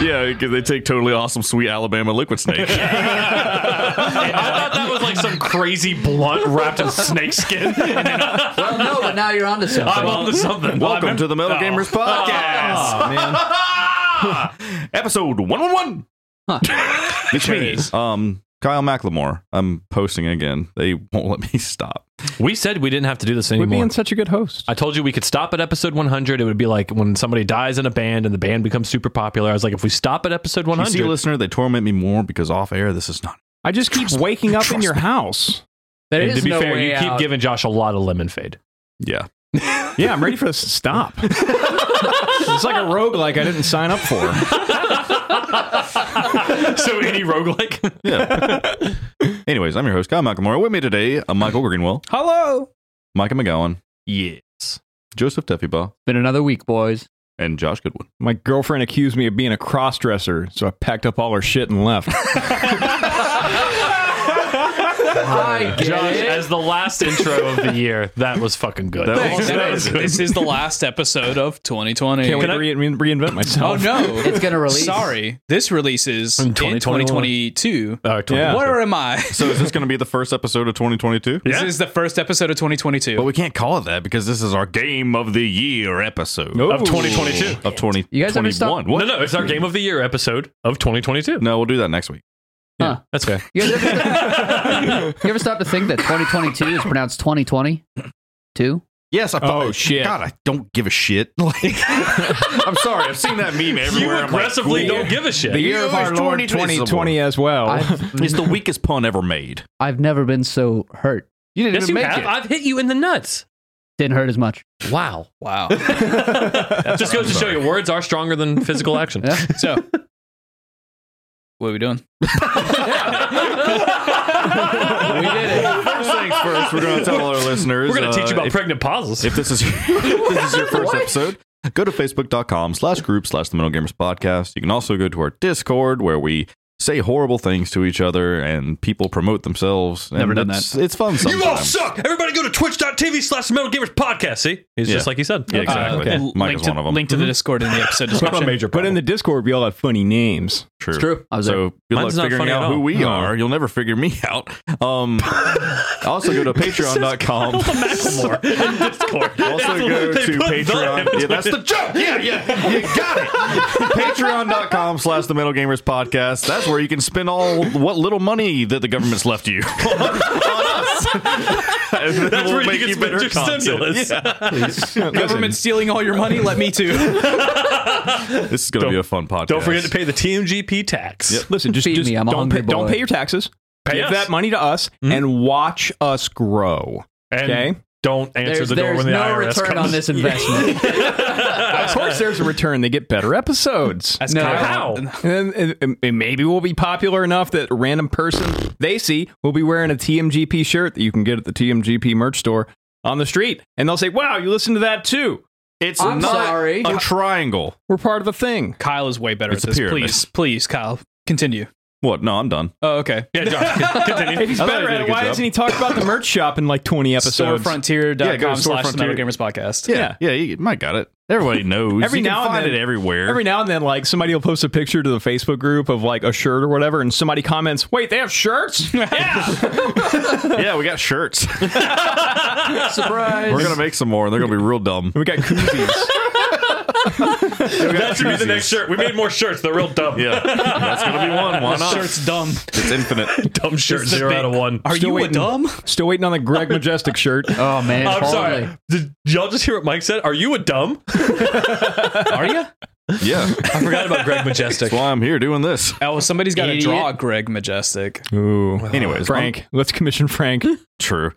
yeah, because they take totally awesome, sweet Alabama liquid snake. I thought that was like some crazy blunt wrapped in snake skin. And then Well, no, but now you're onto something. I'm onto something. Welcome I'm- to the Metal Oh. Gamers Podcast, episode one one one. It's me, um, Kyle McLemore. I'm posting again. They won't let me stop. We said we didn't have to do this We're anymore. being such a good host. I told you we could stop at episode 100. It would be like when somebody dies in a band and the band becomes super popular. I was like, if we stop at episode You see, 100, listener, they torment me more because off air, this is not. I just keep waking up in your house. There and is to be no fair, way you keep out. giving Josh a lot of lemon fade. Yeah, Yeah, I'm ready for this to stop. it's like a roguelike I didn't sign up for. so any roguelike? yeah. Anyways, I'm your host, Kyle McLemore. With me today, I'm Michael Greenwell, Hello. Micah McGowan, yes. Joseph Teffibaugh, Been another week, boys. and Josh Goodwin. My girlfriend accused me of being a crossdresser, so I packed up all her shit and left. I get Josh, it. as the last intro of the year, that was fucking good. That was- Thanks. that was good. this is the last episode of 2020. Can't wait I- to re- re- reinvent oh myself. no, It's gonna release. Sorry, this releases In in 2021. 2022. Uh, Yeah. Where am I? So is this going to be the first episode of 2022? Yeah. This is the first episode of 2022. But we can't call it that because this is our game of the year episode Ooh. Of 2022. of 2021. You guys ever stop- What? No, no, it's our game of the year episode of 2022. No, we'll do that next week. Huh. That's fair. You, guys ever, you ever stop to think that 2022 is pronounced 2020? Two? Yes, I Oh, shit. God, I don't give a shit. Like, I'm sorry, I've seen that meme You everywhere. I'm like, aggressively cool. don't give a shit. The year You of our always Lord 2020 is the 2020 as Oh. well. I've, It's the weakest pun ever made. I've never been so hurt. You didn't yes, even you make have. it. I've hit you in the nuts. Didn't hurt as much. Wow. wow. Just goes to show you, words are stronger than physical action. Yeah. So, uh, what are we doing? We did it. first things first, we're going to tell all our listeners. uh, We're going to teach you about if, pregnant pauses. if this is if this is your first episode. Go to facebook.com slash group slash the Metal Gamers Podcast. You can also go to our Discord where we say horrible things to each other and people promote themselves. and Never done it's- It's fun sometimes. suck. Everybody go to twitch.tv slash metal gamers podcast. See? He's Yeah. just like he said. Yeah, exactly. okay. Mike link is to, one of them. Link to the Discord in the episode Put description. in- Put in the Discord, we all have funny names. True. true. I was there. So good luck Mine's not figuring funny at out who all. we No. are. You'll never figure me out. Um, also go to patreon.com. Macklemore Uh, in Discord. Also go They to put the Patreon. in Yeah, that's the joke. Yeah, yeah. You got it. Patreon.com slash the Metal Gamers Podcast. That's where you can spend all what little money that the government's left you on us. And then That's we'll where you make can spend better your content. stimulus. Government stealing all your money? Let me too. Yeah. This is going to be a fun podcast. Don't forget to pay the TMGP tax. Yep. Listen, just, Feed just me, I'm a don't, hungry pay, don't boy. pay your taxes. Pay Give us. that money to us Hmm? and watch us grow. And Okay. don't answer There's, the door there's when the no IRS return comes. on this investment. of course, there's a return. They get better episodes. That's No. Kyle. How? And, then- and- and maybe we'll be popular enough that a random person they see will be wearing a TMGP shirt that you can get at the TMGP merch store on the street. And they'll say, wow, you listen to that too. It's I'm not sorry. a triangle. We're part of the thing. Kyle is way better It's a at this. pyramid. Please, please, Kyle, continue. What? No, I'm done. Oh, okay. Yeah, Josh, continue. If he's I thought better he did at a it, good why job. hasn't he talked about the merch shop in like 20 episodes? Yeah, go Storefrontier.com to slash the Metal Storefrontier. Gamers Podcast. Yeah, yeah, you, Mike got it. Everybody knows. Every you can now and find then- it everywhere. Every now and then, like somebody will post a picture to the Facebook group of like a shirt or whatever, and somebody comments, "Wait, they have shirts? yeah, yeah, we got shirts. Surprise. We're gonna make some more, and they're gonna be real dumb. we got koozies." That should be the next shirt. We made more shirts. They're real dumb. Yeah, that's gonna be one. Why not? Shirt's dumb. It's infinite. Dumb shirt. It's the Zero thing. out of one. Are you a waiting. dumb? Still waiting on the Greg Majestic shirt. Oh man. I'm Hardly. sorry. Did y'all just hear what Mike said? Are you a dumb? Are you? Yeah, I forgot about Greg that's Majestic. why I'm here doing this. Oh, somebody's got to Idiot. draw Greg Majestic. Ooh. Anyways, Frank, let's commission Frank. True.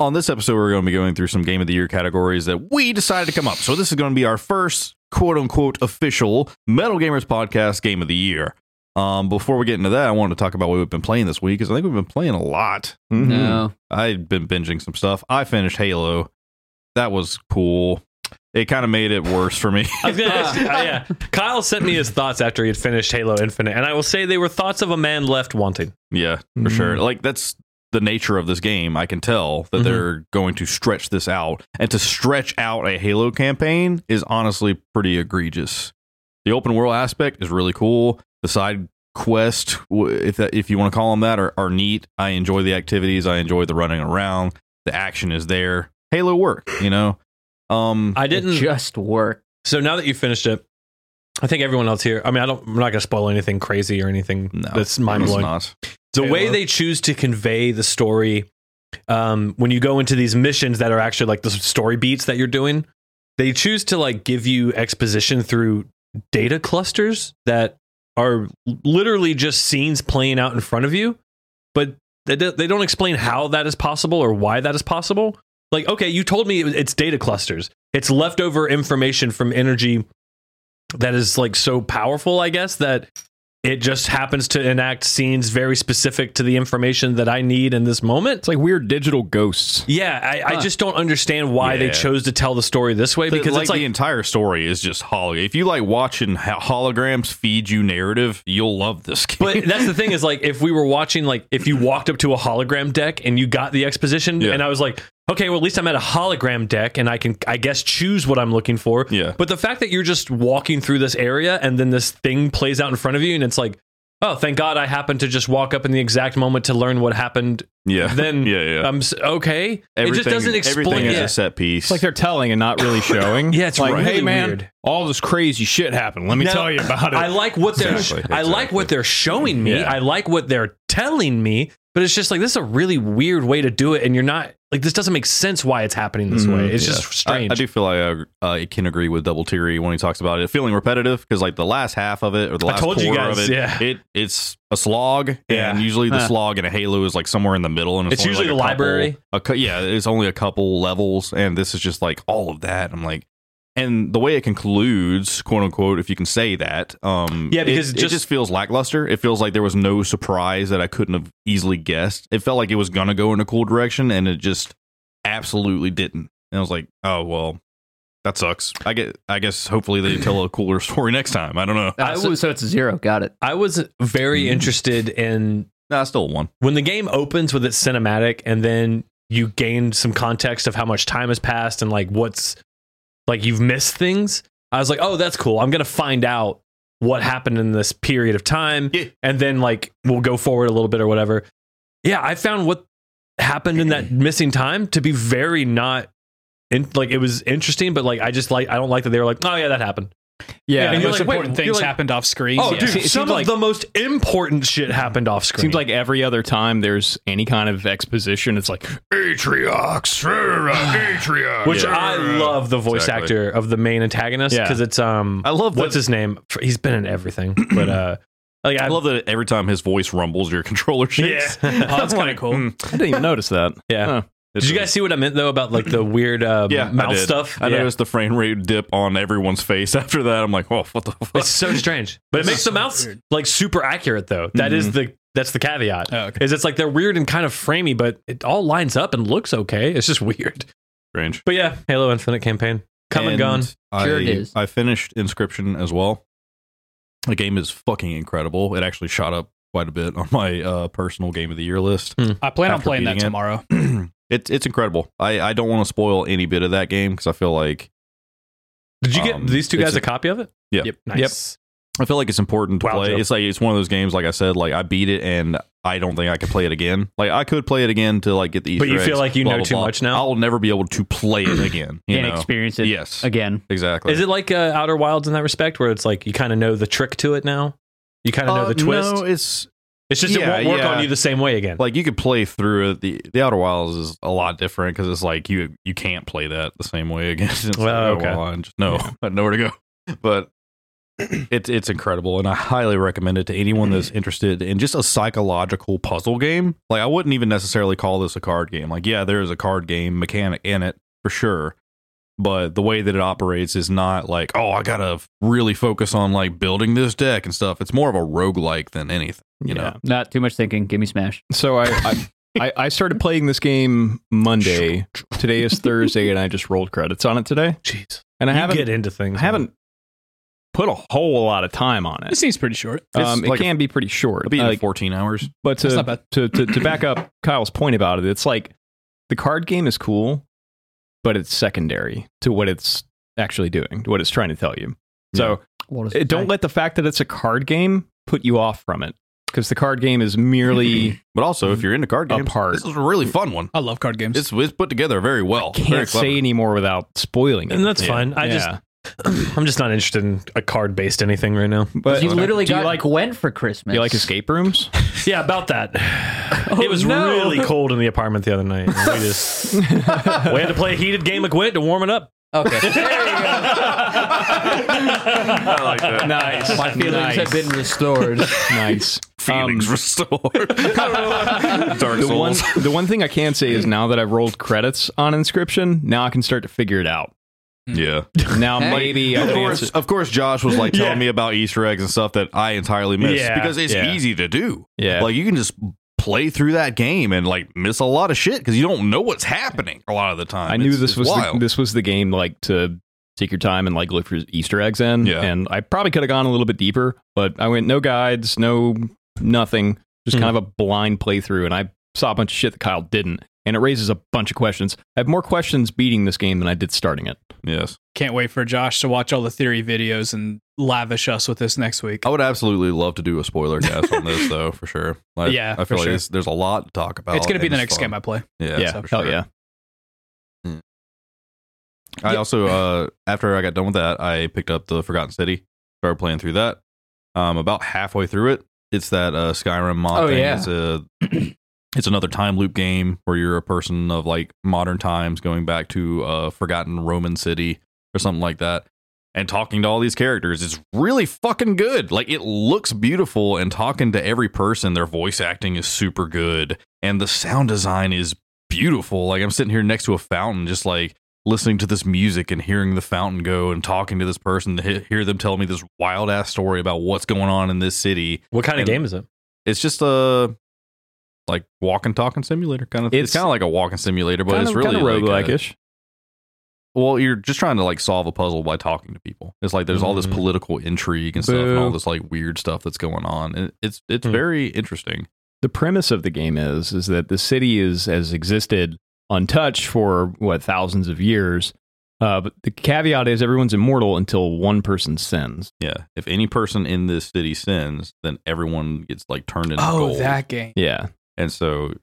On this episode, we're going to be going through some game of the year categories that we decided to come up. So this is going to be our first quote unquote official Metal Gamers podcast game of the year. Um, before we get into that, I wanted to talk about what we've been playing this week because I think we've been playing a lot. Mm-hmm. Mm-hmm. No. I've been binging some stuff. I finished Halo. That was cool. It kind of made it worse for me. I was gonna ask, uh, yeah. Kyle sent me his thoughts after he had finished Halo Infinite, and I will say they were thoughts of a man left wanting. Yeah, for Mhm. sure. Like that's the nature of this game. I can tell that Mhm. they're going to stretch this out, and to stretch out a Halo campaign is honestly pretty egregious. the open world aspect is really cool. The side quest, w- if that, if you want to call them that, are, are neat. I enjoy the activities. I enjoy the running around. The action is there. Halo work, you know. Um, I It didn't. just work. So now that you finished it, I think everyone else here. I mean, I don't. I'm not going to spoil anything crazy or anything no, that's mind blowing. it's not. the Halo. way they choose to convey the story um, when you go into these missions that are actually like the story beats that you're doing they choose to like give you exposition through data clusters that are literally just scenes playing out in front of you but they, don't- they don't explain how that is possible or why that is possible like okay you told me it- it's data clusters it's leftover information from energy that is like so powerful i guess that it just happens to enact scenes very specific to the information that I need in this moment. It's like weird digital ghosts. Yeah, I, I Huh. just don't understand why they Yeah. chose to tell the story this way because like, it's like the entire story is just hollow. If you like watching ho- holograms feed you narrative, you'll love this game. but that's the thing is like if we were watching like if you walked up to a hologram deck and you got the exposition Yeah. and I was like okay well at least I'm at a hologram deck and I can I guess choose what I'm looking for Yeah. but the fact that you're just walking through this area and then this thing plays out in front of you and it's like oh thank god I happened to just walk up in the exact moment to learn what happened yeah, then yeah, yeah. I'm s- okay. it just Everything- doesn't explain. Everything is Yeah. a set piece. It's like they're telling and not really showing. Yeah, it's like, really hey man, weird. all this crazy shit happened. Let me Now, tell you about it. I like what they're. Exactly, I like what they're showing me. Yeah. I like what they're telling me. But it's just like this is a really weird way to do it, and you're not like this doesn't make sense why it's happening this way. It's just Mm-hmm. I, strange. I do feel like I, I can agree with Double Teary when he talks about it feeling repetitive because like the last half of it or the I last told you quarter guys, of it, yeah. it it's a slog, Yeah. and usually the Huh. slog in a Halo is like somewhere in the middle, and it's, It's only, usually like, the a library. Couple, a, cou- yeah, it's only a couple levels, and this is just like all of that. I'm like. And the way it concludes, quote unquote, if you can say that, um, Yeah, because it, it just- just feels lackluster. It feels like there was no surprise that I couldn't have easily guessed. It felt like it was gonna go in a cool direction, and it just absolutely didn't. And I was like, oh well, that sucks. I get. I guess hopefully they tell a cooler story next time. I don't know. Uh, so, so it's a zero. Got it. I was Mm-hmm. very interested in Nah, I still won. when the game opens with its cinematic and then you gain some context of how much time has passed and like what's like you've missed things i was like oh that's cool i'm gonna find out what happened in this period of time Yeah. and then like we'll go forward a little bit or whatever yeah i found what happened in that missing time to be very not in, like it was interesting but like i just like i don't like that they were like oh yeah that happened yeah, the you're most like, wait, important you're things like- happened off screen. oh Yeah. dude Se- it some seemed of like- the most important shit happened off screen Seems like every other time there's any kind of exposition, it's like Atriox, Atriox, which Yeah. I love the voice Exactly. actor of the main antagonist Yeah. because it's um I love that- what's his name F- he's been in everything but uh like I, I love that every time his voice rumbles, your controller shakes. yeah Oh, that's kind of cool. Mm. I didn't even notice that. yeah Huh. did you guys see what I meant though about like the weird uh, Yeah, I mouth did. stuff I Yeah. noticed the frame rate dip on everyone's face after that. I'm like, whoa, what the fuck? it's so strange but it This makes is the so mouth weird. like super accurate though That is Mm-hmm. the that's the caveat Oh, okay. is it's like they're weird and kind of framey but it all lines up and looks okay it's just weird strange. but yeah Halo Infinite campaign come and, gone I, Sure it is. I finished Inscription as well. The game is fucking incredible. It actually shot up quite a bit on my uh, personal game of the year list. I plan on After playing that beating it. tomorrow. it's it's incredible. I, I don't want to spoil any bit of that game because I feel like did you get Um, these two it's guys a- a, copy of it Yeah. yep nice I feel like it's important to Wow, play. Joe. It's like it's one of those games. Like I said, like I beat it and I don't think I could play it again. Like I could play it again to like get the. But you Easter feel eggs, like you blah, know blah, too blah. much now? I'll never be able to play it again. You Can't know? experience it Yes, again. exactly. Is it like uh, Outer Wilds in that respect, where it's like you kind of know the trick to it now? You kind of know the twist. Uh, No, it's it's just yeah, it won't work yeah. on you the same way again. like you could play through it. The the Outer Wilds is a lot different because it's like you you can't play that the same way again. It's like, Well, oh, okay. well, I just- no, I know where to go. But it's it's incredible, and I highly recommend it to anyone that's interested in just a psychological puzzle game. Like I wouldn't even necessarily call this a card game. Like yeah, there is a card game mechanic in it for sure. But the way that it operates is not like, oh, I gotta really focus on like building this deck and stuff. It's more of a roguelike than anything, you know. Not too much thinking. Give me smash. So I, I, I, I started playing this game Monday. Today is Thursday, and I just rolled credits on it today. jeez, And I you haven't, get into things. I haven't put a whole lot of time on It it. seems pretty short. It's Um, it like a- can be pretty short. It'll be in Like, 14 hours. but That's not to, bad. to, to, to back up Kyle's point about it, it's like the card game is cool, but it's secondary to what it's actually doing, to what it's trying to tell you. So What is Uh, Don't let the fact that it's a card game put you off from it because the card game is merely But also, if you're into card Mm-hmm. A games, part. this is a really fun one. I love card games. It's, it's put together very well. very can't clever. say anymore without spoiling it. and that's fine. I Yeah. just I'm just not interested in a card based anything right now. But you literally do got you like, Gwen for Christmas. do you like escape rooms? Yeah, about that. it was no. really cold in the apartment the other night. and We just we had to play a heated game of Gwent to warm it up. Okay. I like that. nice. My feelings have been restored. nice. Um, Feelings restored. Dark The one, Souls. the one thing I can say is now that I've rolled credits on Inscription, now I can start to figure it out. yeah. Now Hey, maybe I Of can course, answer- of course, Josh was like telling Yeah. me about Easter eggs and stuff that I entirely missed Yeah, because it's yeah. easy to do. Yeah. Like you can just play through that game and like miss a lot of shit because you don't know what's happening a lot of the time. I knew Um, It's- this it's was the, wild. this was the game like to take your time and like look for Easter eggs in. Yeah. And I probably could have gone a little bit deeper, but I went no guides, no nothing, just Hmm. kind of a blind playthrough. And I saw a bunch of shit that Kyle didn't, and it raises a bunch of questions. I have more questions beating this game than I did starting it. yes. Can't wait for Josh to watch all the theory videos and lavish us with this next week. I would absolutely love to do a spoiler cast on this though, for sure. Like, Yeah, I for feel like sure. it's- there's a lot to talk about. it's going to be and the next fun. game I play. Yeah, yeah, for hell sure. yeah. I also uh after I got done with that, I picked up the Forgotten City, started playing through that. Um about halfway through it, it's that uh Skyrim mod Oh, thing. yeah. It's a it's another time loop game where you're a person of like modern times going back to a forgotten Roman city or something like that. And talking to all these characters, it's really fucking good. Like it looks beautiful, and talking to every person, their voice acting is super good, and the sound design is beautiful. Like I'm sitting here next to a fountain, just like listening to this music and hearing the fountain go, and talking to this person to he- hear them tell me this wild ass story about what's going on in this city. What kind of And- game is it? It's just a like walk and talk and simulator kind of. It's, It's- kind of like a walk and simulator, but Kind it's of- really kind of like a- roguelike-ish. well, you're just trying to like solve a puzzle by talking to people. It's like there's all this Mm. political intrigue and stuff, and all Mm-hmm. Boo. this like weird stuff that's going on. And it's it's Hmm. very interesting. the premise of the game is is that the city is has existed untouched for what thousands of years. Uh, but the caveat is everyone's immortal until one person sins. Yeah, if any person in this city sins, then everyone gets like turned into Oh, Oh, gold. game. Yeah, and so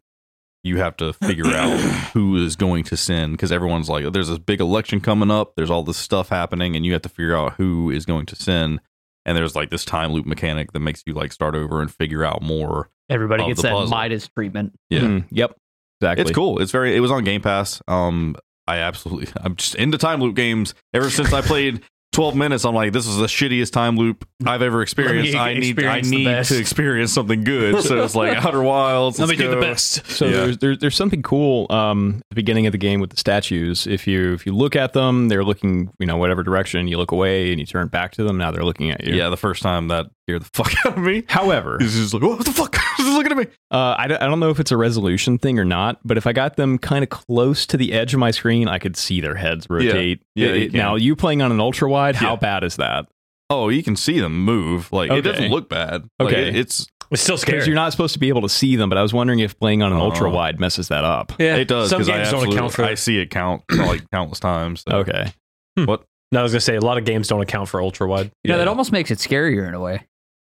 you have to figure out who is going to sin because everyone's like, there's this big election coming up. There's all this stuff happening, and you have to figure out who is going to sin. And there's like this time loop mechanic that makes you like start over and figure out more. Everybody Of gets the that puzzle. Midas treatment. Yeah. Mm, yep. Exactly. It's cool. It's very. It was on Game Pass. Um, I absolutely. I'm just into time loop games. Ever since I played 12 minutes, I'm like, this is the shittiest time loop I've ever experienced. I need. experience I the need best. to experience something good. So it's like Outer Wilds. Let me let's do the go. best. So Yeah. there's, there's there's something cool um, at the beginning of the game with the statues. If you if you look at them, they're looking you know whatever direction. You look away and you turn back to them. Now they're looking at you. Yeah, the first time that scared the fuck out of me. However, He's just like, what the fuck? He's looking at me. Uh, I, don't, I don't know if it's a resolution thing or not, but if I got them kind of close to the edge of my screen, I could see their heads rotate. Yeah, It- you it- can. now you playing on an ultra wide, Yeah. how bad is that? Oh, you can see them move. Like it Okay. doesn't look bad. Like, Okay. it- it's It's still Because you're scary. not supposed to be able to see them, but I was wondering if playing on an Oh. ultra wide messes that up. Yeah. it does Some because I games don't account absolutely- for I it. see it count like countless times. so. Okay. No, I was gonna say a lot of games don't account for ultra wide. You know, that almost makes it scarier in a way.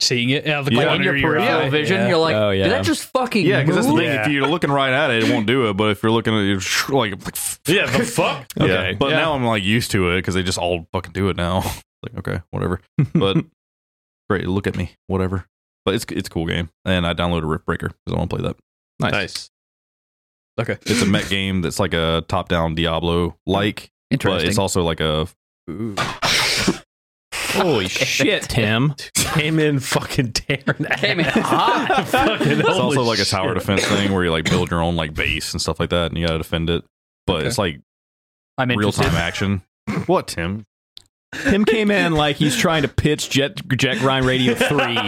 Seeing it out of the Yeah. corner Like in your of your peripheral eye. vision, Yeah. you're like, Oh, did yeah. that just fucking Yeah, because that's the move?" thing. If Yeah. you're looking right at it, it won't do it. But if you're looking at it, you're like, like Yeah, the fuck. okay. Okay. But Yeah. now I'm like used to it because they just all fucking do it now. like okay, whatever. But great, look at me, whatever. But it's it's a cool game, and I downloaded Rift Breaker because I want to play that. Nice. Okay. It's a mech game that's like a top down Diablo like, but Interesting. it's also like a Holy shit, Tim. Came in fucking tearing. Came in ass. hot. fucking it's holy also like a shit. tower defense thing where you like build your own like base and stuff like that, and you gotta defend it. But it's like I'm real interested. time action. What Tim? Tim came in like he's trying to pitch Jet Jet Grind Radio 3. hey,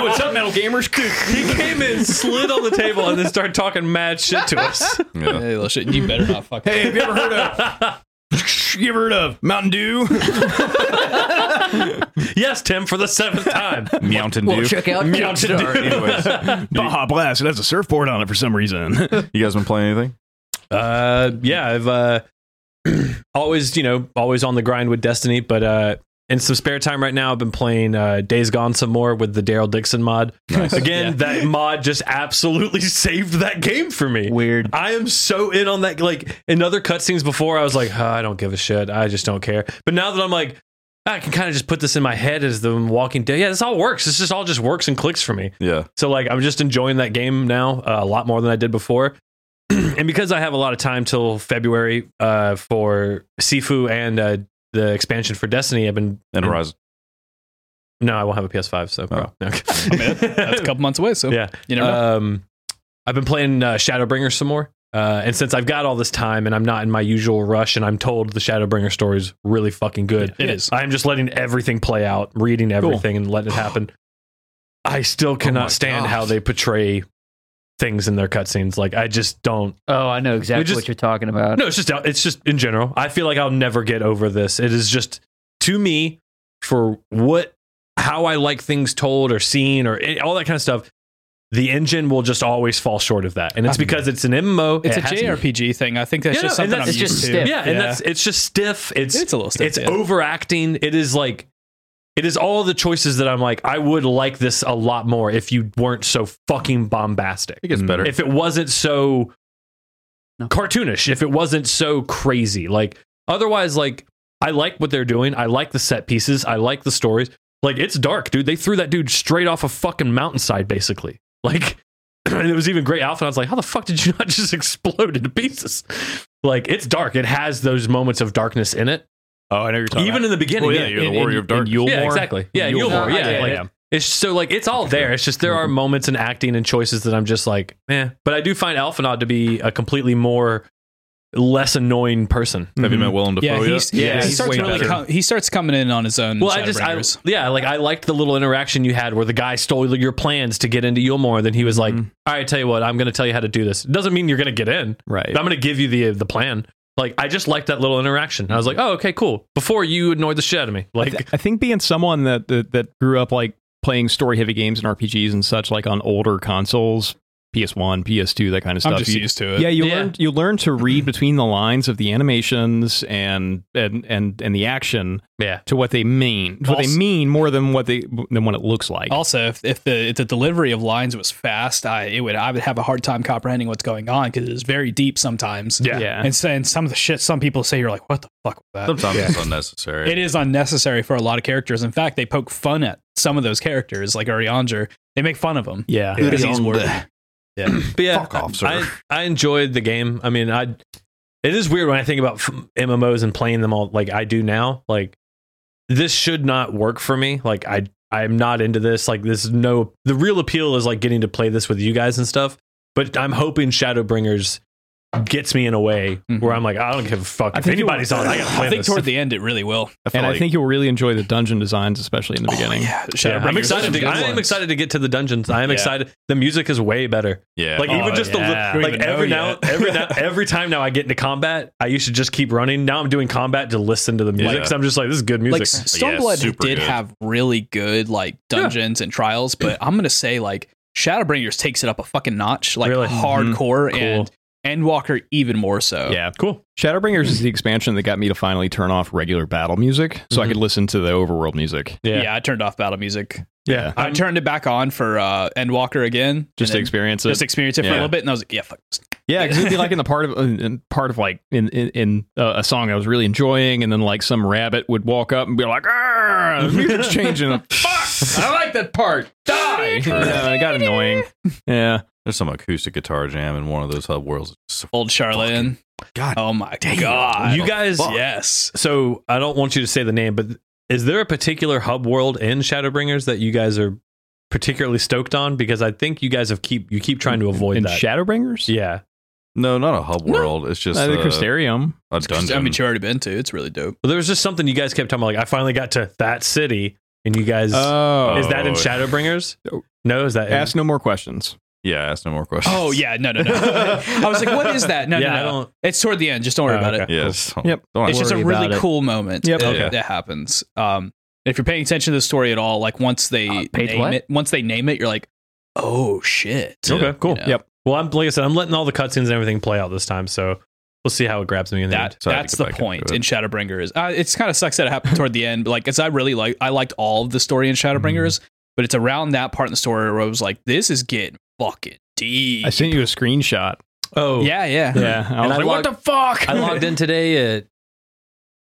what's up, metal gamers? He came in, slid on the table, and then started talking mad shit to us. Yeah. Hey, little shit, you better not fuck hey, have you ever heard of you ever heard of Mountain Dew? yes, Tim, for the seventh time. Mountain Well, Dew. check out Mountain Dew. Anyways, Baja Blast. It has a surfboard on it for some reason. you guys been playing anything? Uh, yeah, I've uh, always, you know, always on the grind with Destiny, but uh in some spare time right now, I've been playing uh, Days Gone some more with the Daryl Dixon mod. Again, that mod just absolutely saved that game for me. Weird. I am so in on that. Like in other cutscenes before, I was like, "Huh, I don't give a shit. I just don't care. But now that I'm like, I can kind of just put this in my head as the Walking Dead. Yeah, this all works. This just all just works and clicks for me. Yeah. So like, I'm just enjoying that game now uh, a lot more than I did before. and because I have a lot of time till February uh, for Sifu and uh, the expansion for Destiny, I've been And Horizon. no, I won't have a PS5. So Oh. no. I mean, that's a couple months away, so yeah. you never know. Um, I've been playing uh, Shadowbringer some more, uh, and since I've got all this time and I'm not in my usual rush, and I'm told the Shadowbringer story is really fucking good. It is. I'm just letting everything play out, reading everything, and letting it happen. I Oh still cannot stand God. how they portray things in their cutscenes. Like I just don't. Oh, I know exactly just- what you're talking about. No, it's just it's just in general. I feel like I'll never get over this. It is just to me for what how I like things told or seen or it, all that kind of stuff. The engine will just always fall short of that, and it's because it's an MMO. Ah. it's it a has- JRPG thing. I think that's Yeah, just no, and something I'm that's- it's used just to. stiff. Yeah, and that's it's just stiff. It's it's a little stiff. it's yeah. overacting. It is like it is all the choices that I'm like. I would like this a lot more if you weren't so fucking bombastic It gets Mm. better. if it wasn't so No. cartoonish, if it wasn't so crazy. Like otherwise, like I like what they're doing. I like the set pieces. I like the stories. Like it's dark, dude. They threw that dude straight off a fucking mountainside, basically. Like, and it was even great alpha. And I was like, how the fuck did you not just explode into pieces? Like it's dark. It has those moments of darkness in it. Oh, I know you're talking. even about. in the beginning, Well, yeah, it- you're the warrior of darkness. Yule yeah, War. exactly. Yeah, Yule Yule War. War. Yeah, Yeah, like, yeah. It's so like it's all there. It's just there are moments and acting and choices that I'm just like, eh. But I do find Alphanod to be a completely more less annoying person. Have you met Willem Dafoe Mm-hmm. yeah, yet? he's, yeah, Yeah, he he's starts way really better. com- he starts coming in on his own. Well, I just, I, Shadowbringers. yeah, like I liked the little interaction you had where the guy stole your plans to get into Yulmore. Then he was like, Mhm. "All right, tell you what, I'm going to tell you how to do this." Doesn't mean you're going to get in. right. But I'm going to give you the the plan. Like I just liked that little interaction. I was like, "Oh, okay, cool." Before you annoyed the shit out of me. I Like, th- I think being someone that, that that grew up like playing story heavy games and RPGs and such like on older consoles, PS1, PS2, that kind of I'm stuff. just you- used to it. yeah, you Yeah. learn you learn to read between the lines of the animations and and and, and the action yeah. to what they mean. To what they Also- mean more than what they than what it looks like. Also, if, if the if the delivery of lines was fast, I it would I would have a hard time comprehending what's going on because it's very deep sometimes. Yeah. yeah. and saying some of the shit some people say, you're like, what the fuck was that? Sometimes it's unnecessary. It is unnecessary for a lot of characters. In fact, they poke fun at some of those characters, like Arianger. They make fun of him. yeah. because he's Arianger. worthy. Yeah. But yeah, Fuck off, sir. I, I enjoyed the game. I mean, I it is weird when I think about f- MMOs and playing them all like I do now. Like this should not work for me. Like I I'm not into this. Like this is no the real appeal is like getting to play this with you guys and stuff. But I'm hoping Shadowbringers gets me in a way Mm-hmm. where I'm like I don't give a fuck I if think it anybody's will- on. it, I gotta play I think this. toward the end, it really will. I And I like- think you'll really enjoy the dungeon designs, especially in the beginning. Yeah, Yeah, I'm Shadowbringers excited. is To, good I am ones. excited to get to the dungeons. I am Yeah. excited. The music is way better. yeah. Like Oh, even just yeah. the We like don't even every know now yet. every now every time now I get into combat, I used to just keep running. Now I'm doing combat to listen to the music. Yeah. 'cause I'm just like this is good Like music. Yeah, Stormblood super did good. have really good like dungeons and trials, but I'm gonna say like Shadowbringers takes it up a fucking notch, like Really? Mhm. hardcore, Cool. and Endwalker even more so. Yeah. cool. Shadowbringers is the expansion that got me to finally turn off regular battle music so I Mhm. could listen to the overworld music. Mm-hmm. yeah, I turned off battle music. yeah. I turned it back on for uh, Endwalker again, Just to and then experience it. just experience it for Yeah. a little bit, and I was like, yeah, fuck. this. Yeah, because it'd be like in the part of in, in part of like in in, in uh, a song I was really enjoying, and then like some rabbit would walk up and be like, "Ah, the music's changing." I'm, Oh. Fuck, I like that part. Die. yeah, it got annoying. Yeah, There's some acoustic guitar jam in one of those hub worlds. It's so- Old Charlotte. in. God Oh my god. you guys. Yeah. yes. So I don't want you to say the name, but is there a particular hub world in Shadowbringers that you guys are particularly stoked on? Because I think you guys have keep you keep trying to avoid in that. Shadowbringers, yeah. No, not a hub world. It's just uh, the a, Crystarium. a dungeon. I mean, you already been to. It's really dope. Well, there was just something you guys kept talking about. Like I finally got to that city, and you guys. Oh, is that in Oh. Shadowbringers? No, is that in- ask no more questions. yeah, ask no more questions. Oh yeah, no, no, no. I was like, what is that? No, Yeah, no, I no. don't- It's toward the end. Just don't worry Oh, about okay. it. Yes. Yep. Don't it's just a worry about really it. cool moment Yep. that, Okay. that happens. Um, if you're paying attention to the story at all, like once they Uh, page name what? it, once they name it, you're like, oh shit. Yeah. Okay, cool. You know? Yep. Well, I'm like I said, I'm letting all the cutscenes and everything play out this time, so We'll see how it grabs me in the end. That So I had to that's get the back into point it. in Shadowbringer is uh, it's kind of sucks that it happened toward the end, but like, cause I really like I liked all of the story in Mm-hmm. Shadowbringers, but it's around that part in the story where I was like, this is getting fucking deep. I sent you a screenshot. Oh, Yeah, yeah, Yeah, I was And I like, what the logged- fuck? I logged in today uh, at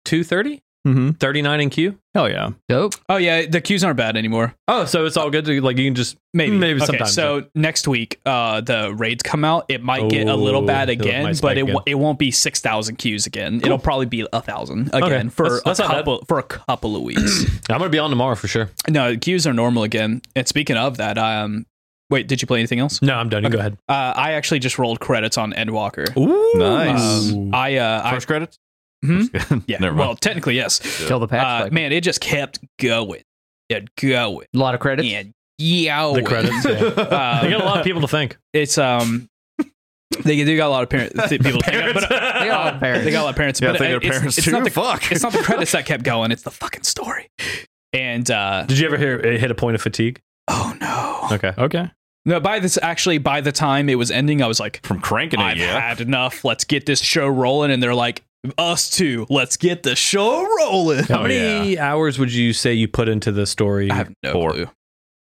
2.30, Mm-hmm. 39 in queue. Hell yeah. Dope. Oh yeah, the queues aren't bad anymore. Oh, so it's all good. To, like you can just Maybe Maybe okay, sometimes, So next week, uh, the raids come out. It might get a little Oh, bad it again, might spike but it w- again. it won't be six thousand queues again. It'll probably be a thousand again Okay, for that's- that's a not bad. couple for a couple of weeks. I'm gonna be on tomorrow for sure. no, queues are normal again. And speaking of that, um, wait, did you play anything else? No, I'm done. You Go ahead. Uh, I actually just rolled credits on Endwalker. Ooh, Nice. Um, I uh, I First credits? Mhm. yeah. yeah. Never mind. Well, technically yes. Kill the patch. Uh, man, it just kept going. It going. a lot of credits. And yeah, the credits. Yeah. Uh, they got a lot of people to thank. it's um they do got a lot of parent, th- people to think of, but They got a lot of parents. they got a lot of parents yeah, but thank uh, your it's, parents it's too. not the Fuck. it's not the credits that kept going it's the fucking story and uh Did you ever hear it hit a point of fatigue? oh no Okay. Okay. no by this actually by the time it was ending i was like From cranking it, i've yeah. had enough let's get this show rolling and they're like us too let's get the show rolling How many hours would you say you put into the story? Oh, i have no Four. clue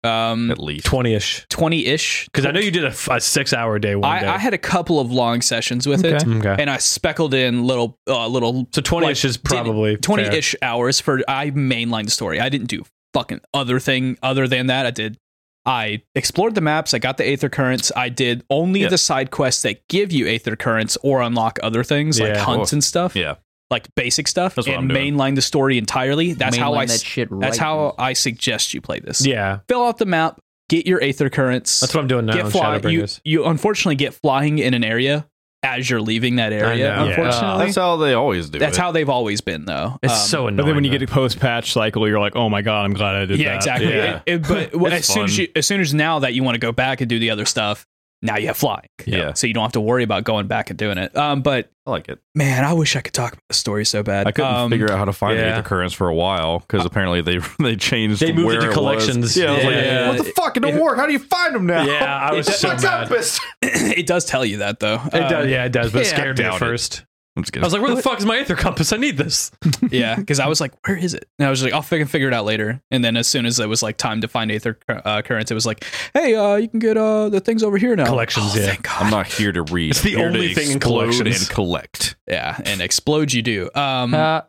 um At least. 20 ish. 20-ish Because I know you did a, f- a six hour day one day. I, I had a couple of long sessions with it okay. and i speckled in little uh, little So 20 ish is probably 20 fair. ish hours for I mainlined the story. I didn't do fucking other thing other than that. I did I explored the maps, I got the Aether Currents, I did only Yeah. the side quests that give you Aether Currents or unlock other things like Yeah. hunts and stuff. Yeah. Like basic stuff That's what and I'm doing. mainline the story entirely. That's how I Mainline s- that shit right that's how now. I suggest you play this. Yeah. Fill out the map, get your Aether Currents. That's what I'm doing now. get on fly, you, Shadowbringers. you unfortunately get flying in an area as you're leaving that area, know. Yeah. unfortunately. That's how they always do That's it. how they've always been, though. it's Um, so annoying. But then when you though. get to post patch cycle, you're like, oh my God, I'm glad I did yeah, that. exactly. Yeah. It- it- but well, as It's soon as fun. you, as soon as now that you want to go back and do the other stuff, now you have flying. Yeah. So you don't have to worry about going back and doing it. Um, but I like it. man, I wish I could talk about the story so bad. I couldn't um, figure out how to find yeah. the Uh, currents for a while because apparently they they changed. They moved where it to was. collections. Yeah, I was Yeah. like, what the fuck? It don't work. How do you find them now? Yeah, I was so What's mad. up, mister? it does tell you that though. It does, Um, yeah, it does, but it yeah, scared me doubt at it. first. I'm just kidding. I was like, where the fuck is my Aether Compass? I need this. Um, yeah, because I was like, where is it? And I was like, I'll figure, figure it out later. And then as soon as it was like time to find Aether cur- uh, currents, it was like, hey, uh, you can get uh, the things over here now. Collections, Oh, yeah. Thank God. I'm not here to read. It's the I'm here to only thing in explode collections. and collect. yeah, and explode you do. Um, Uh,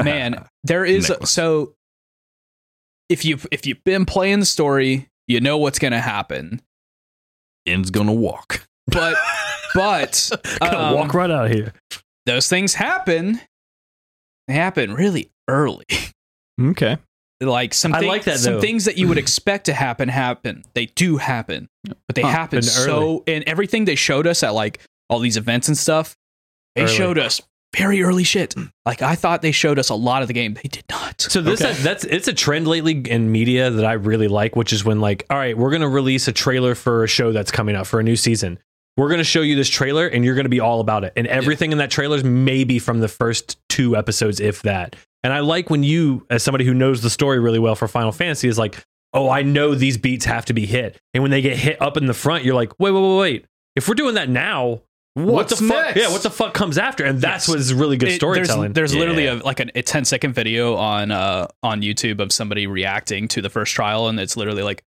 man there is Necklace. so if you if you've been playing the story you know what's gonna happen End's gonna walk. but but um, walk right out of here. those things happen they happen really early Okay. like some, I thing- like that, some though. things that you would expect to happen happen they do happen but they Huh, happen and so and everything they showed us at like all these events and stuff they Early. showed us very early shit like i thought they showed us a lot of the game they did not So this that's it's a trend lately in media that I really like, which is when like, all right, we're gonna release a trailer for a show that's coming out for a new season. We're gonna show you this trailer, and you're gonna be all about it. And everything in that trailer is maybe from the first two episodes, if that. And I like when you, as somebody who knows the story really well for Final Fantasy, is like, oh, I know these beats have to be hit. And when they get hit up in the front, you're like, wait, wait, wait, wait. If we're doing that now, what What's the fuck? next? Yeah, what the fuck comes after? And that's Yes. what's really good It- storytelling. There's, there's literally Yeah. a, like an, a 10 second video on uh on YouTube of somebody reacting to the first trial, and it's literally like,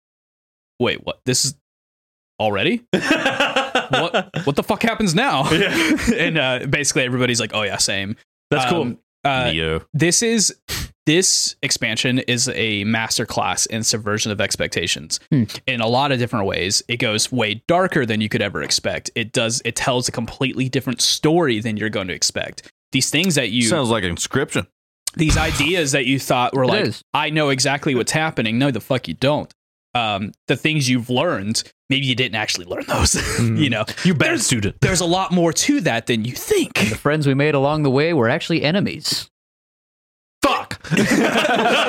wait, what? This is already? What? what the fuck happens now? Yeah. and uh, basically everybody's like, oh yeah, same. That's cool. Um, Uh, Neo. this is this expansion is a masterclass in subversion of expectations Hmm. in a lot of different ways it goes way darker than you could ever expect it does it tells a completely different story than you're going to expect these things that you Sounds like an inscription. these ideas that you thought were It like, is. I know exactly what's happening. No, the fuck you don't. Um, the things you've learned, maybe you didn't actually learn those. Mm-hmm. you know, You bad There's- student. there's a lot more to that than you think. the friends we made along the way were actually enemies. Fuck.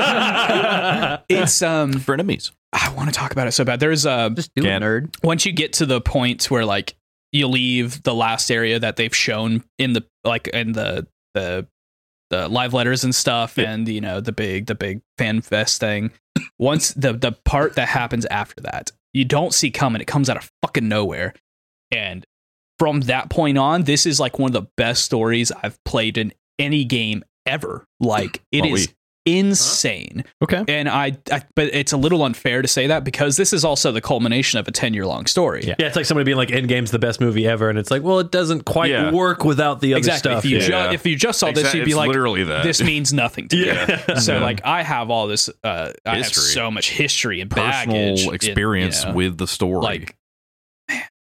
yeah, It's um, For enemies. I want to talk about it so bad. There's uh, Just do Can't- it, nerd. once you get to the point where like you leave the last area that they've shown in the like in the the the live letters and stuff and you know the big the big fan fest thing once the the part that happens after that you don't see coming it comes out of fucking nowhere and from that point on, this is like one of the best stories I've played in any game ever. Like it Well, is insane. Okay. And I, I but it's a little unfair to say that because this is also the culmination of a 10 year long story. Yeah. Yeah, it's like somebody being like, "Endgame's the best movie ever," and it's like, well, it doesn't quite Yeah. work without the other Exactly. stuff. if you yeah. ju- if you just saw this, Exact- you'd be it's like, literally that. this means nothing to Yeah. me. So Yeah. like I have all this uh I have History. so much history and personal baggage and, experience you know, with the story. like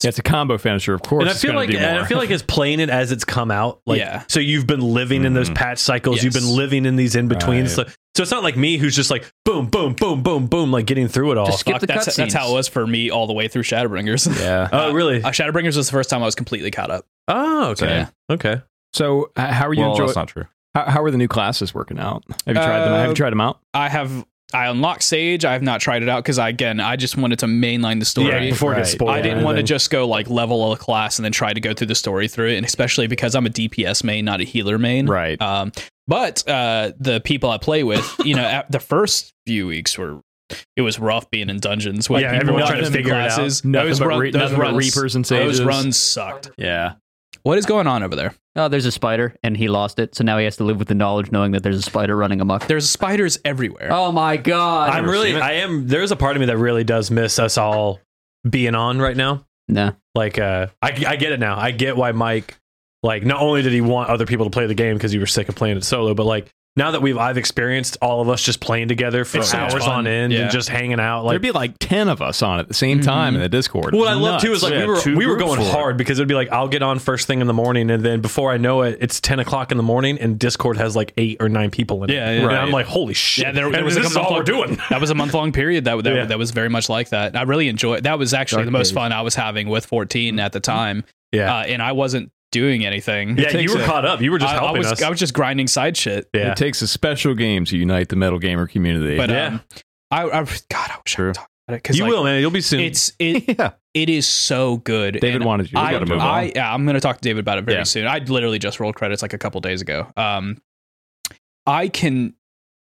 Yeah, it's a combo finisher, of course. and I it's feel gonna like do and I more. feel like it's playing it as it's come out. Like, Yeah. so you've been living in those Mhm. patch cycles. You've been Yes. living in these in betweens. So, so it's not like me who's just like boom, boom, boom, boom, boom, like getting through it all. Just- Skip fuck, the that's, cutscenes. that's how it was for me all the way through Shadowbringers. Yeah. oh, really? Uh, Shadowbringers was the first time I was completely caught up. oh, So, okay, yeah. okay. So, h- how are you well, enjoying? that's not true. How, how are the new classes working out? Have you tried them? Have Uh, you tried them out? I have I unlocked Sage. I have not tried it out because I again I just wanted to mainline the story. Yeah, before it gets Right. spoiled. I didn't want to to just go like level a class and then try to go through the story through it, and especially because I'm a DPS main, not a healer main. Right. Um, but uh, the people I play with, you know, at the first few weeks were it was rough being in dungeons. When Yeah, people everyone were trying to jumping figure it out. classes. Nothing Those, but run- re- those nothing but runs, Reapers and those Sages. runs sucked. yeah. What is going on over there? Oh, there's a spider, and he lost it, so now he has to live with the knowledge knowing that there's a spider running amok. There's spiders everywhere. Oh my god! I'm really. I am. There's a part of me that really does miss us all being on right now. nah. like uh I, I get it now i get why mike like not only did he want other people to play the game because you were sick of playing it solo but like now that we've i've experienced all of us just playing together for It's so much hours fun. on end Yeah. and just hanging out like Mm-hmm. There'd be like ten of us on at the same time in the Discord. what I love too is like Yeah, we were two we were groups going for it. hard because it'd be like I'll get on first thing in the morning and then before I know it it's ten o'clock in the morning and Discord has like eight or nine people in it. Yeah, yeah. And Right. I'm like, holy shit! Yeah, there- there And was like this a is all we're month-long- doing. that was a month long period that that, Yeah. that was very much like that. I really enjoyed. That was actually Dark the most days. fun I was having with 14 at the time, Yeah, uh, and I wasn't doing anything. yeah. takes You were a- caught up. You were just I, I helping was us. I was just grinding side shit. yeah, It takes a special game to unite the metal gamer community. But Yeah. um, I, I God, I wish I True. could talk about it because you will, man. You'll be soon. It's it Yeah. it is so good. David and wanted you. We I, gotta move on. I, Yeah, I'm going to talk to David about it very Yeah. soon. I literally just rolled credits like a couple days ago. Um, I can.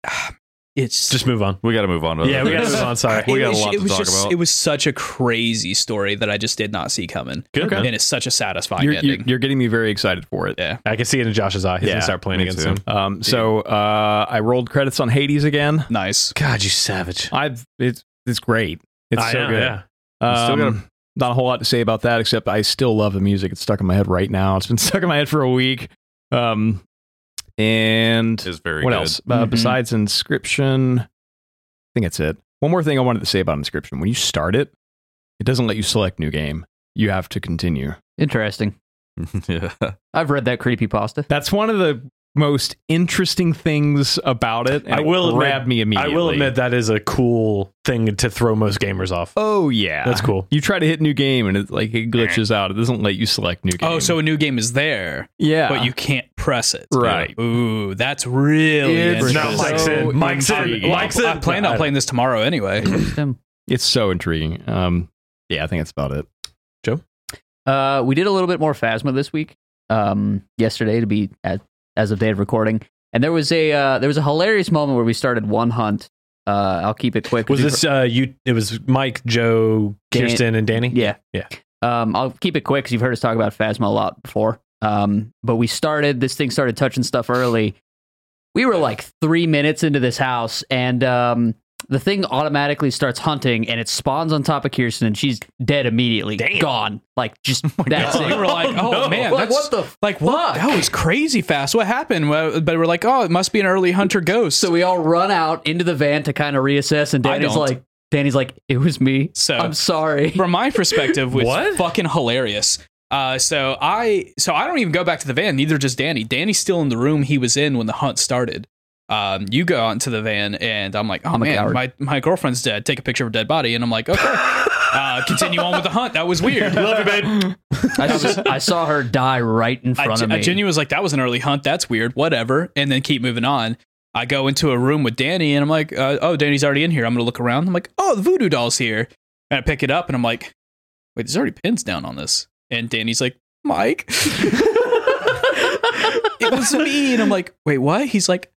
It's just move on. We got to move on. To Yeah, we gotta other move things. on. Sorry. We it got a was- lot it to was talk just- about. It was such a crazy story that I just did not see coming, Good. man. and it's such a satisfying you're, ending. you're, you're getting me very excited for it. I can see it in Josh's eye. He's Yeah, gonna start playing me again too. soon. Um, so uh, I rolled credits on Hades again. nice. God, you savage! I've it's it's great. It's I so know, good. yeah. You still Um, not a whole lot to say about that except I still love the music. It's stuck in my head right now. It's been stuck in my head for a week. Um, and It's very what good. Mm-hmm. else uh, Mhm. besides inscription? I think that's it. One more thing I wanted to say about inscription: when you start it, it doesn't let you select new game. You have to continue. Interesting. yeah. I've read that creepy pasta. That's one of the most interesting things about it. and I will it grabbed me I immediately. will admit that is a cool thing to throw most gamers off. Oh yeah, That's cool. You try to hit new game and it like it glitches out. It doesn't let you select new game. Oh, so a new game is there, yeah, but you can't press it. Right. Ooh, that's really It's interesting. Now Mike's so in. Mike's in. intriguing. Mike's in. I plan on playing this tomorrow anyway. Them. it's so intriguing. Um, yeah, I think that's about it. Uh, we did a little bit more Phasma this week. Um, yesterday to be at, as of date of recording, and there was a uh, there was a hilarious moment where we started one hunt. Uh, I'll keep it quick. Was this uh, you? It was Mike, Joe, Dan- Kirsten, and Danny. Yeah. Yeah. Um, I'll keep it quick because you've heard us talk about Phasma a lot before. Um, but we started, this thing started touching stuff early. We were like three minutes into this house, and um, the thing automatically starts hunting and it spawns on top of Kirsten, and she's dead immediately. Gone. Like, just Oh that's we it. were like, oh, man, Like, what that's the like what? fuck? That was crazy fast. What happened? Well, But we're like, oh, it must be an early hunter ghost. So we all run out into the van to kind of reassess, and I Danny's don't. like, Danny's like, it was me. So- I'm sorry. from my perspective, was What? fucking hilarious. Uh, so I so I don't even go back to the van. Neither does Danny. Danny's still in the room he was in when the hunt started. Um, you go out into the van, and I'm like, oh I'm a man, coward. my my girlfriend's dead. Take a picture of a dead body, and I'm like, okay, uh, continue on with the hunt. That was weird. Love you, babe. I, s- I saw her die right in I, front of I me. genuinely was like, that was an early hunt. That's weird. Whatever. And then keep moving on. I go into a room with Danny and I'm like, uh, oh, Danny's already in here. I'm going to look around. I'm like, oh, the voodoo doll's here. And I pick it up and I'm like, wait, there's already pins down on this. And Danny's like, Mike, it was me. And I'm like, wait, what? He's like,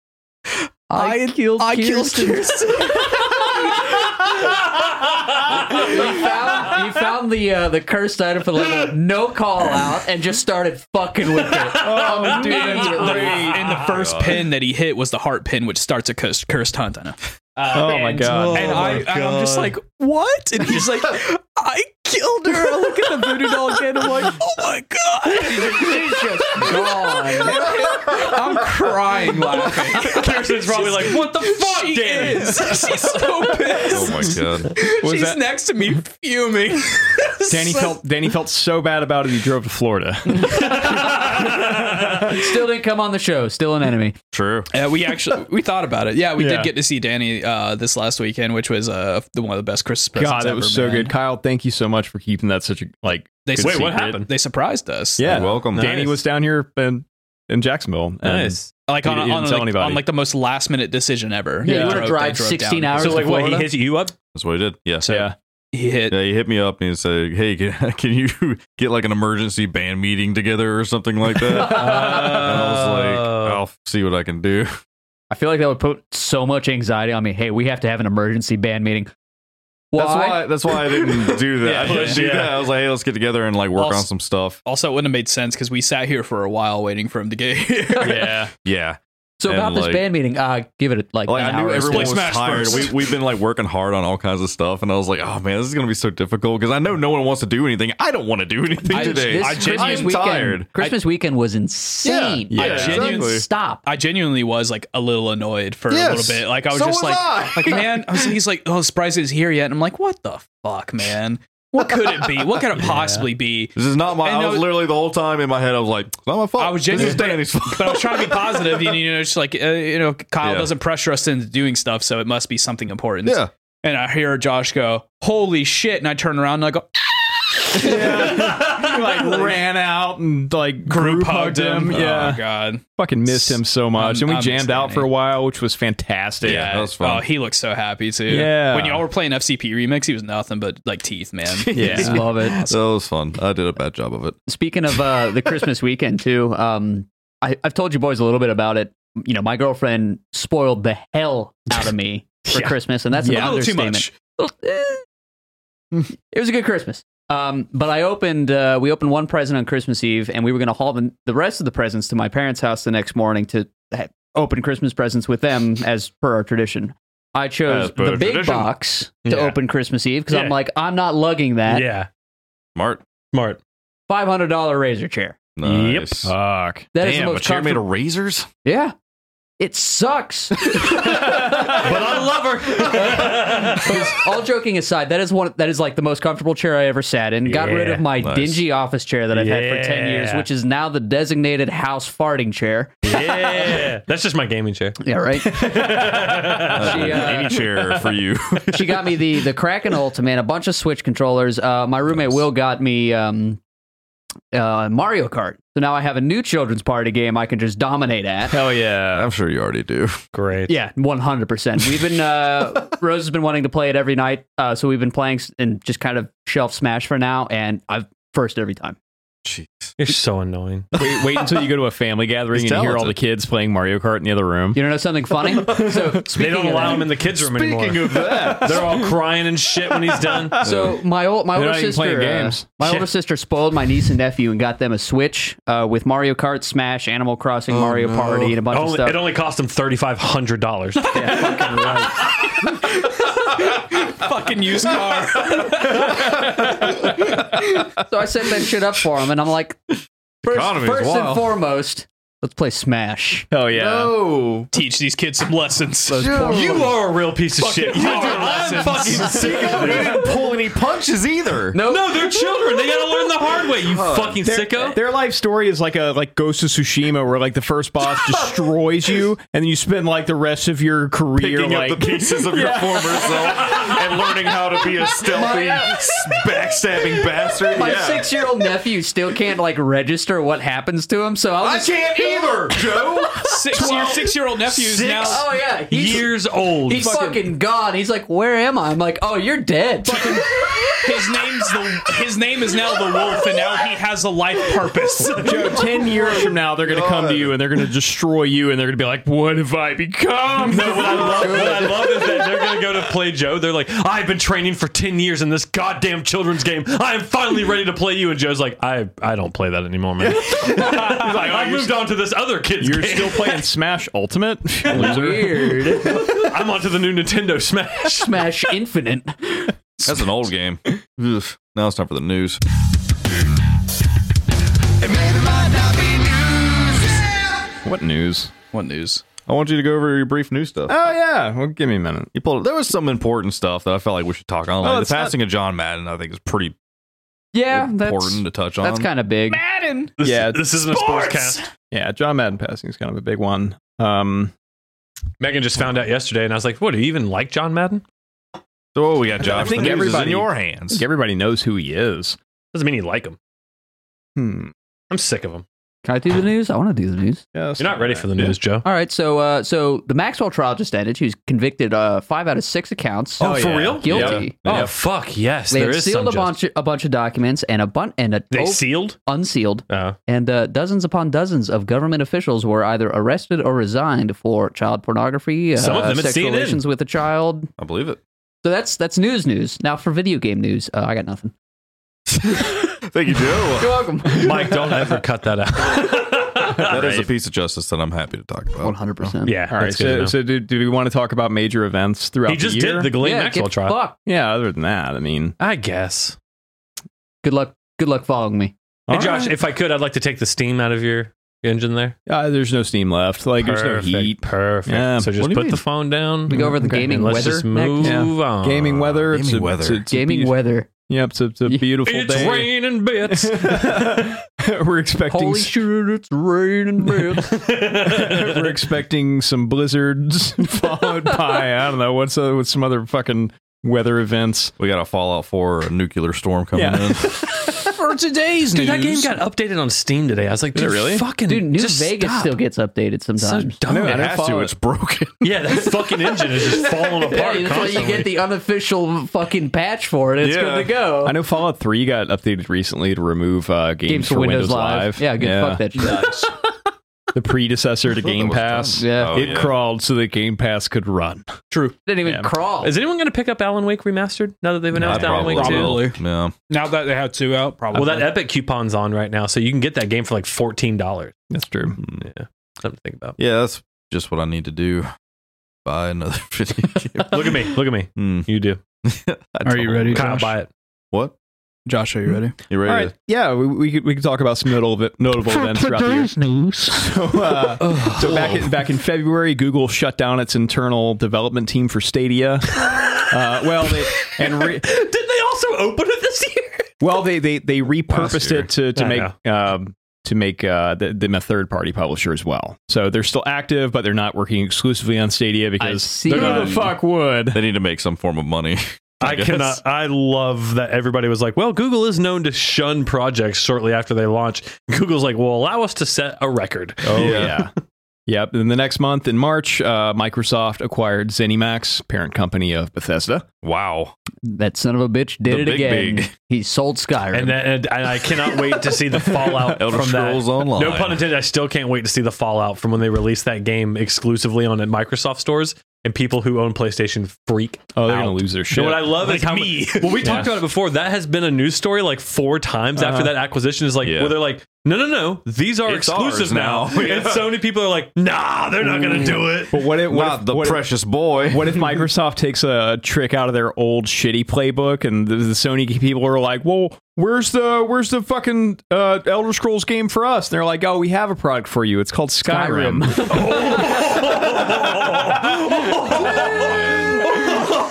I, killed I killed Kirsten. Kirsten. You found, you found the uh, the cursed item for the level, no call out, and just started fucking with it. Oh, dude, And that's the- great. Oh, and the first pin that he hit was the heart pin, which starts a cursed, cursed hunt. I know. Oh my god. Uh, and I, and I'm just like, what? And he's like, I killed her. I look at the voodoo doll again. I'm like, oh my god, She's just gone. I'm crying laughing. Kirsten's probably like, what the fuck, she Dan? is. She's so Oh pissed. my god. Was She's that- next to me fuming. Danny So- felt Danny felt so bad about it he drove to Florida. Still didn't come on the show. Still an enemy. True. Uh, we actually we thought about it. Yeah, we Yeah. did get to see Danny uh, this last weekend, which was uh, the one of the best Christmas presents God, that ever, was so man. good. Kyle, thank you so much for keeping that such a like They good wait, what secret. happened? They surprised us. Yeah. You're welcome. Danny Nice. was down here in, in Jacksonville. and- Nice. like You on, didn't on, tell like, anybody. on like the most last minute decision Yeah, ever. They you would drove- have they drive drove 16 down. hours. So like, to what? He Florida? hits you up? That's what he did. Yeah. So, yeah. He hit. Yeah, he hit me up and he said, "Hey, can, can you get like an emergency band meeting together or something like that?" Uh, and I was Uh, Oh. like, "I'll see what I can do." I feel like that would put so much anxiety on me. Hey, we have to have an emergency band meeting. Why? That's why. That's why I didn't do that. Yeah, I didn't do yeah. that. I was like, "Hey, let's get together and like work Also- on some stuff." Also, it wouldn't have made sense because we sat here for a while waiting for him to get here. yeah. Yeah, so about and, this like- band meeting, uh, give it like, like an I knew hour. or everyone was so. Smash tired. first. We, we've been like working hard on all kinds of stuff, and I was like, "Oh man, this is gonna be so difficult because I know no one wants to do anything. I don't want to do anything I- today. This I Christmas am weekend, tired." Christmas weekend was insane. Yeah, I yeah, genuinely- exactly. Stop. I genuinely was like a little annoyed for a Yes. little bit. Like I was So just was like, I. like man, I was, he's like, oh, surprised he's here yet. And I'm like, what the fuck, man? What could it be? What could it possibly be? This is not my. And I I was, was- literally the whole time in my head. I was like, "It's not my fault." I was This is genuinely- Danny's fault. But I was trying to be positive, and you know, just like uh, you know, Kyle Yeah. doesn't pressure us into doing stuff, so it must be something important. Yeah. And I hear Josh go, "Holy shit!" And I turn around and I go, like ran out and like "Group hugged him." Yeah. Oh god. Fucking missed him so much. I'm- and we I jammed missed out Danny. for a while, which was fantastic. Yeah, that was fun. Oh, he looked so happy too. Yeah. When y'all were playing FCP remix, he was nothing but like teeth, man. Yeah. Love it. That was fun. I did a bad job of it. Speaking of uh, the Christmas weekend too, um, I, I've told you boys a little bit about it. You know, my girlfriend spoiled the hell out of me for Yeah. Christmas, and that's A an little too understatement. much. Little- eh. it was a good Christmas. Um, but I opened, uh, we opened one present on Christmas Eve, and we were going to haul the, the rest of the presents to my parents' house the next morning to ha- open Christmas presents with them as per our tradition. I chose As per the big tradition. box to Yeah. open Christmas Eve because I'm Yeah. like, I'm not lugging that yeah. Smart. Smart. $500 razor chair. Yep. Nice. Fuck. That is Damn, the a most chair made comfort- of razors. Yeah. It sucks. But I love her. All joking aside, that is one that is like the most comfortable chair I ever sat in. Got rid Yeah, of my nice. dingy office chair that I've had for 10 years, Yeah. which is now the designated house farting chair. yeah. That's just my gaming chair. Yeah, right. Like, uh, Any chair for you. she got me the the Kraken Ultimate, a bunch of Switch controllers. Uh, my roommate Will got me um, uh, Mario Kart. So now I have a new children's party game I can just dominate at. Hell yeah. I'm sure you already do. Great. Yeah, one hundred percent. We've been uh, Rose has been wanting to play it every night, uh, so we've been playing s- and just kind of shelf smash for now, and I've first every time. Jeez. You're so annoying. Wait, wait until you go to a family gathering He's and you hear all the talented. kids playing Mario Kart in the other room. You know something funny? So They speaking don't of allow that- him in the kids' room anymore. of that, They're all crying and shit when he's done. So my old my They're older not even sister playing uh, games. my Yeah. older sister spoiled my niece and nephew and got them a Switch uh, with Mario Kart, Smash, Animal Crossing, Oh, Mario Party, and a bunch of Only, stuff. it only cost him thirty five hundred dollars. Fucking used car. So I set that shit up for him, and I'm like, first, Economy's first and wild. foremost, let's play Smash. Hell yeah. No. Teach these kids some lessons. Oh, Those poor you little- are a real piece of shit. You are. I'm fucking sick of it. You didn't pull any punches either. no, No, they're children. They gotta learn the hard way. You fucking sicko. Their life story is like a like Ghost of Tsushima, where like the first boss destroys you, and then you spend like the rest of your career Picking like up the pieces of your former self and learning how to be a stealthy, s- backstabbing bastard. My yeah. six-year-old nephew still can't like register what happens to him, so I'll I just can't either, Joe. Six year, six year old nephews Six? now. Oh yeah, he's, years old. he's fucking, gone. He's like, where am I? I'm like, oh, you're dead. His name's the his name is now the wolf, and now he has a life purpose. Ten years from now, they're going to come to you and they're going to destroy you, and they're going to be like, "What have I become?" No, what I love, what I love is that they're gonna go to play Joe. They're like, I've been training for ten years in this goddamn children's game. I am finally ready to play you. And Joe's like, I, I don't play that anymore, man. He's like, I moved on to this other kid's You're game. still playing Smash Ultimate, loser. Weird. I'm onto the new Nintendo Smash. Smash Infinite. That's an old game. Ugh. Now it's time for the news. What news? What news? I want you to go over your brief news stuff. Oh yeah, well, give me a minute. You pulled. There was some important stuff that I felt like we should talk on. Like, Oh, the it's not- passing of John Madden, I think, is pretty Yeah, that's important to touch on. that's kind of big. Madden. This, Yeah, this isn't a sports cast. Yeah, John Madden passing is kind of a big one. Um, Megan just found out yesterday, and I was like, "What? Do you even like John Madden?" so what we got, Josh. I think The news is in everybody- your I think hands. everybody knows who he is. Doesn't mean you like him. Hmm. I'm sick of him. Can I do the news? I want to do the news. Yes. You're not ready for the news, Joe. All right, so uh, so the Maxwell trial just ended. She was convicted uh, five out of six accounts. Oh, for yeah. real? Guilty. Oh Yep. fuck yes, They there had is sealed some a justice. bunch, a bunch of documents and a bun- and a They oh, sealed. unsealed, Uh, and uh, dozens upon dozens of government officials were either arrested or resigned for child pornography, Some of uh, them at sexual CNN. relations with a child. I believe it. So that's that's news news. Now for video game news, uh, I got nothing. Thank you, Joe. You're welcome. Mike, don't ever cut that out. That is a piece of justice that I'm happy to talk about. One hundred percent. yeah, All right. that's good to So, know. so do, do we want to talk about major events throughout he just the year? did the Glenn Yeah, Maxwell get trial. fucked. yeah. Other than that, I mean, I guess. Good luck. Good luck following me. Hey, all Josh, right. if I could, I'd like to take the steam out of your engine there. Uh, there's no steam left. Like there's no heat. Perfect. Yeah. So just What do you put mean? the phone down. We go over the Okay. gaming and let's weather. just next? move Yeah. on. Gaming weather. it's Gaming a- weather. It's, a- it's a Gaming beaut- weather. Yep. It's a, it's a Yeah. beautiful It's day. raining bits. We're expecting. Holy shit! It's raining. man. We're expecting some blizzards followed by I don't know what's uh, what's some other fucking weather events. We got a Fallout 4 a nuclear storm coming Yeah. in. For today's Dude, that game got updated on Steam today. I was like, it dude, really? fucking Dude, New just Vegas stop. still gets updated so sometimes. dumb. No, I it don't has to. follow It's broken. yeah, that fucking engine is just falling apart. Hey, that's why you constantly. get the unofficial fucking patch for it. It's Yeah. good to go. I know Fallout 3 got updated recently to remove uh, games, Games for Windows, Live. Yeah, good. Fuck that shit. The predecessor to thought that Game was Pass. done. Yeah. Oh, it crawled so that Game Pass could run. True. Didn't even Yeah. crawl. Is anyone going to pick up Alan Wake remastered now that they've announced Alan probably Wake 2? will. Probably. Yeah. Now that they have two out, probably. Well, that Epic coupon's on right now, so you can get that game for like fourteen dollars. That's true. Something to think about. Mm. Yeah, that's just what I need to do. Buy another video game. Look at me. Look at me. Hmm. You do. I Are you don't- ready? Kyle, Josh. buy it. What? Josh, are you ready? You ready? All right. Yeah, we, we, could, we could talk about some notable, notable events throughout the year. So, uh, so back, in, back in February, Google shut down its internal development team for Stadia. Uh, well, they, and re- Didn't they also open it this year? well, they they they repurposed year. it to to I make um, to make uh, the, them a third party publisher as well. So they're still active, but they're not working exclusively on Stadia because see. who the fuck would? They need to make some form of money. I, guess. cannot. I love that everybody was like, "Well, Google is known to shun projects shortly after they launch." Google's like, "Well, allow us to set a record." Oh Yeah. yeah. Yep. And the next month in March, uh, Microsoft acquired ZeniMax, parent company of Bethesda. Wow. that son of a bitch did The it big again. big. He sold Skyrim. And, that, and, and I cannot wait to see the fallout Elder from Scrolls that. Online. No pun intended. I still can't wait to see the fallout from when they released that game exclusively on Microsoft stores, and people who own PlayStation freak Oh, they're out. gonna lose their shit. And what I love Like is how me. well we talked about it before. That has been a news story like four times after Uh-huh. that acquisition is like Yeah. where they're like, no, no, no, these are It's ours exclusive now. now. Yeah. And so many people are like, nah, they're not gonna do it. but what if, what Not if- the what if- precious boy. what if Microsoft takes a trick out of their old shitty playbook, and the, the Sony people are like, "Well, where's the where's the fucking uh, Elder Scrolls game for us?" And they're like, "Oh, we have a product for you. It's called Skyrim."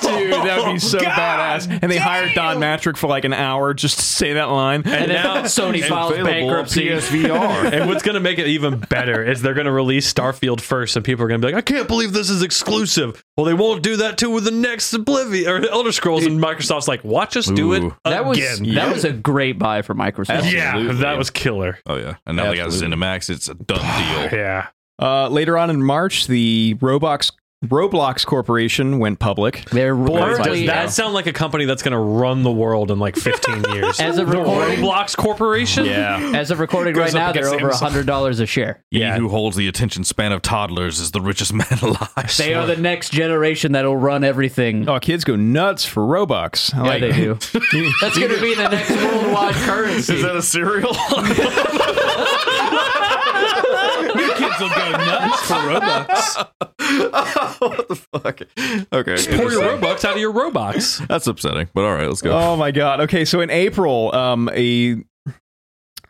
Dude, that would be so badass. And they hired Don Matrick for like an hour just to say that line. And now Sony files Available bankruptcy. PSVR. And what's going to make it even better is they're going to release Starfield first, and people are going to be like, "I can't believe this is exclusive." Well, they won't do that too with the next Oblivion or Elder Scrolls, and Microsoft's like, "Watch us do it Ooh. That was again." yeah. that was a great buy for Microsoft. yeah, Absolutely. that was killer. oh yeah, and now they got Absolutely. Zenimax. It's a done deal. Yeah, Uh, later on in March, the Roblox Roblox Corporation went public. They're Boy, That's does currently- fine. that sound like a company that's going to run the world in like 15 years? As of the recording- Roblox Corporation. Yeah. as of recording Goes right up now, they're against over Amazon. hundred dollars a share. Yeah. He who holds the attention span of toddlers is the richest man alive. They are the next generation that'll run everything. Oh, kids go nuts for Robux. yeah, they do. That's going to be the next worldwide currency. Is that a cereal? kids will go nuts for Robux. what the fuck? Okay, Pour your interesting. Robux out of your Robux. that's upsetting. But all right, let's go. Oh my god. Okay, so in April, um, a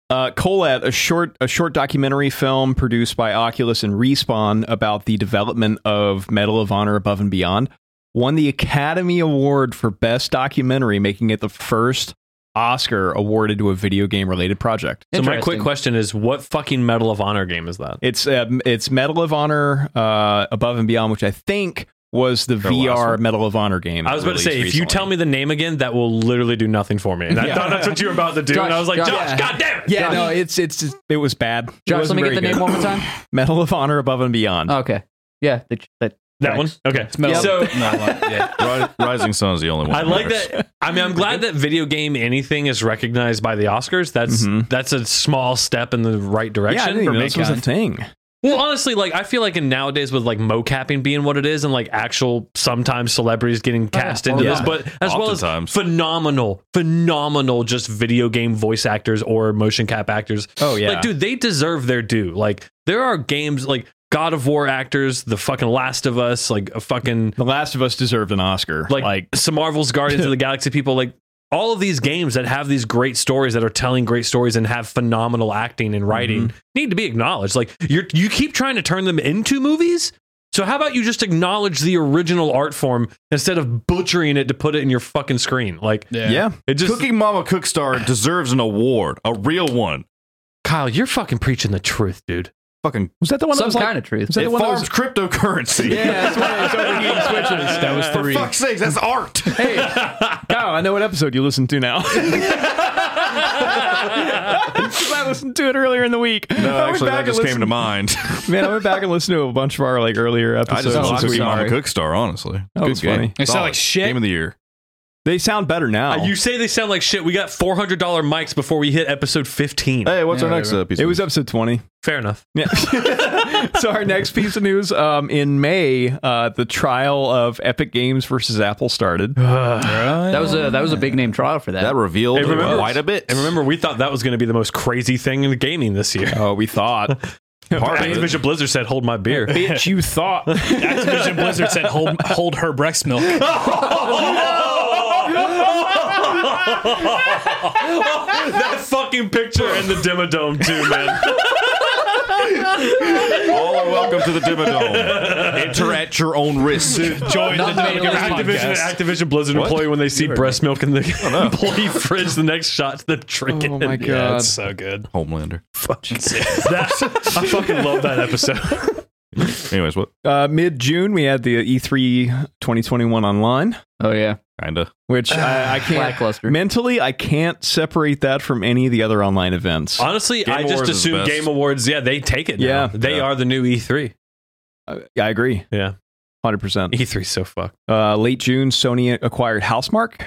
uh, Colette, a short a short documentary film produced by Oculus and Respawn about the development of Medal of Honor Above and Beyond, won the Academy Award for Best Documentary, making it the first Oscar awarded to a video game related project. So my quick Interesting. question is, what fucking Medal of Honor game is that? It's uh, it's Medal of Honor uh, Above and Beyond, which I think was the Their last VR one. Medal of Honor game. I was about to say, if you tell me the name again, that will literally do nothing for me. And I Yeah. thought that's what you were about to do. and I was like, Josh, Josh, yeah. god damn it. yeah, Josh. no, it's it's it was bad. It Josh, let wasn't me get very the name good. one more time. Oh, Medal of Honor Above and Beyond. Okay. Yeah. That, that, That one? Okay. Metal- So no, like, yeah. Ri- Rising Sun is the only one. I like matters. that. I mean, I'm glad that video game anything is recognized by the Oscars. That's Mhm. that's a small step in the right yeah, I direction didn't for even know this was a mankind. thing. Well, honestly, like I feel like in nowadays with like mocapping being what it is, and like actual sometimes celebrities getting cast into Oh, yeah. this, but as well as Oftentimes. phenomenal, phenomenal, just video game voice actors or motion cap actors. Oh yeah, Like, dude, they deserve their due. Like, there are games like God of War actors, The fucking Last of Us, like a fucking The Last of Us deserved an Oscar. like, some Marvel's Guardians of the Galaxy people, like all of these games that have these great stories that are telling great stories and have phenomenal acting and writing need to be acknowledged. Like you you keep trying to turn them into movies. So how about you just acknowledge the original art form instead of butchering it to put it in your fucking screen? Like yeah. it just Cooking Mama Cookstar deserves an award, a real one. Kyle, you're fucking preaching the truth, dude. Fucking was that the one? that some was kind like, of truth. was that it the one that farms was- cryptocurrency. yeah, that's one of those overheating switches. That was For three. fuck's sakes, that's art. Hey, Kyle, I know what episode you listened to now. 'Cause I listened to it earlier in the week. No, I went actually, back that and just came listened- to mind. Man, I went back and listened to a bunch of our like earlier I episodes. just this watched Cooking week. Mama Cookstar, honestly. That was game. funny. It sounded Solid. like shit. Game of the year. They sound better now. Uh, You say they sound like shit. We got four hundred dollar mics before we hit episode fifteen. Hey, what's Yeah, our next whatever. uh, piece? it of was news? episode twenty. Fair enough. Yeah. so our next piece of news um, in May, uh, the trial of Epic Games versus Apple started. Uh, that was a that was a big name trial for that. that revealed Hey, remember- quite a bit. And remember, we thought that was going to be the most crazy thing in gaming this year. Oh, we thought. Part of it. Activision Blizzard said, "Hold my beer." Bitch, you thought. Activision Blizzard said, "Hold, hold her Brex milk." that fucking picture in the Dimmadome too, man. All are welcome to the Dimmadome. Enter at your own risk. Join the made it on this Activision, podcast. Activision Blizzard employee when they see breast milk in the employee fridge. The next shot's the drink. Oh my it. God. That's so good. Homelander. That, I fucking love that episode. Anyways, what? uh, Mid June, we had the E E3 2021 online, oh yeah, Kinda. which Ah. I, I can't. lackluster. Mentally, I can't separate that from any of the other online events. Honestly, Game I just Awards is assume best. Game Awards. Yeah, they take it. Now. Yeah. they Yeah. are the new E E3. I, Uh, I agree. Yeah, 100%. E3 's E so fucked. Uh, late June, Sony acquired Housemark.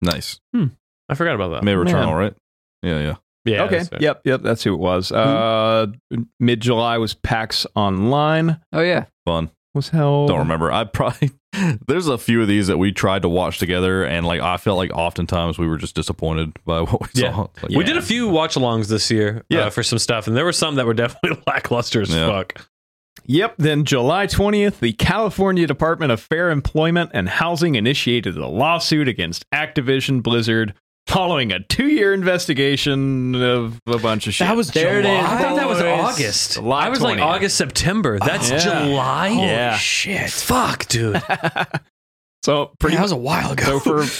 Nice. I forgot about that. May Yeah. Returnal, right? Yeah, yeah. Yeah. okay. that's fair. Yep. Yep. That's who it was. Uh, Mid July was PAX Online. Oh yeah, Fun. Was held. Don't remember. I probably there's a few of these that we tried to watch together, and like I felt like oftentimes we were just disappointed by what we Yeah. saw. Like, We did a few watch alongs this year Yeah. uh, for some stuff, and there were some that were definitely lackluster as Yeah. fuck. Yep. Then July 20th, the California Department of Fair Employment and Housing initiated a lawsuit against Activision Blizzard following a two year investigation of a bunch of shit. was There it is. July? I thought that was Boys. August. July I was like 20th. August, September. That's Yeah. July. Yeah. Shit. Fuck, dude. So pretty that much was a while ago. so for pretty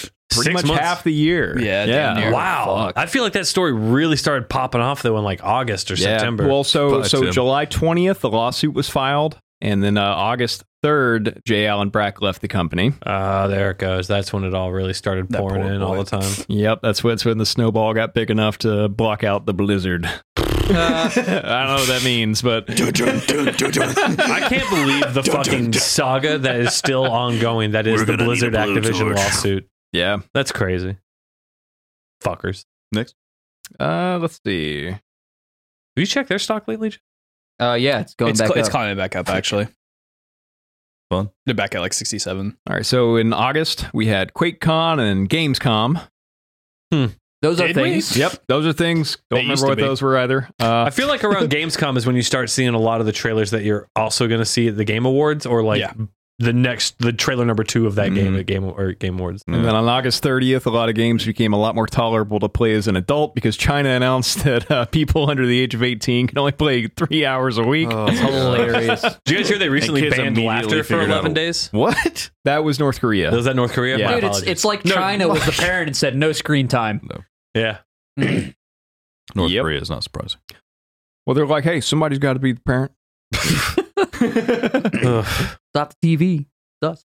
Six much months. half the year. Yeah, damn near. Wow. Fuck. I feel like that story really started popping off though in like August or Yeah. September. Well, so Fuck, so Tim. July twentieth, the lawsuit was filed, and then uh, August third, J. Allen Brack left the company. uh, there it goes. That's when it all really started That pouring poor in all boy. the time. Yep, that's when, that's when the snowball got big enough to block out the blizzard. I don't know what that means, but I can't believe the fucking saga that is still ongoing. That is We're the gonna need Blizzard a Activision blowtorch. lawsuit. yeah. That's crazy. Fuckers. Uh, let's see. Have you checked their stock lately? Jeff? Uh, yeah, it's going it's, back cl- it's up. climbing back up actually. Fun. They're back at like sixty-seven. All right, so in August we had QuakeCon and GamesCom. Those are Did we? things. Yep, those are things. Don't They used remember to what be. those were either. Uh, I feel like around Gamescom is when you start seeing a lot of the trailers that you're also going to see at the Game Awards or like Yeah. the next the trailer number 2 of that game Mhm. at Game or Game Awards. Mm-hmm. And then on August 30th, a lot of games became a lot more tolerable to play as an adult because China announced that uh, people under the age of 18 can only play three hours a week. Oh, hilarious. Did you guys hear they recently kids banned immediately laughter for figured out 11 a- days? What? That was North Korea. Was that North Korea? Yeah. My Dude, it's, apologies. it's like No, China was the parent and said no screen time. Yeah. North Yep. Korea is not surprising. well, they're like, hey, somebody's got to be the parent. Ugh. Stop the TV. Thus.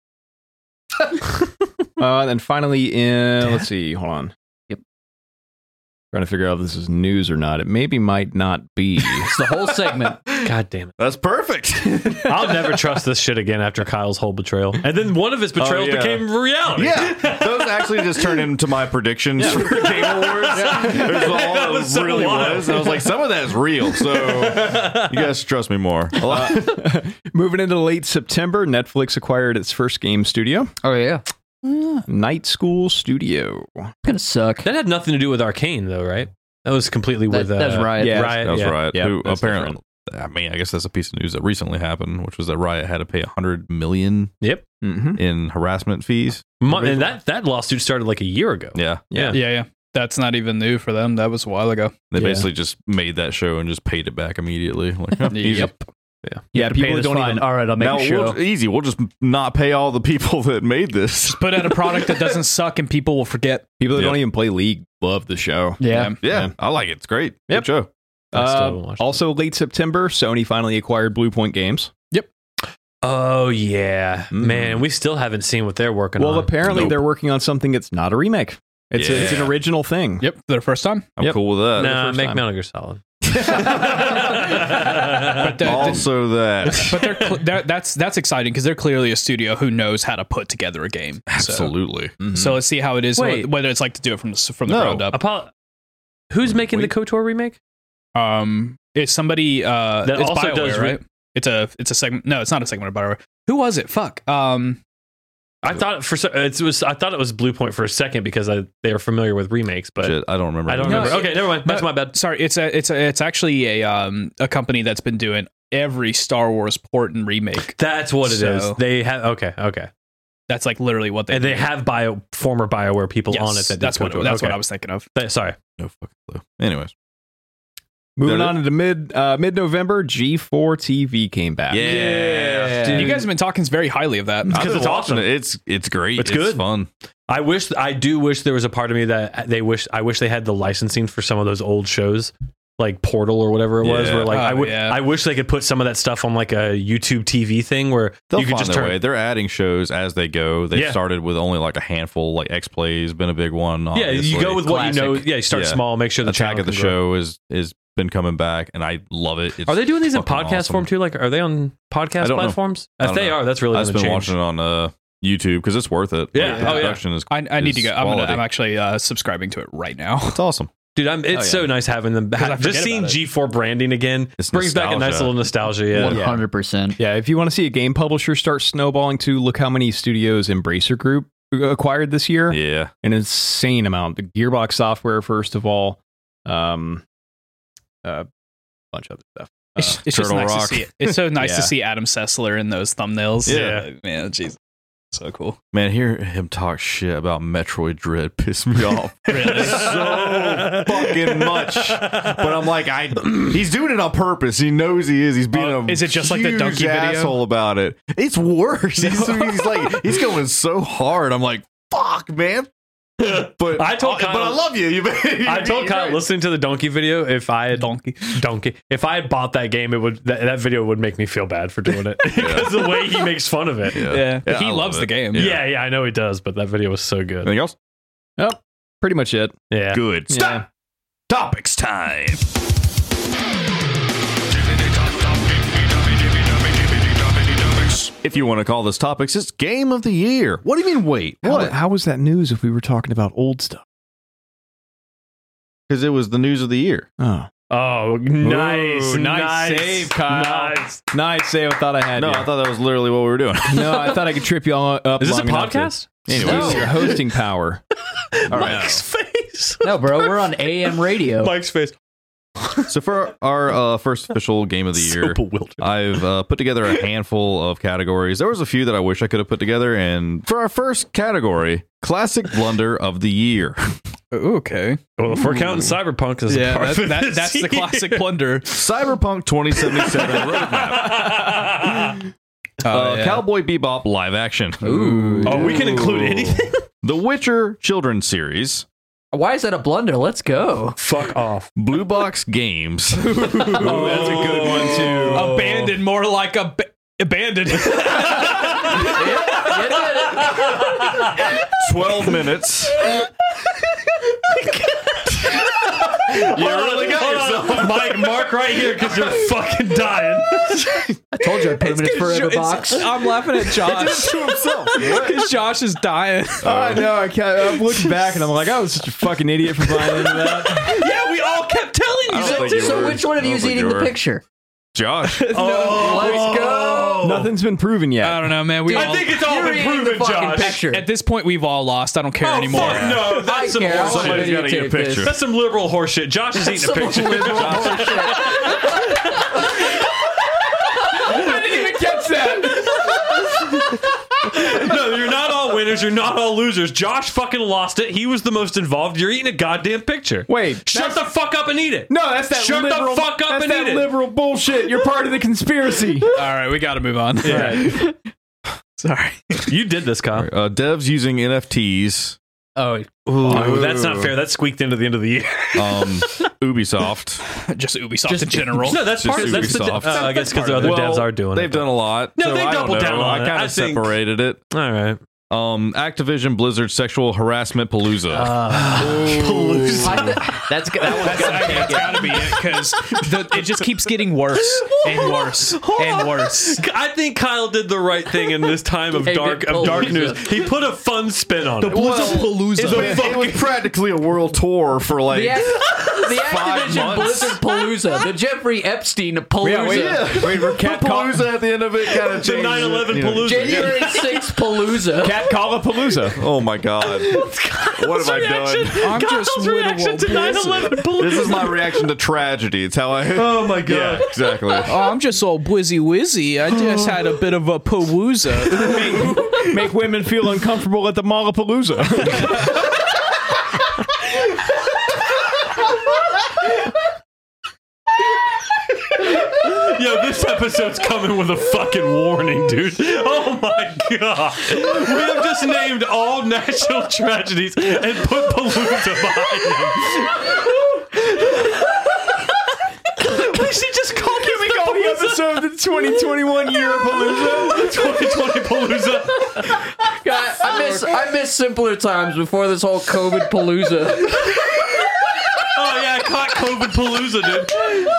Uh, and then finally, in let's see, hold on. Yep. Trying to figure out if this is news or not. It maybe might not be. It's the whole segment. God damn it. That's perfect. I'll never trust this shit again after Kyle's whole betrayal. And then one of his betrayals Oh, yeah. became reality. yeah, those actually just turned into my predictions for Game Awards. There's all That that was so really wild. was. I was like, some of that is real, so you guys should trust me more. A lot- Uh, Moving into late September, Netflix acquired its first game studio, Oh yeah, it's Night School Studio. gonna suck. That had nothing to do with Arcane though, right? That was completely That- with uh, that's Riot. yeah, Riot. That was yeah. Riot. Yeah, who that's apparently, I mean, I guess that's a piece of news that recently happened, which was that Riot had to pay 100 million Yep. Mm-hmm. in harassment fees. Mo- and that that lawsuit started like a year ago. Yeah, Yeah. Yeah, yeah. That's not even new for them. That was a while ago. they Yeah. basically just made that show and just paid it back immediately. Like, huh, easy. Yep. Yeah, people don't even All right, I'll make now a show. we'll, easy. We'll just not pay all the people that made this. Put out a product that doesn't suck and people will forget. People that Yeah. don't even play League love the show. yeah. Yeah, Yeah. I like it. It's great. Yep. Good show. I still Uh, haven't watched also, late September, Sony finally acquired Blue Point Games. Oh yeah, Mm. man, we still haven't seen what they're working Well, on. apparently Nope. they're working on something that's not a remake. It's, a, it's an Yeah. original thing. Yep. Their first time. I'm Yep. cool with that. nah, first make time. Metal Gear Solid. But the- also that. but they're, cl- they're that's that's exciting because they're clearly a studio who knows how to put together a game. So, Absolutely. Mm-hmm. so let's see how it is. Wait. Whether it's like to do it from the, s- from the No. ground up. Apo- Who's making Wait. the KOTOR remake? Um, it's somebody uh, That it's also BioWare, does re- right? It's a it's a segment. No, it's not a segment of Bioware. Who was it? Fuck. Um, I thought for se- it was I thought it was Blue Point for a second because I, they are familiar with remakes, but Shit, I don't remember. I don't No, remember. it- okay, never mind. That's no. my bad. sorry. It's a it's a it's actually a um a company that's been doing every Star Wars port and remake. That's what it is. So- They have okay, okay, That's like literally what they and they do. have bio former Bioware people Yes, on it. That did that's what KOTOR. that's okay. what I was thinking of. Th- Sorry, No fucking clue. Anyways. Moving That it? on into mid uh, mid November, G4 TV came back. Yeah. You guys have been talking very highly of that. I've 'Cause been it's watching awesome. It. It's it's great. It's good. fun. I wish I do wish there was a part of me that they wish I wish they had the licensing for some of those old shows like Portal or whatever it was Yeah. where like I Oh, would yeah. I wish they could put some of that stuff on like a YouTube TV thing where They'll you could find just their turn way. They're adding shows as they go. They Yeah. started with only like a handful. Like X Play's been a big one. Yeah, you go with what you know. Classic. Yeah, you start Yeah. small, make sure the Attack channel of the can grow. show is is been coming back, and I love it. It's, Are they doing these in fucking podcast awesome. form too? Like are they on podcast I don't know. platforms? I If don't they know. are, that's really I've gonna been change. watching it on uh, YouTube because it's worth it. Yeah. Like, the Oh, yeah. production is I, I need to is go. I'm, gonna, quality. I'm actually uh, subscribing to it right now. it's awesome. Dude, I'm, it's yeah. Oh, so nice having them I back. Just forget seeing about it. G4 branding again It's brings back a nice nostalgia. little nostalgia. Yeah. One hundred percent. Yeah, if you want to see a game publisher start snowballing too, look how many studios Embracer Group acquired this year. Yeah, An insane amount. The Gearbox Software, first of all, um, uh, bunch of other stuff. It's, Uh, it's just Turtle nice Rock. to see. It. It's so nice to Yeah. see Adam Sessler in those thumbnails. Yeah. man, jeez. So cool. Man, hear him talk shit about Metroid Dread pissed me off Really? so fucking much. But I'm like, I he's doing it on purpose. He knows he Uh, is. He's being Oh, a is it just like the huge donkey video? asshole about it. It's worse. He's, he's like he's going so hard. I'm like, fuck, man. But uh, I told but Kyle- I love you. you I told Kyle listening to the donkey video if I had Donkey. donkey if I had bought that game it would that, that video would make me feel bad for doing it because the way he makes fun of it. Yeah. Yeah. Yeah, he I love loves the it. game. yeah, I know he does, but that video was so good. Anything else? Oh, pretty much it. Yeah. Good. Stop. Topics time. If you want to call this topics, it's game of the year. What do you mean? Wait, what? How was that news if we were talking about old stuff? Because it was the news of the year. Oh, Oh, nice, Ooh, nice save, Kyle. Nice. nice save. I thought I had. No, you. I thought that was literally what we were doing. no, I thought I could trip you all up. Is this a long enough to- podcast? Anyway, No. your hosting power. All right. Mike's face. No, bro, we're on AM radio. Mike's face. So for our uh, first official game of the So year, bewildered. I've uh, put together a handful of categories. There was a few that I wish I could have put together, and for our first category, classic blunder of the year. Okay. Well, if we're counting Cyberpunk as a Yeah. part That, of that, this that's the year. classic plunder. Cyberpunk 2077 roadmap. Oh, uh, yeah. Cowboy Bebop live action. Ooh. oh, we can include anything. The Witcher children's series. Why is that a blunder? Let's go. Fuck off. Blue Box Games. Oh, that's a good one too. Abandoned, more like a ba- abandoned. 12 minutes. You really got yourself, Mike. Mark right here because you're fucking dying. I told you I put him in his forever box. I'm laughing at Josh to himself. because Josh is dying. Uh, I know. I can't, uh, I'm looking back and I'm like, I was such a fucking idiot for buying into that. yeah, we all kept telling you. So, so which one of you is eating the picture? Oh Oh. Josh. Let's go. Nothing's been proven yet. I don't know, man. We all, it's all You're eating the fucking picture. at this point we've all lost. I don't care anymore. Oh, Fuck no, I that's some care. I horseshit. want Somebody's to gotta get a videotape this. picture. That's some liberal horseshit. Josh is eating a Some picture. liberal horseshit. no, you're not all winners. You're not all losers. Josh fucking lost it. He was the most involved. You're eating a goddamn picture. Wait, shut the fuck up and eat it. No, that's that. Shut the liberal, fuck up that's and that eat it. liberal bullshit. You're part of the conspiracy. All right, we got to move on. All right. Sorry. you did this, Kyle. Uh, devs using NFTs. Oh, Oh, that's not fair. That squeaked into the end of the year. Um, Ubisoft. Just Ubisoft in general. No, that's Just part. That's the. Ubisoft. Uh, I guess because the other Well, devs are doing They've it. done a lot. No, they I don't doubled down know. on I it. kind I of think- separated it. All right. Um, Activision Blizzard sexual harassment palooza. Uh, I th- that's good. That one's got to that's take it. gotta be it because it just keeps getting worse and worse and worse. I think Kyle did the right thing in this time of Hey, dark big of dark palooza. news. He put a fun spin on it. Palooza. It was practically a world tour for like. The, Ac- the Five Activision months. Blizzard Palooza, the Jeffrey Epstein Palooza, Wait, we're cat palooza at the end of it kind of The 9/11 palooza. January 6th Palooza. Cat call a palooza. Oh my god. what have I done? I'm just winnable. This is my reaction to tragedy. It's how I Oh my god. Yeah, exactly. Oh, I'm just all whizzy wizzy. I just had a bit of a palooza. Make women feel uncomfortable at the Malapalooza. Yo, this episode's coming with a fucking warning, dude. Oh my god. We have just named all national tragedies and put Palooza behind them. We should just call Can we All the episode of the 2021 year palooza. 2020 Palooza? God, I miss I miss simpler times before this whole COVID Palooza. Oh yeah, I caught COVID Palooza, dude.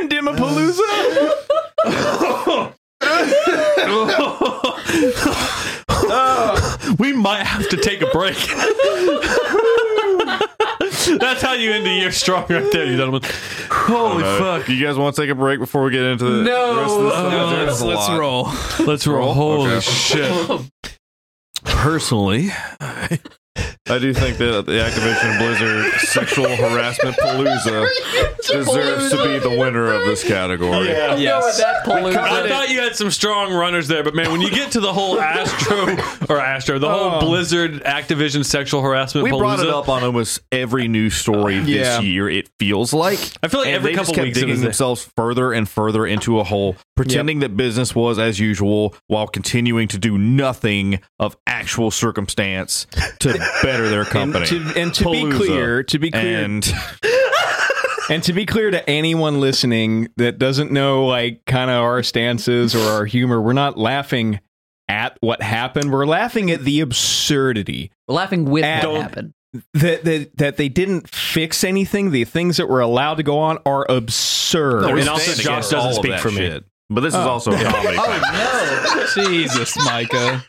Pandemapalooza. We might have to take a break. That's how you end the year strong right there, you gentlemen. Holy Uh, You guys want to take a break before we get into the No. rest of this? stuff? No, There's let's, a Uh, let's lot. roll. Let's roll. Holy Okay. shit. Personally, I do think that the Activision Blizzard sexual harassment palooza deserves to be the winner of this category. Yes. that I thought you had some strong runners there, but man, when you get to the whole Astro or Astro, the whole Blizzard Activision sexual harassment, Oh. We brought it palooza, up on almost every news story Yeah. this year. It feels like I feel like And every they couple just kept weeks it digging was themselves further and further into a hole, pretending that business was as usual while continuing to do nothing of actual circumstance to better their And company. to, and to be Palooza. clear, to be clear, and, and to be clear to anyone listening that doesn't know like kind of our stances or our humor, we're not laughing at what happened. We're laughing at the absurdity laughing with what Don't- happened. that that, that they didn't fix anything. The things that were allowed to go on are absurd. No, we And also stand Josh against doesn't all of speak that for me. shit. Oh. But this is also a comedy. podcast. Jesus, Micah.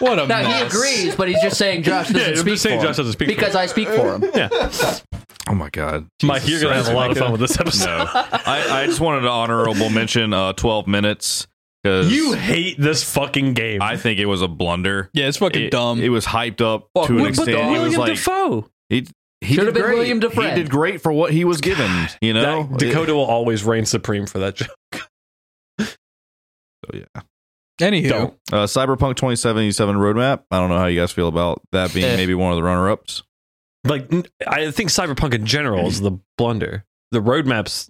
What a Now he mess. agrees, but he's just saying Josh doesn't Yeah, I'm speak just saying for Josh him doesn't speak for because I speak for him. Oh my god, Mike, Jesus you're gonna have a Christ. lot of fun with this episode. No, I, I just wanted an honorable mention. Uh, Twelve minutes because You hate this fucking game. I think it was a blunder. Yeah, it's fucking It, dumb. it was hyped up Fuck, to an we put extent. the It was William like Defoe. he, he did Should've been great. William Defray. He did great for what he was given. You know, That, Dakota will always reign supreme for that joke. Anywho, Don't. Uh, Cyberpunk 2077 roadmap. I don't know how you guys feel about that being Eh. maybe one of the runner ups. Like, n- I think Cyberpunk in general is the blunder. The roadmaps,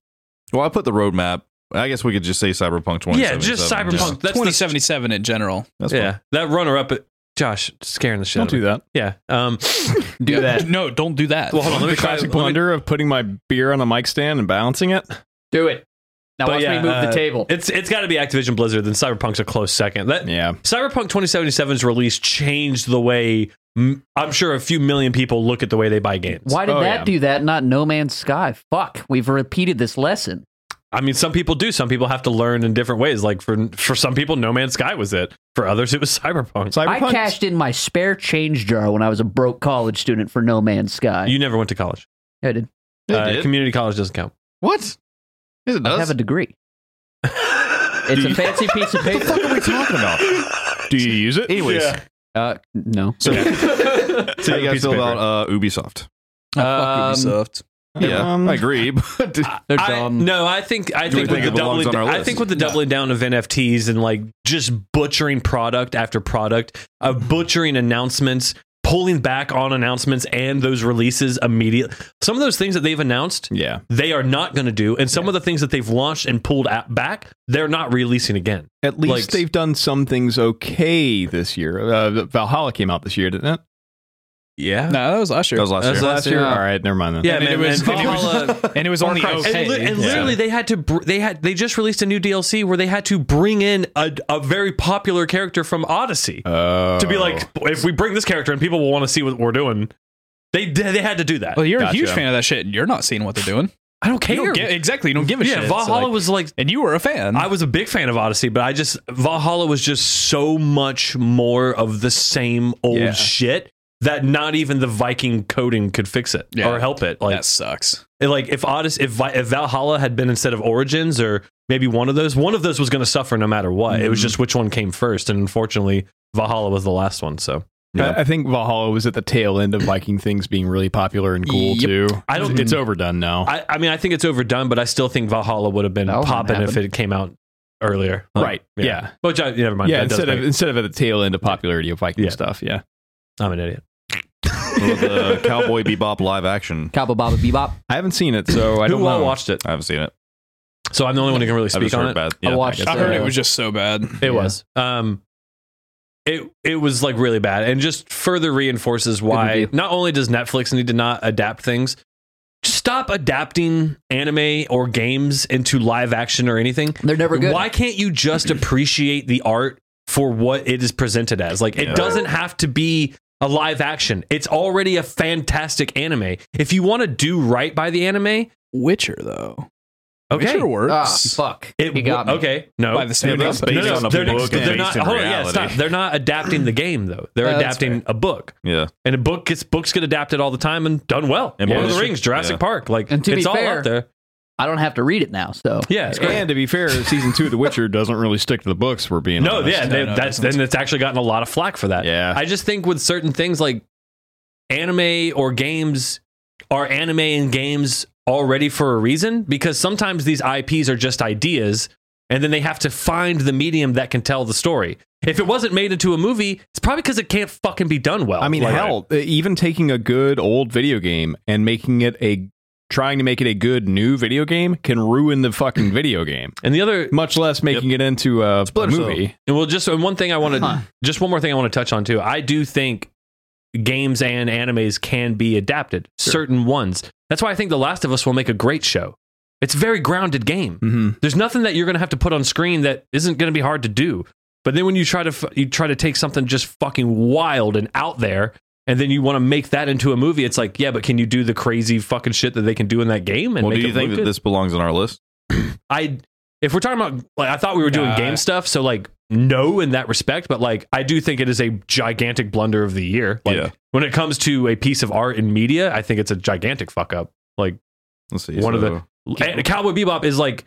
Well, I put the roadmap. I guess we could just say Cyberpunk 2077. yeah, just Cyberpunk. That's twenty the, seventy seven in general. That's fine. yeah, that runner-up. Josh, scaring the shit. Don't do that. Yeah, um, do that. No, don't do that. Well, hold on. Let me the try. classic let me- blunder of putting my beer on a mic stand and balancing it. Do it. Now But once yeah, we move uh, the table. It's it's got to be Activision Blizzard. Then Cyberpunk's a close second. That Yeah. Cyberpunk 2077's release changed the way mm, I'm sure a few million people look at the way they buy games. Why did oh, that yeah. do that? Not No Man's Sky. Fuck. We've repeated this lesson. I mean, some people do. Some people have to learn in different ways. Like for for some people, No Man's Sky was it. For others, it was Cyberpunk. I Cyberpunk. cashed in my spare change jar when I was a broke college student for No Man's Sky. You never went to college. Yeah, I did. Uh, Community college doesn't count. What? Yes, it I does. have a degree. It's a fancy piece of what the fuck paper. are we talking about? Do you use it? Anyways, Yeah. Uh, no. so It's how a you guys piece feel of paper. Uh, about uh, Ubisoft? Oh, fuck Um, Ubisoft. Yeah, Um, I agree. But They're I- dumb. no, I think I Do we think with think the it belongs doubling, on our I list? think with the doubling down of NFTs and like just butchering product after product, uh, butchering announcements, pulling back on announcements and those releases immediately. Some of those things that they've announced, Yeah. they are not going to do, and some of the things that they've launched and pulled out back, they're not releasing again. At least Like- they've done some things okay this year. Uh, Valhalla came out this year, didn't it? Yeah, No, that was last year. that was last That's year. last year. All right, never mind then. yeah, And man, it was- uh, man, and it was- Valhalla- and it was only okay. And, li- and literally, they had to. Br- they had. They just released a new DLC where they had to bring in a, a very popular character from Odyssey Oh. to be like, if we bring this character in, people will want to see what we're doing. They they had to do that. Well, you're a Gotcha. huge fan of that shit. and You're not seeing what they're doing. I don't care. You don't get, exactly. You don't give a yeah, shit. So, Valhalla like- was like. and you were a fan. I was a big fan of Odyssey, but I just Valhalla was just so much more of the same old Yeah. shit that not even the Viking coding could fix it Yeah. or help it. Like that sucks. like if Odyssey, if, Vi- if Valhalla had been instead of Origins or maybe one of those, one of those was going to suffer no matter what. It was Mhm. just which one came first, and unfortunately, Valhalla was the last one. So Yeah. I I think Valhalla was at the tail end of Viking things being really popular and cool Yep. too. I don't- It's overdone now. Mm. I, I mean, I think it's overdone, but I still think Valhalla would have been That wouldn't popping if happen. it came out earlier. Like, right. Yeah. Yeah. Which I, yeah, uh, never mind. That does instead of make- instead of at the tail end of popularity of Viking Yeah. stuff. Yeah. I'm an idiot. the Cowboy Bebop live action. Cowboy Baba Bebop. I haven't seen it, so I Who don't all know. watched it? I haven't seen it. So I'm the only one who can really I've speak just heard on it. bad. I watched I heard Uh, it was just so bad. It was. Um, it it was like really bad, and just further reinforces why review. not only does Netflix need to not adapt things, just stop adapting anime or games into live action or anything. They're never good. Why can't you just appreciate the art for what it is presented as? Like, it Yeah. doesn't have to be a live action. It's already a fantastic anime. If you want to do right by the anime, Witcher though. okay. Witcher Ah, works. fuck. It he got me. w- okay. No, By the same no, concept. no, no, Based on a they're, book and they're based not. in Hold on, yeah, reality. stop. They're not adapting the game though. They're Oh, Uh, that's adapting a book, Yeah. and a book gets books get adapted all the time and done well. And Lord of the published. Rings, Jurassic Yeah. Park, like And to be it's all fair- out there. I don't have to read it now, so. Yeah, it's great. And to be fair, season two of The Witcher doesn't really stick to the books. We're being no, honest. yeah, No, they, no, that's it doesn't. then it's actually gotten a lot of flack for that. Yeah. I just think with certain things like anime or games, are anime and games all ready for a reason? Because sometimes these IPs are just ideas, and then they have to find the medium that can tell the story. If it wasn't made into a movie, it's probably because it can't fucking be done well. I mean, Like- hell, uh, even taking a good old video game and making it a trying to make it a good new video game can ruin the fucking video game. And the other, Much less making it into a, a Splinter Cell. movie. and well, just and one thing I want to, Huh. just one more thing I want to touch on too. I do think games and animes can be adapted, certain ones. That's why I think The Last of Us will make a great show. It's a very grounded game. Mm-hmm. There's nothing that you're going to have to put on screen that isn't going to be hard to do. But then when you try to f- you try to take something just fucking wild and out there, and then you want to make that into a movie, it's like, yeah, but can you do the crazy fucking shit that they can do in that game? And Well, do make you it think look that good? this belongs on our list? I if we're talking about like I thought we were doing Uh, game stuff, so like no in that respect, but like I do think it is a gigantic blunder of the year. Like Yeah. when it comes to a piece of art in media, I think it's a gigantic fuck up. Let's see. One of the- so- And Cowboy Bebop is like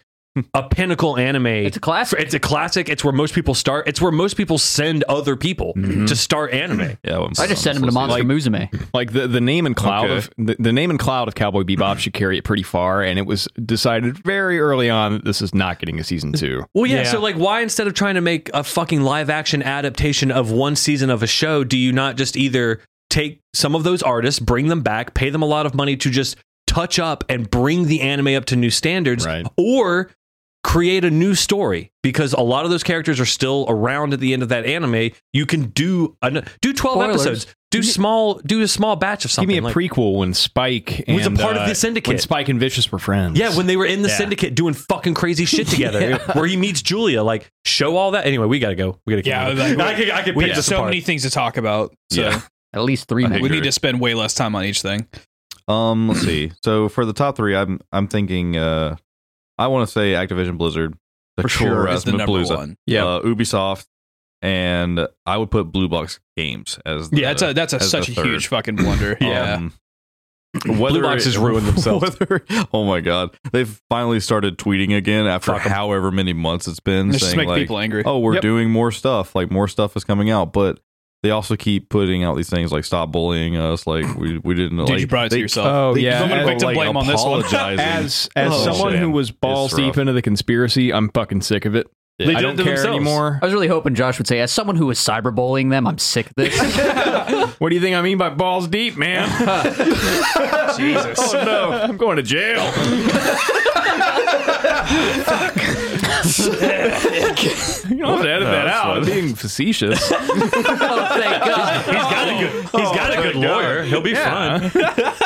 a pinnacle anime. It's a classic. It's a classic. It's where most people start. It's where most people send other people Mhm. to start anime. yeah, well, I just sent him to let's see. Monster Musume. Like the, the name and cloud Okay. of the, the name and cloud of Cowboy Bebop should carry it pretty far, and it was decided very early on that this is not getting a season two. Well, yeah, Yeah. So, like, why instead of trying to make a fucking live action adaptation of one season of a show, do you not just either take some of those artists, bring them back, pay them a lot of money to just touch up and bring the anime up to new standards, Right. or create a new story because a lot of those characters are still around at the end of that anime. You can do an, do twelve Spoilers. episodes, do small, do a small batch of Give something. me a like- prequel when Spike and, Was a part of uh, the syndicate. When Spike and Vicious were friends. Yeah, when they were in the Yeah. syndicate doing fucking crazy shit together, where he meets Julia, like show all that. Anyway, we gotta go. We gotta. keep Yeah, moving. like, I could, I could We pick have this so apart. many things to talk about. So Yeah. At least three think we minutes. need to spend way less time on each thing. Um, let's see. So for the top three, I'm I'm thinking. Uh, I want to say Activision Blizzard For sure, is the number Rasmapalooza. one. Yeah, uh, Ubisoft, and I would put Blue Box Games as. The, Yeah, that's a that's a, as such a the third. huge fucking blunder. yeah. Um, whether Box it- has ruined themselves. whether- oh my god, they've finally started tweeting again after Fuck 'em. however many months it's been, Let's just saying make like, people angry. "Oh, we're Yep. doing more stuff. Like more stuff is coming out." But they also keep putting out these things like "Stop bullying us." Like we we didn't. Dude, like, you brought it to they- yourself. Oh they yeah, I'm gonna keep, pick to blame on this one. apologizing. as as Oh, someone shit. who was balls It's rough. deep into the conspiracy, I'm fucking sick of it. They I did don't it to care themselves. Uh, anymore. I was really hoping Josh would say, as someone who is cyberbullying them, I'm sick of this. Oh, What do you think I mean by balls deep, man? Jesus. oh no, I'm going to jail. you don't have to edit that that's out. I'm fine. being facetious. oh, thank God. He's got a good. He's got a good lawyer. He'll be fine.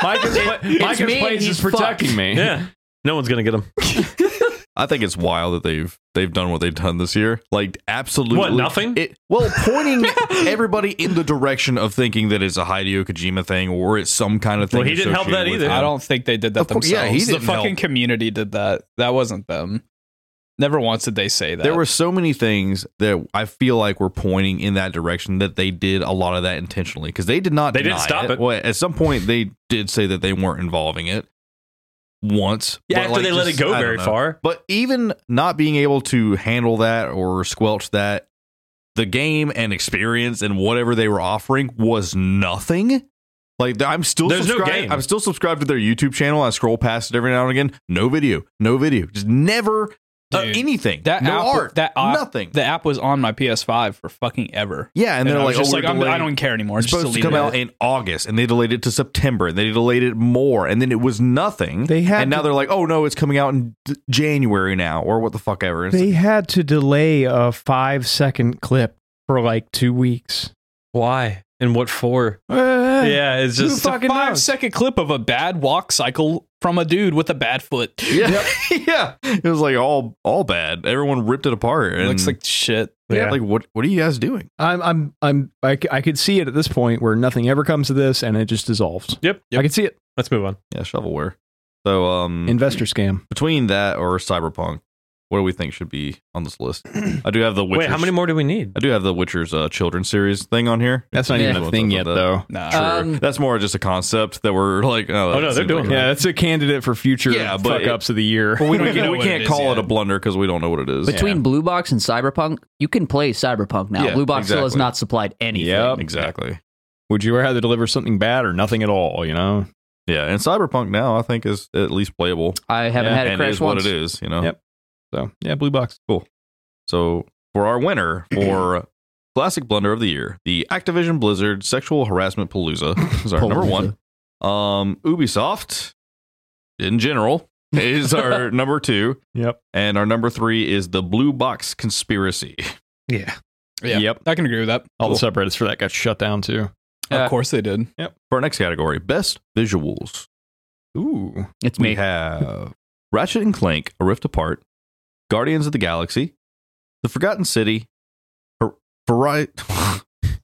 My compla- my It's me and complaints is he's fucked. protecting me. Yeah. No one's gonna get him. I think it's wild that they've they've done what they've done this year. Like absolutely What, nothing? It, well, pointing everybody in the direction of thinking that it's a Hideo Kojima thing or it's some kind of thing. Well, he didn't help associated that with either. him. I don't think they did that Of course- themselves. yeah, he the didn't fucking help. community did that. That wasn't them. Never once did they say that. There were so many things that I feel like were pointing in that direction that they did a lot of that intentionally because they did not. They didn't deny stop it. Well, at some point they did say that they weren't involving it once. Yeah, but, after like, they let just- it go I don't very know. far. But even not being able to handle that or squelch that, the game and experience and whatever they were offering was nothing. Like th- I'm still There's no subscribed. game. I'm still subscribed to their YouTube channel. I scroll past it every now and again. No video, no video, just never uh, Dude, anything. that no app- art, that app- nothing. the app was on my PS5 for fucking ever. yeah, and, I they're was like, just oh, like we're I'm, I delayed. don't care anymore. It's Just supposed to delete come it. out in August, and they delayed it to September, and they delayed it more, and then it was nothing. They had and now to- they're like, oh no, it's coming out in d- January now, or what the fuck ever. It's They had to delay a five second clip for like two weeks. Why and what for? Uh, Yeah, it's Who just fuck- a fucking five knows? second clip of a bad walk cycle from a dude with a bad foot. Yeah, yeah. It was like all all bad. Everyone ripped it apart. And looks like shit. yeah. Yeah. Like what? What are you guys doing? I'm I'm I'm I, c- I could see it at this point where nothing ever comes to this and it just dissolves. Yep. I could see it. Let's move on. Yeah, shovelware. So Mm-hmm. um, Investor scam. between that or cyberpunk, what do we think should be on this list? I do have the Witcher's, Wait, how many more do we need? I do have the Witcher's uh, children's series thing on here. That's not Yeah. even a thing yet though. Nah. True. Um, that's more just a concept that we're like. Oh, Oh, that no, they're seems doing like it. a- Yeah, that's a candidate for future Yeah, but fuck ups of the year. Well, we, we, We can't, know we what it can't is call it yet. a blunder because we don't know what it is. Between Yeah. Blue Box and Cyberpunk, you can play Cyberpunk now. Yeah, Blue Box still has exactly. not supplied anything. Yep. exactly. Would you rather deliver something bad or nothing at all? You know, Yeah, and Cyberpunk now I think is at least playable. I haven't Yeah, had it and crash is once. what it is, you know. Yep. So yeah, blue box. Cool. So for our winner for classic blunder of the year, the Activision Blizzard sexual harassment palooza is our number one. Um, Ubisoft in general is our number two, Yep. and our number three is the Blue Box conspiracy. Yeah. Yeah, Yep. I can agree with that. All the subreddits for that got shut down too. of course they did. For our next category, best visuals, Ooh. It's we me. have Ratchet and Clank: A Rift Apart, Guardians of the Galaxy, The Forgotten City, Hor- Hori-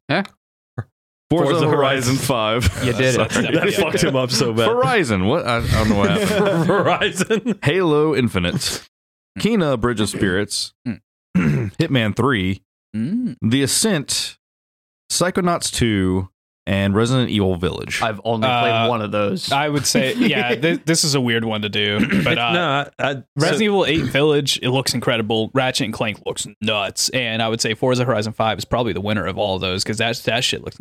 Huh? Forza, Horizon Forza Horizon. Five. You did it. Sorry. That Yeah. fucked him up so bad. Verizon. What? I, I don't know what happened. Verizon. Halo Infinite, Mm. Kena Bridge of Spirits, Hitman 3, Mm. The Ascent, Psychonauts 2, and Resident Evil Village. I've only played Uh, one of those. I would say, yeah, th- this is a weird one to do, but uh, no, I, I, Resident so- Evil 8 Village, it looks incredible. Ratchet and Clank looks nuts. And I would say Forza Horizon 5 is probably the winner of all of those because that, that shit looks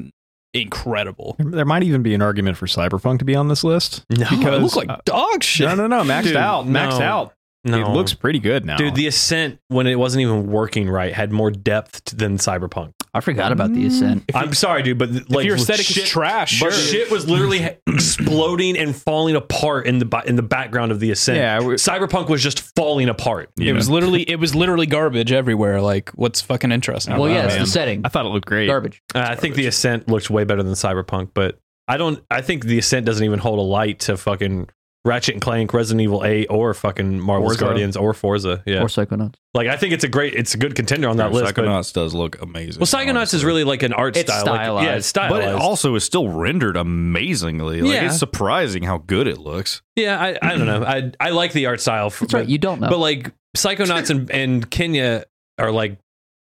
incredible. There might even be an argument for Cyberpunk to be on this list. It Because- looks like dog shit. No, no, no. Maxed Dude, out. Maxed no. out. no, It looks pretty good now. Dude, the ascent when it wasn't even working right had more depth t- than Cyberpunk. I forgot about the ascent. I'm sorry, dude, but if like your aesthetic shit, is trash, but sure. shit was literally exploding and falling apart in the ba- in the background of the ascent. Yeah, we- Cyberpunk was just falling apart. uh, It was literally it was literally garbage everywhere. Like, what's fucking interesting? well, about yeah, it? it's the man. setting. I thought it looked great. Garbage. Uh, I think the ascent looks way better than Cyberpunk, but I don't. I think the ascent doesn't even hold a light to fucking Ratchet and Clank, Resident Evil Eight, or fucking Marvel's Forza. Guardians or Forza. Yeah, Or Psychonauts. like I think it's a great, it's a good contender on that list. but- Psychonauts does look amazing. well, Psychonauts is honestly. really like an art It's style. like- yeah, stylized. it's But stylized. it also is still rendered amazingly. Like Yeah. it's surprising how good it looks. Yeah, I, I don't know. I I like the art style. For, That's right. but, You don't know. but like Psychonauts and, and Kenya are like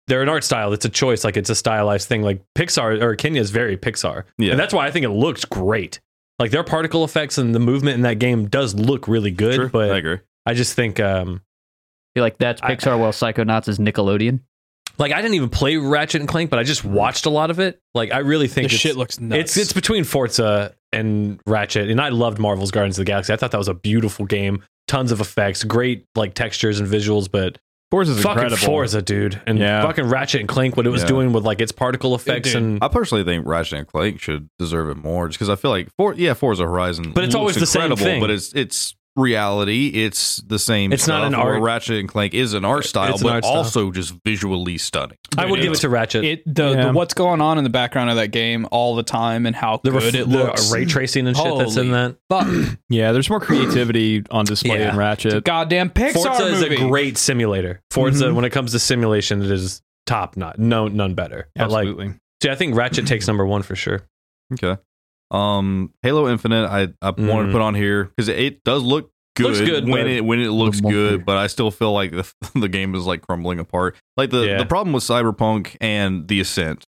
they're an art style. That's a choice. Like it's a stylized thing. Like Pixar or Kenya is very Pixar, Yeah. and that's why I think it looks great. Like their particle effects and the movement in that game does look really good. Sure, I But agree. I just think um You're like that's I- Pixar, while Psychonauts is Nickelodeon. like I didn't even play Ratchet and Clank, but I just watched a lot of it. Like I really the think it's, shit looks nuts. It's it's between Forza and Ratchet, and I loved Marvel's Guardians of the Galaxy. I thought that was a beautiful game, tons of effects, great like textures and visuals, but Forza's fucking incredible. Forza, dude, and Yeah. fucking Ratchet and Clank, what it was Yeah. doing with like its particle effects Dude. and. I personally think Ratchet and Clank should deserve it more, just because I feel like for yeah, Forza Horizon, But it's looks always the same incredible, thing. But it's it's reality. It's the same. It's not stuff, an where art- Ratchet and Clank is an art style, It's an but art style. also just visually stunning. I would give it to Ratchet. it the, Yeah. the what's going on in the background of that game all the time and how the good ref- it the looks. ray tracing and shit that's in Holy that. Fuck. Yeah, there's more creativity on display Yeah. in It's a Ratchet. goddamn Pixar Forza is movie. a great simulator. Forza, when it comes to simulation, it is top notch. No, none better. But like, Absolutely. see, I think Ratchet takes number one for sure. Okay. Um, Halo Infinite, I I wanted to Mm. put on here because it does look good, Looks good, when but- it when it looks The monster. good, but I still feel like the the game is like crumbling apart. Like the Yeah. the problem with Cyberpunk and The Ascent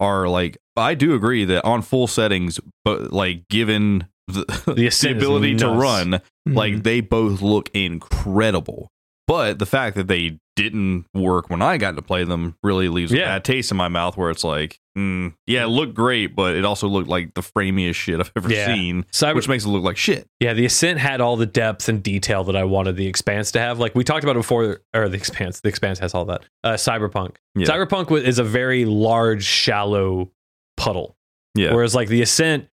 are like I do agree that on full settings, but like given the, The, the Ascent is ability to nuts. run, Mhm. like they both look incredible. But the fact that they didn't work when I got to play them really leaves a Yeah. bad taste in my mouth where it's like, mm, yeah, it looked great, but it also looked like the framiest shit I've ever Yeah. seen, Cyber- which makes it look like shit. Yeah, the Ascent had all the depth and detail that I wanted the Expanse to have. Like we talked about it before, or the Expanse, the Expanse has all that. Uh, Cyberpunk, Yeah. Cyberpunk wa- is a very large, shallow puddle. Yeah. Whereas like the Ascent,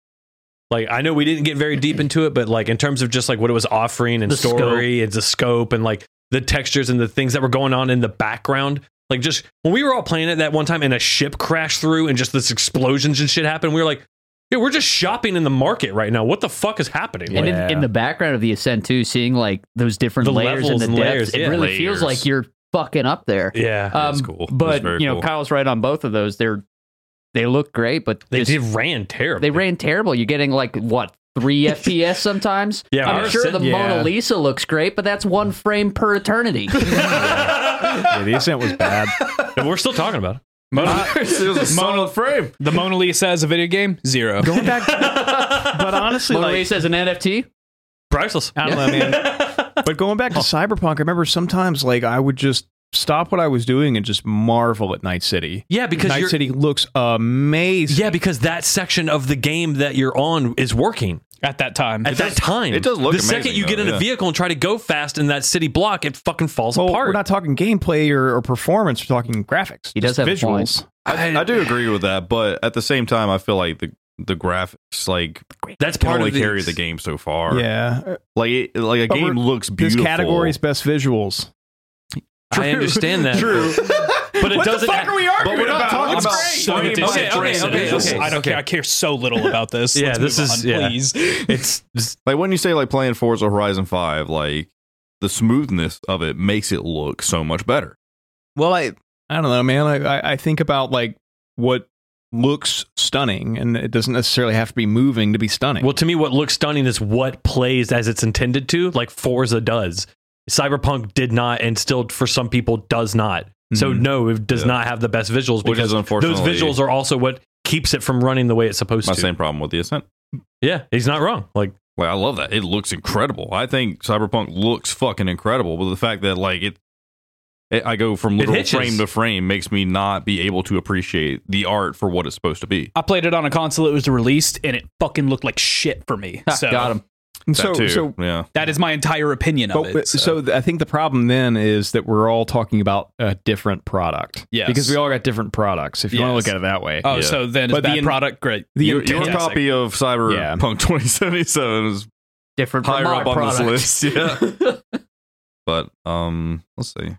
like I know we didn't get very deep into it, but like in terms of just like what it was offering and The story, it's a scope and like the textures and the things that were going on in the background. Like just when we were all playing it that one time and a ship crashed through and just this explosions and shit happened, we were like, yeah, we're just shopping in the market right now. What the fuck is happening? And Like, in, in the background of the ascent too, seeing like those different The layers and levels the and depths, layers, it yeah. really Layers. feels like you're fucking up there. yeah. That's Um, cool. That's But very you know, cool. Kyle's right on both of those. They're they look great, but They just- did ran terribly. they ran terrible. You're getting like what three FPS sometimes. Yeah, I'm our sure ascent- the yeah. Mona Lisa looks great, but that's one frame per eternity. Yeah, the Ascent was bad. And we're still talking about it. Mona, it was a solid frame. the Mona Lisa as a video game zero. Going back, but honestly, Mona like, Lisa is an NFT. Priceless. I don't know, man. But going back to Cyberpunk, I remember sometimes like I would just stop what I was doing and just marvel at Night City. Yeah, because Night you're, City looks amazing. yeah, because that section of the game that you're on is working. at that time. At that time, it does look The amazing, second you get though, in yeah. a vehicle and try to go fast in that city block, it fucking falls Well, apart. we're not talking gameplay or, or performance. We're talking graphics. He does have a visuals. point. I, I do agree with that, but at the same time, I feel like the the graphics like That's can part only of the carry the game so far. Yeah, uh, like it, like a But game we're- looks this beautiful. category is best visuals. I understand that. True, But it doesn't. act- we arguing but we're not talking It's about great. frame Okay, by okay, frame. okay, okay, okay. I don't care. I care so little about this. Yeah, Let's this move is- on, yeah. please. It's, it's Like when you say like playing Forza Horizon Five, like the smoothness of it makes it look so much better. Well, I I don't know, man. I, I I think about like what looks stunning, and it doesn't necessarily have to be moving to be stunning. well to me. What looks stunning is what plays as it's intended to, like Forza does. Cyberpunk did not, and still for some people does not. So Mhm. no, it does Mm-hmm. Yeah. not have the best visuals Which because is those unfortunately visuals are also what keeps it from running the way it's supposed my to. same problem with the Ascent. Yeah, he's not wrong. Like Like I love that. It looks incredible. I think Cyberpunk looks fucking incredible, but the fact that like it, it I go from It literal hitches. frame to frame makes me not be able to appreciate the art for what it's supposed to be. I played it on a console it was released, and it fucking looked like shit for me. Ha, So Ah, Got him. And That so too. so yeah. that is my entire opinion of but it. so, th- I think the problem then is that we're all talking about a different product. Yes. because we all got different products. If you want to Yes. look at it that way. oh, yeah. so then it's But the bad in- product. Great. The your, your intent- intense- copy of Yeah. Cyberpunk 2077 is Different from higher my up on product. this list. Yeah. but um, let's see.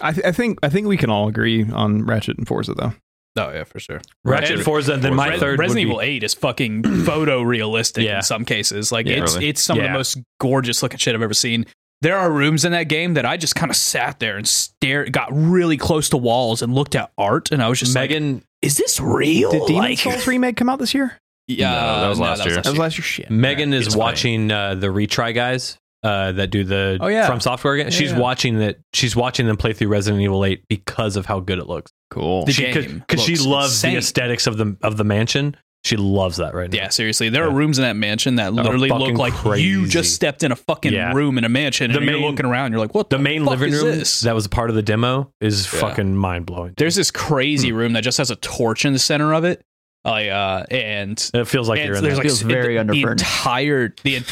I, th- I think I think we can all agree on Ratchet and Forza though. Oh yeah, for sure. Ratchet Ratchet- Forza, and then my Res- third would Resident be- Evil Eight is fucking photorealistic Yeah. in some cases. Like Yeah, it's really. it's some of Yeah. the most gorgeous looking shit I've ever seen. There are rooms in that game that I just kind of sat there and stared, got really close to walls and looked at art, and I was just like, Megan "Is this real?" Did Demon like, Souls remake come out this year? yeah, No, that was last year. That was last year. Shit. Megan is it's watching uh, the retry guys uh, that do the Oh, yeah. from software. Game. Yeah, she's yeah. watching that. She's watching them play through Resident Evil Eight because of how good it looks. Cool. The she game because she looks loves the insane. aesthetics of the of the mansion. She loves that right now. Yeah, seriously, there are Yeah. rooms in that mansion that That are literally look fucking like you crazy. just stepped in a fucking Yeah. room in a mansion The and you're main- looking around. You're like, "What The main fuck living is room this? that was a part of the demo is Yeah. fucking mind blowing. There's this crazy Hmm. room that just has a torch in the center of it, like, uh, and It feels like and you're in. there's that. like Feels s- very the, the underfurnished. entire the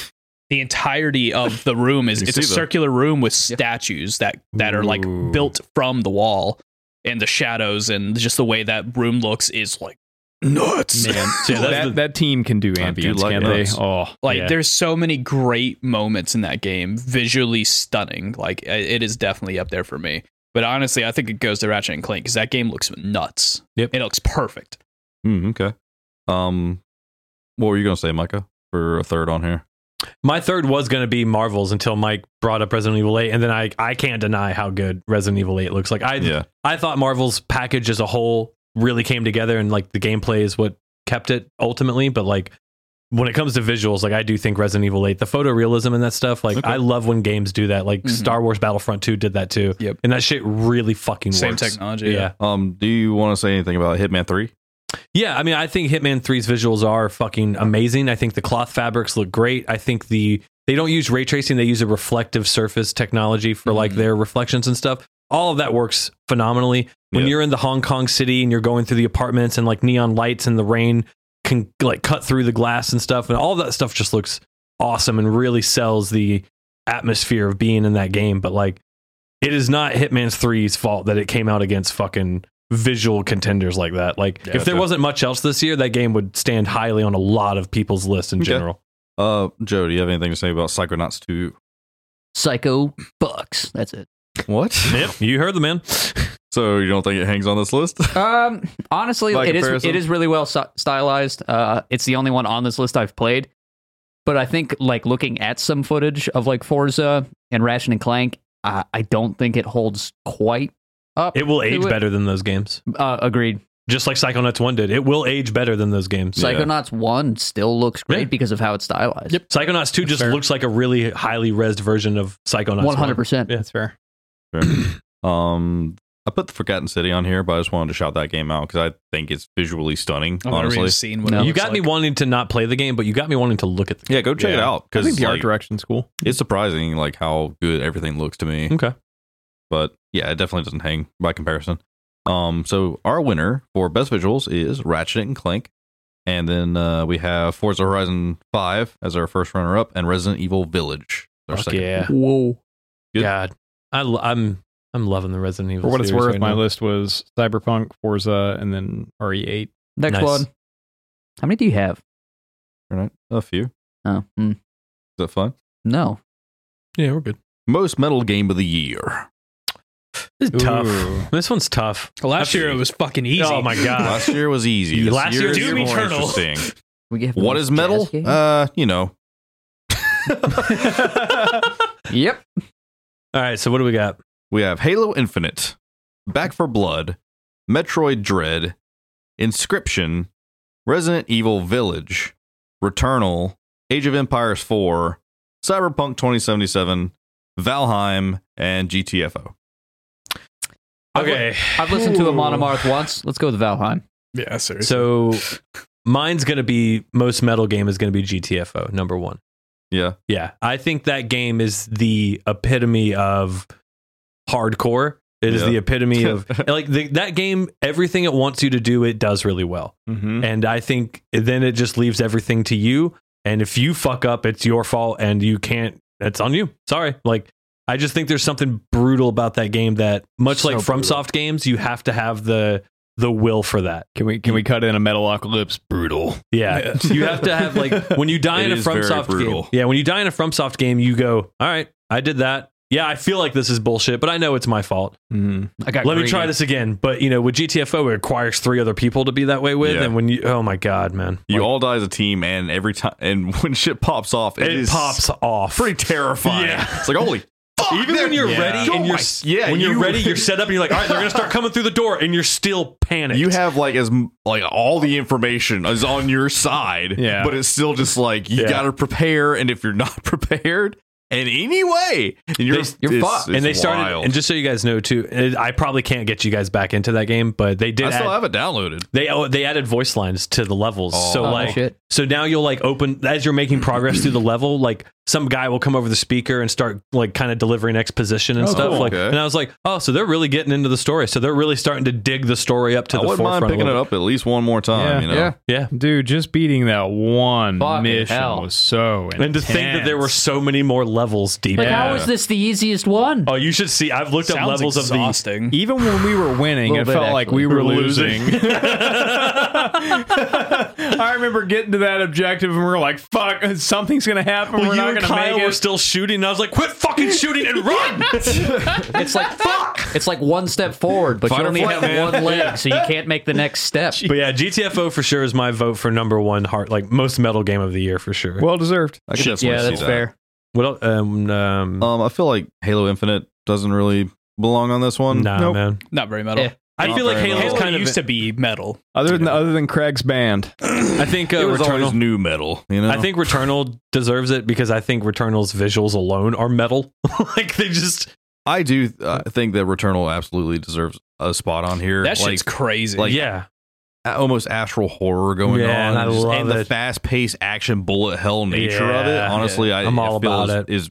the entirety of the room is You it's a see them. circular room with statues that that are like Ooh. built from the wall and the shadows and just the way that room looks is like nuts. Man, yeah, that's that, the- that team can do I do ambience, like can those. they? Oh, like Yeah. there's so many great moments in that game visually stunning like i- it is definitely up there for me but honestly i think it goes to ratchet and clank because that game looks nuts Yep. it looks perfect Hmm, okay. Um, what were you gonna say, Micah, for a third on here? my third was going to be Marvels until Mike brought up Resident Evil Eight, and then I I can't deny how good Resident Evil Eight looks like. I Yeah. I thought Marvel's package as a whole really came together and like the gameplay is what kept it ultimately, but like when it comes to visuals, like I do think Resident Evil 8, the photorealism and that stuff, like Okay. I love when games do that. Like Mhm. Star Wars Battlefront 2 did that too. Yep. And that shit really fucking same works. technology Yeah. yeah. Um, do you want to say anything about Hitman Three? I mean, I think Hitman 3's visuals are fucking amazing. I think the cloth fabrics look great. I think the they don't use ray tracing, they use a reflective surface technology for like Mhm. their reflections and stuff. All of that works phenomenally. When Yeah. you're in the Hong Kong city and you're going through the apartments and like neon lights and the rain can like cut through the glass and stuff and all that stuff just looks awesome and really sells the atmosphere of being in that game, but like it is not Hitman's 3's fault that it came out against fucking visual contenders like that. Like Yeah, if there sure. wasn't much else this year, that game would stand highly on a lot of people's lists in Okay. general. Uh, Joe, do you have anything to say about Psychonauts Two? Psycho Bucks. That's it. What? Yep, you heard the man. so you don't think it hangs on this list? Um, honestly, By it is comparison? it is really well st- stylized. Uh, it's the only one on this list I've played, but I think like looking at some footage of like Forza and Ratchet and Clank, I, I don't think it holds quite up. It will age would- better than those games. uh, agreed. Just like Psychonauts 1 did. It will age better than those games. Yeah. Psychonauts one still looks great Yeah. because of how it's stylized. Yep. Psychonauts 2 just fair. looks like a really highly resed version of Psychonauts one hundred percent. Yeah. that's fair. um, I put the Forgotten City on here, but I just wanted to shout that game out because I think it's visually stunning. Oh, I've never honestly, even seen what it No. You looks got me like. wanting to not play the game, but you got me wanting to look at the yeah, go check it Yeah. out I think because the art like, direction's cool. it's surprising like how good everything looks to me. game. Okay. But yeah, it definitely doesn't hang by comparison. Um, so our winner for best visuals is Ratchet and Clank. And then uh, we have Forza Horizon 5 as our first runner up and Resident Evil Village. Our Fuck second. yeah. Whoa. Good. God. I lo- I'm I'm loving the Resident Evil. For what it's series worth, right my now. list was Cyberpunk, Forza, and then E RE8. Next Nice. one. How many do you have? All right. A few. Is Oh, hmm. that fun? no. Yeah, we're good. Most metal game of the year. This is Ooh. tough. This one's tough. Last year it was fucking easy. Oh my god. Last year was easy. This Last year year Doom is more Eternal. interesting. We have What is metal? Uh, Uh, you know, yep. All right, so what do we got? we have Halo Infinite, Back for Blood, Metroid Dread, Inscription, Resident Evil Village, Returnal, Age of Empires 4, Cyberpunk 2077, Valheim, and GTFO. I've li- Okay. I've listened to a Ooh. Monomarth once. Let's go with Valheim. Yeah, seriously. So mine's going to be most metal game is going to be GTFO number 1. Yeah. Yeah, I think that game is the epitome of hardcore. It is Yeah. the epitome of like the, that game. Everything it wants you to do, it does really well. Mm-hmm. And I think then it just leaves everything to you. And if you fuck up, it's your fault, and you can't. It's on you. Sorry. Like I just think there's something brutal about that game that, much So like FromSoft brutal. games, you have to have the the will for that. Can we can we cut in a metalocalypse? Brutal. Yeah. you have to have like when you die It in a is very FromSoft game. brutal. Yeah, when you die in a FromSoft game, you go, "All right, I did that. Yeah, I feel like this is bullshit, but I know it's my fault. Mm-hmm. I got Let me greedy. try this again." But you know, with GTFO, it requires three other people to be that way with, Yeah. and when you, oh my god, man, You Like, all die as a team, and every time, and when shit pops off, it is pops off. pretty terrifying. Yeah. It's like holy. fuck, Even when they're- you're Yeah. ready Oh and you're my- yeah, when you're you- ready, you're set up, and you're like, "All right, they're gonna start coming through the door," and you're still panicked. you have like as m- like all the information is on your side, Yeah. but it's still just like you Yeah. got to prepare, and if you're not prepared in any way, and you're They- you're it's- fucked. it's and they started, wild. and just so you guys know too, it- I probably can't get you guys back into that game, but they did. I still add- have it downloaded. They oh, they added voice lines to the levels. Oh. so Oh, like shit. so now you'll like open as you're making progress through the level, like some guy will come over the speaker and start like kind of delivering exposition and Oh, stuff. cool. Like Okay. and I was like, oh, so they're really getting into the story. So they're really starting to dig the story up to I the wouldn't mind forefront. picking it up at least one more time. Yeah. you know, Dude, just beating that one Fucking mission hell. was so intense. And to think that there were so many more levels deep. Like, in how it. is this the easiest one? Oh, you should see. I've looked up Sounds levels of e- exhausting. even when we were winning, it Little bit, felt like actually. the we were losing. I remember getting to that objective and we were like, "Fuck, something's gonna happen. Well, we're you not and gonna Kyle make were it." still shooting, and I was like, "Quit fucking shooting and run!" It's like fuck. It's like one step forward, but Fight you or only flight, have man. one leg, so you can't make the next step. But yeah, GTFO for sure is my vote for number one heart, like most metal game of the year for sure. well deserved. I could definitely yeah, see that's that. fair. What el- um, um Um, I feel like Halo Infinite doesn't really belong on this one. nah, nope. man. Not very metal. Yeah. I Not feel like very Halo's much. kind Halo of used to be metal. Other than other than Craig's band, I think uh, It was always Returnal. new metal. You know, I think Returnal deserves it because I think Returnal's visuals alone are metal. like they just I do uh, think that Returnal absolutely deserves a spot on here. That like, shit's crazy. like- yeah. a- almost astral horror going Yeah, on, and I just- love and the it. fast paced action bullet hell nature of it. Yeah. Honestly, I, I'm I all feel about is, Is it.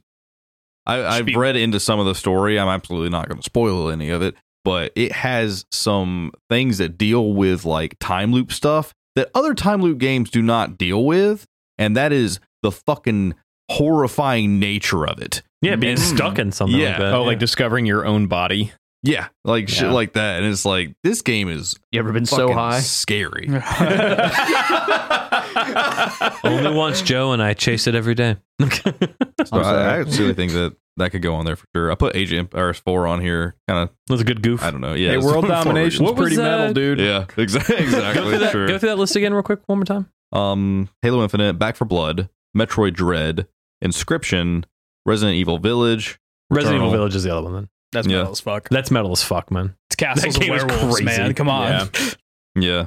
I, I've Speak- read into some of the story. I'm absolutely not going to spoil any of it, but it has some things that deal with like time loop stuff that other time loop games do not deal with, and that is the fucking horrifying nature of it. Yeah, being Mm. stuck in something Yeah. like that. oh, like discovering your own body. Yeah, like shit Yeah. like that, and it's like this game is You ever been so fucking high? scary. only once Joe and I chase it every day. So I'm I, I sorry. absolutely think that that could go on there for sure. I put Age of Empires 4 on here. Kind of, That's a good goof. I don't know. Yeah. hey, it's world for domination's What was pretty that? metal, dude. reasons. Yeah, exactly. Go through, exactly. that, sure. go through that list again, real quick, one more time. Um, Halo Infinite, Back for Blood, Metroid Dread, Inscription, Resident Evil Village. Resident Evil Returnal. Village is the other one. Then That's Yeah. metal as fuck. that's metal as fuck, man. It's castles and game is werewolves, crazy. man. Come on. Yeah.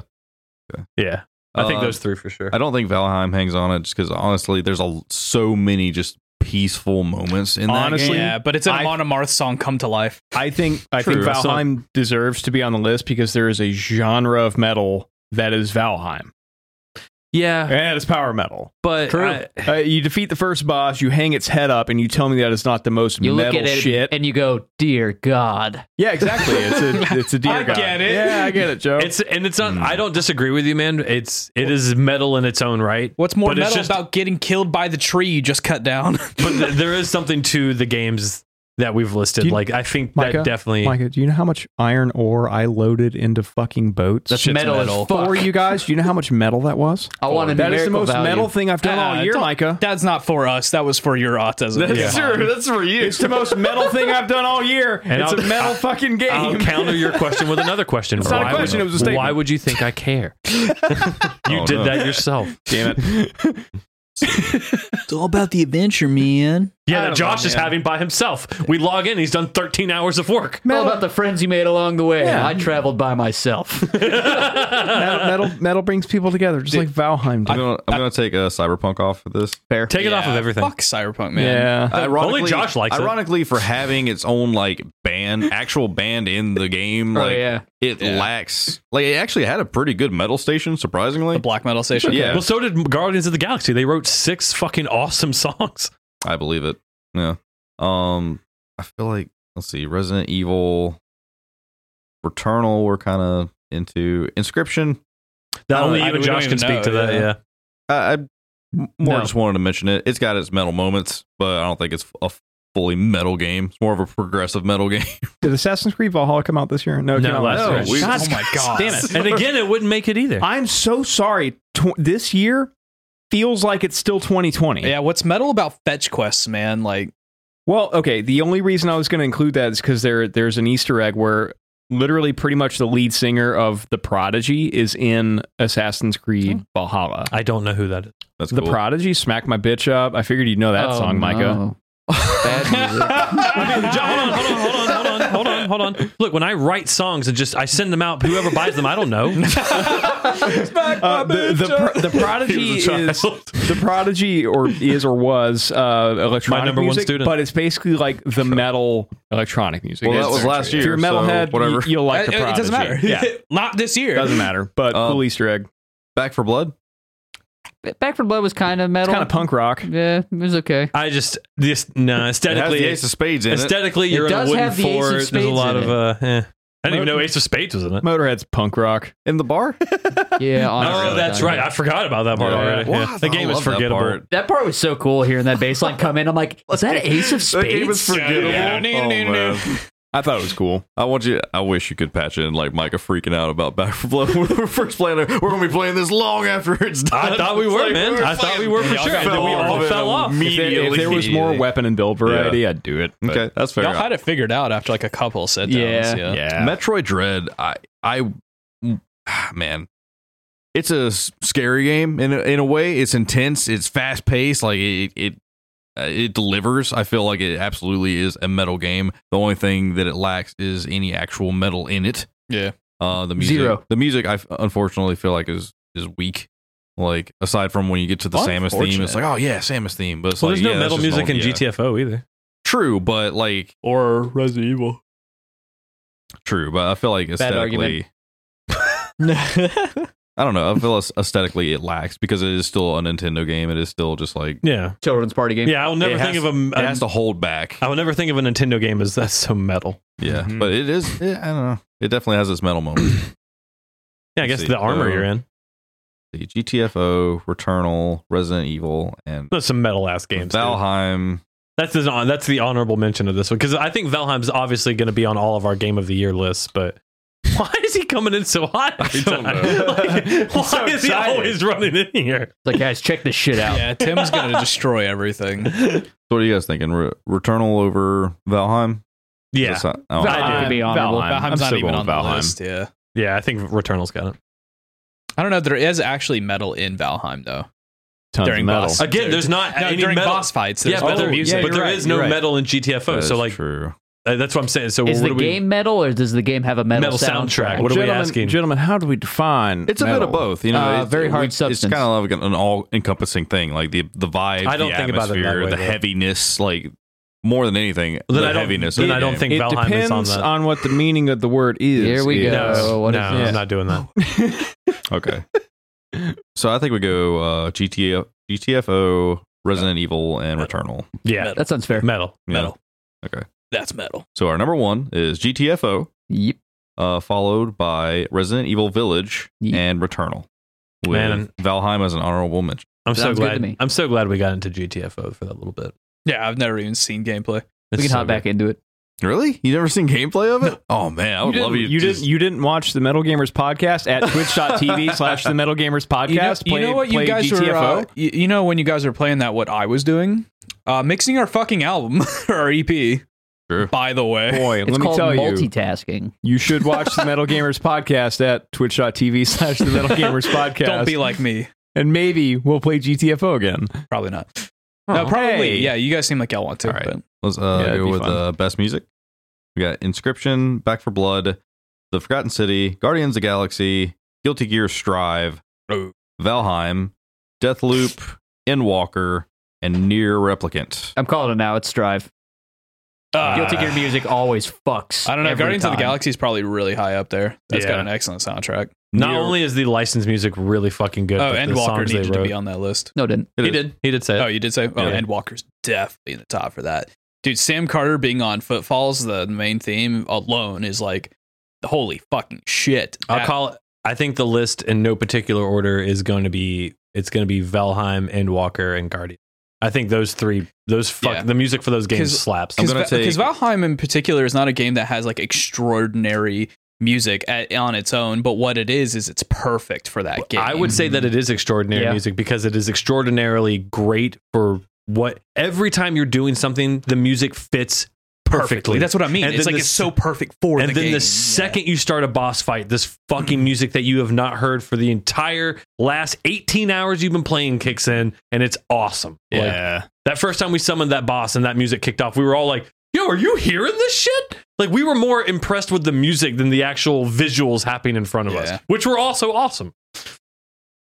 Yeah. Yeah, I think Uh, those three for sure. I don't think Valheim hangs on it just because honestly, there's a so many just peaceful moments in that Honestly, game. Yeah, but it's a I- Monomarth song come to life. I think I True. think Valheim deserves to be on the list because there is a genre of metal that is Valheim. Yeah, Yeah, it's power metal. but True. I- Uh, you defeat the first boss, you hang its head up, and you tell me that it's not the most You metal look at it shit. and you go, "Dear God." yeah, exactly. It's a it's a deer I god. get it. Yeah, I get it, Joe. it's and it's not. Hmm. I don't disagree with you, man. It's it is metal in its own right. What's more But it's metal just- about getting killed by the tree you just cut down? But th- there is something to the games that we've listed. Do you- like I think Micah? that definitely. Micah, do you know how much iron ore I loaded into fucking boats? That's metal, metal. as fuck. For you guys, do you know how much metal that was? I want a That is the numerical most value. metal thing I've done Uh, all year, don't- Micah. That's not for us. That was for your autism. That's Come on. true. That's for you. It's the most metal thing I've done all year. And it's I'll- a metal fucking game. I'll counter your question with another question. not a Why question, would- it was a statement. Why would you think I care? you Oh, did no. that yourself. Damn it. It's all about the adventure, man. Yeah, don't that Josh know, is man. having by himself. We log in, he's done 13 hours of work. All about the friends you made along the way. I traveled by myself. metal, metal, metal brings people together, just like Valheim I'm did. gonna, I'm gonna take uh, Cyberpunk off for this. Fair. Take it off of Yeah, everything. Fuck Cyberpunk, man. yeah. Ironically, Josh likes it. Ironically, for having its own like band, actual band in the game, Oh like yeah. it lacks. Like it actually had a pretty good metal station, surprisingly. The black metal station. Yeah. Well, so did Guardians of the Galaxy. They wrote six fucking awesome songs. I believe it. Yeah. Um, I feel like let's see, Resident Evil, Returnal, we're kind of into Inscription. That Oh, only I- you and we don't Josh can even speak know, to that. yeah. I, Yeah. I m- more No. just wanted to mention it. It's got its metal moments, but I don't think it's a fully metal game. It's more of a progressive metal game. Did Assassin's Creed Valhalla come out this year? No, it No, came out last year. year. we- Oh my god. Damn it. And again, it wouldn't make it either. I'm so sorry. Tw- this year feels like it's still 2020. Yeah, what's metal about fetch quests, man? Like Well, okay. The only reason I was going to include that is because there there's an Easter egg where literally pretty much the lead singer of the Prodigy is in Assassin's Creed Valhalla. I don't know who that is. That's the cool. Prodigy, smack my bitch up. I figured you'd know that Oh, song, Micah. no. Oh. Bad music. I mean, Jo- hold on, hold on, hold on, hold on, hold on, hold on. Look, when I write songs and just I send them out, whoever buys them, I don't know. Uh, the, the, pro- the He prodigy was a child. is the prodigy or is or was uh, electronic number one music, student. but it's basically like the metal electronic music. Well, that It's- was last If year, you're a metalhead, so whatever. y- you'll like it, the it prodigy. doesn't matter. Yeah, Not this year. doesn't matter. But Um, cool Easter egg. Back for Blood. Back for Blood was kind of It's metal. kind of punk rock. Yeah, it was okay. I just this no It has the aesthetically Ace of Spades in it. aesthetically It you're in a does wooden have the Ace of floor. There's a Spades lot in of it. uh. eh. I didn't even know Mo- Ace of Spades was in it. Motorhead's punk rock. In the bar? Yeah, Oh, honestly. that's right. I forgot about that part Yeah. already. Wow, Yeah. The I game is love that forgettable. part. That part was so cool hearing that bass line come in. I'm like, is that Ace of That game Spades? is forgettable. Yeah. Oh, man. I thought it was cool. I want you. I wish you could patch in like Micah freaking out about Back for Blood. We're the first playing. We're gonna be playing this long after it's done. I thought we It's were, like, man. I thought fucking- we were for Y'all sure. got And then we all all of it fell off. If there, if there was more weapon and build variety, I'd do it. but- Okay, that's fair. Y'all enough. had it figured out after like a couple sit downs. Yeah. Yeah. Yeah. Metroid Dread, I, I, ah, man, it's a s- scary game in a, in a way. It's intense. It's fast paced. Like it, it, uh, it delivers. I feel like it absolutely is a metal game. The only thing that it lacks is any actual metal in it. Yeah. Uh, the music, Zero. the music, I f- unfortunately feel like is is weak. Like aside from when you get to the Samus theme, it's like oh yeah, Samus theme. But it's Well, like, there's no yeah, that's metal just music normal- in yeah. GTFO either. True, but like Or Resident Evil. true, but I feel like aesthetically. argument. I don't know. I feel as- aesthetically it lacks because it is still a Nintendo game. It is still just like Yeah. Children's party game. Yeah, I will never It think has- of a. it has to hold back. I will never think of a Nintendo game as that's so metal. Yeah, Mhm. but it is. It, I don't know. It definitely has its metal moment. Yeah, I Let's guess see. the armor Uh, you're in. the GTFO, Returnal, Resident Evil, and That's some metal ass games. dude. Valheim. That's the that's the honorable mention of this one because I think Valheim's obviously going to be on all of our game of the year lists, but. Why is he coming in so hot? Every don't time? know. Like, why so is he excited. always running in here? It's like, guys, check this shit out. Yeah, Tim's gonna destroy everything. So what are you guys thinking? Re- Returnal over Valheim? Yeah, That's not- oh, Val- I could be honorable. uh, Valheim. I'm Valheim's not still even going on the Valheim. list. Yeah. yeah. I think Returnal's got it. I don't know. There is actually metal in Valheim though. Tons During of metal. Uh, boss. Again, there's not No, any during metal. boss fights, yeah, there's but, oh, metal there, music. yeah, but you're there right, is no you're right. metal in GTFO. that So is like true. uh, that's what I'm saying. So Is what the are we- game metal or does the game have a metal, Metal soundtrack. What are we gentlemen, asking? Gentlemen, how do we define It's a bit metal? of both, you know. Uh, it's- very hard it's, It's substance. kind of like an, all-encompassing thing, like the the vibe, I don't the think about it that atmosphere, way, the though. heaviness, like more than anything, Then the I don't- heaviness. of then the I don't game. think It Valheim is on depends that. on what the meaning of the word is. Here we is. go. no, Oh, what no, is I'm this? not doing that. Okay. So I think we go uh, GTA, GTFO, Resident Evil, and Returnal. Yeah, That sounds fair. metal. Yeah. Metal. Okay. That's metal. So our number one is GTFO, Yep. uh, followed by Resident Evil Village Ye- and Returnal. With Man. Valheim as an honorable mention. I'm so Sounds good to glad. me. I'm so glad we got into GTFO for that little bit. Yeah, I've never even seen gameplay. We can It's so hop back into it. Really? You never seen gameplay of it? Oh man, I would you love you. didn't, you, to- didn't, you didn't watch the Metal Gamers podcast at twitch.tv slash the Metal Gamers podcast. You know, you Play- know what you play guys GTFO. were. Uh, you, you know when you guys were playing that, what I was doing, uh, mixing our fucking album or our EP. Sure. By the way, Boy, It's let me called tell you, multitasking. you should watch the Metal Gamers podcast at twitch.tv slash the Metal Gamers podcast. don't be like me. and maybe we'll play GTFO again. Probably not. No, probably. Hey. Yeah, you guys seem like y'all want to. All right. But Let's uh, Yeah, that'd go be with fun. uh, best music. We got Inscription, Back for Blood, The Forgotten City, Guardians of the Galaxy, Guilty Gear Strive, Oh. Valheim, Deathloop, Endwalker, and Near Replicant. I'm calling it now. It's Strive. uh, Guilty Gear music always fucks. I don't know. every Guardians of the time. Galaxy is probably really high up there. That's Yeah. got an excellent soundtrack. Not Near- only is the licensed music really fucking good, but oh, the Endwalker songs they needed to wrote. be on that list. No, it didn't. he did. He did say. Oh, it. you did say. Oh, Yeah. Endwalker's definitely in the top for that, dude. Sam Carter being on Footfalls, the main theme alone, is like, holy fucking shit. I'll That- call. it- I think the list in no particular order is going to be. It's going to be Valheim, Endwalker, and Guardian. I think those three. Those fuck. Yeah. The music for those games 'Cause- slaps. I'm gonna because take- Valheim in particular is not a game that has like extraordinary music at, on its own, but what it is is it's perfect for that game. I would say that it is extraordinary Yeah. music because it is extraordinarily great for what every time you're doing something, the music fits perfectly. That's what I mean. And it's then like the it's s- so perfect for and the then game. the second you start a boss fight, this fucking music that you have not heard for the entire last 18 hours you've been playing kicks in, and it's awesome. Like, Yeah. Oh that first time we summoned that boss and that music kicked off, we were all like, yo, are you hearing this shit? Like, we were more impressed with the music than the actual visuals happening in front of Yeah. us, which were also awesome.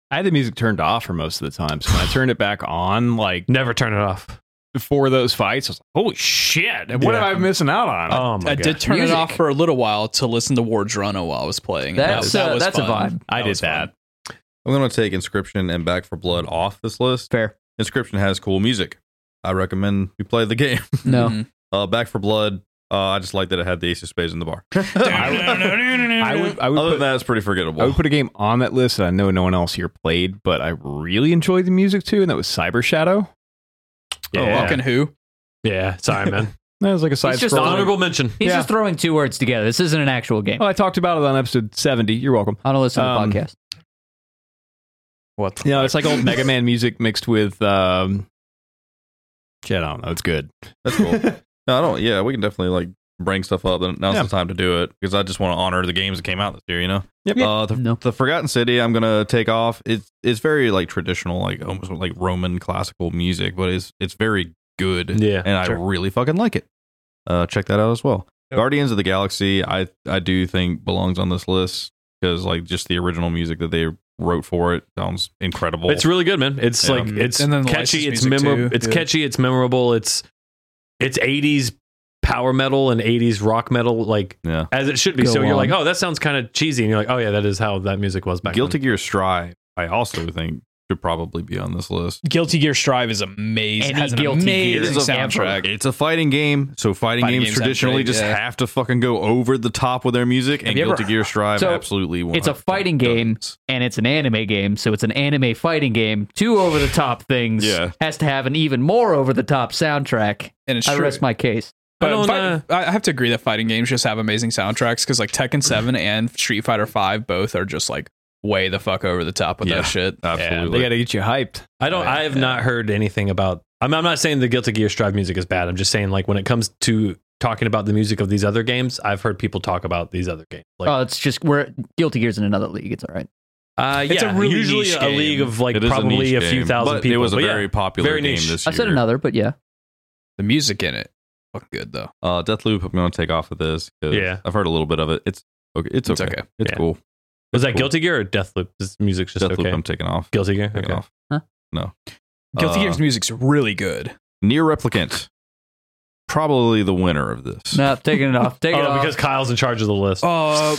I had the music turned off for most of the time, so when I turned it back on, like Never turn it off. before those fights, I was like, "Holy shit! What Yeah. am I missing out on?" Oh my I god. did turn Music. it off for a little while to listen to War Drano while I was playing. and That's, uh, that's a fun. vibe. I did was fun. that. I'm going to take Inscription and Back for Blood off this list. Fair. Inscription has cool music. I recommend you play the game. No. Mhm. Uh, Back for Blood. Uh, I just like that it had the Ace of Spades in the bar. I would, I would, Other than put, that, it's pretty forgettable. I would put a game on that list that I know no one else here played, but I really enjoyed the music too, and that was Cyber Shadow. Oh, fucking who? Yeah, sorry, man. That was like a side just An scroller. honorable mention. He's Yeah. just throwing two words together. This isn't an actual game. Well, Oh, I talked about it on episode seventy. You're welcome. I don't listen to um, the podcast. What? The You know, it's like old Mega Man music mixed with um, shit. I don't know. It's good. That's cool. No, I don't. Yeah, we can definitely like bring stuff up. and Now's Yeah. the time to do it because I just want to honor the games that came out this year. You know, Yep. uh, the, No. the Forgotten City. I'm gonna take off. It's it's very like traditional, like almost like Roman classical music, but it's it's very good, Yeah. and I really fucking like it. Uh, check that out as well. Guardians of the Galaxy. I I do think belongs on this list because like just the original music that they wrote for it sounds incredible. It's really good, man. It's Yeah. like it's And then the catchy, it's licensed music, memorable. too. It's Yeah. catchy, it's memorable. It's it's 80s power metal and 80s rock metal like yeah. as it should be. Go so you're on. like, "Oh, that sounds kind of cheesy." And you're like, "Oh yeah, that is how that music was back Guilty Gear Strive. I also think should probably be on this list. Guilty Gear Strive is amazing. Any has an Guilty Gear amazing is a- soundtrack. It's a fighting game, so fighting, Fighting games, games traditionally have great- just yeah. have to fucking go over the top with their music. And you ever- Guilty Gear Strive So, absolutely. 100% it's a fighting game. does. And it's an anime game, so it's an anime fighting game. Two over the top things Yeah. has to have an even more over the top soundtrack. and it's I true. rest my case. I But don't, fight- uh, I have to agree that fighting games just have amazing soundtracks because like Tekken Seven and Street Fighter Five both are just like way the fuck over the top with Yeah, that shit. Absolutely. They got to get you hyped. I don't. Right, I have yeah. not heard anything about. I'm, I'm not saying the Guilty Gear Strive music is bad. I'm just saying like when it comes to talking about the music of these other games, I've heard people talk about these other games. Like, oh, it's just we're Guilty Gear's in another league. It's all right. uh, it's yeah, a really usually niche a game. league of like It is a probably niche a, few game, thousand but people. It was a But yeah, very popular very game niche. this I year. said another, but yeah. The music in it, fuck good though. Uh, Deathloop. I'm going to take off of this. 'cause Yeah. I've heard a little bit of it. It's okay. It's It's okay. It's, okay. Yeah. cool. was that cool. Guilty Gear or Deathloop? This music's just Deathloop. okay. I'm taking off. Guilty Gear. Taking Okay. off. Huh? No. Guilty Uh, Gear's music's really good. Near Replicant. probably the winner of this. No, taking it off. Take it Oh, off. because Kyle's in charge of the list. Oh.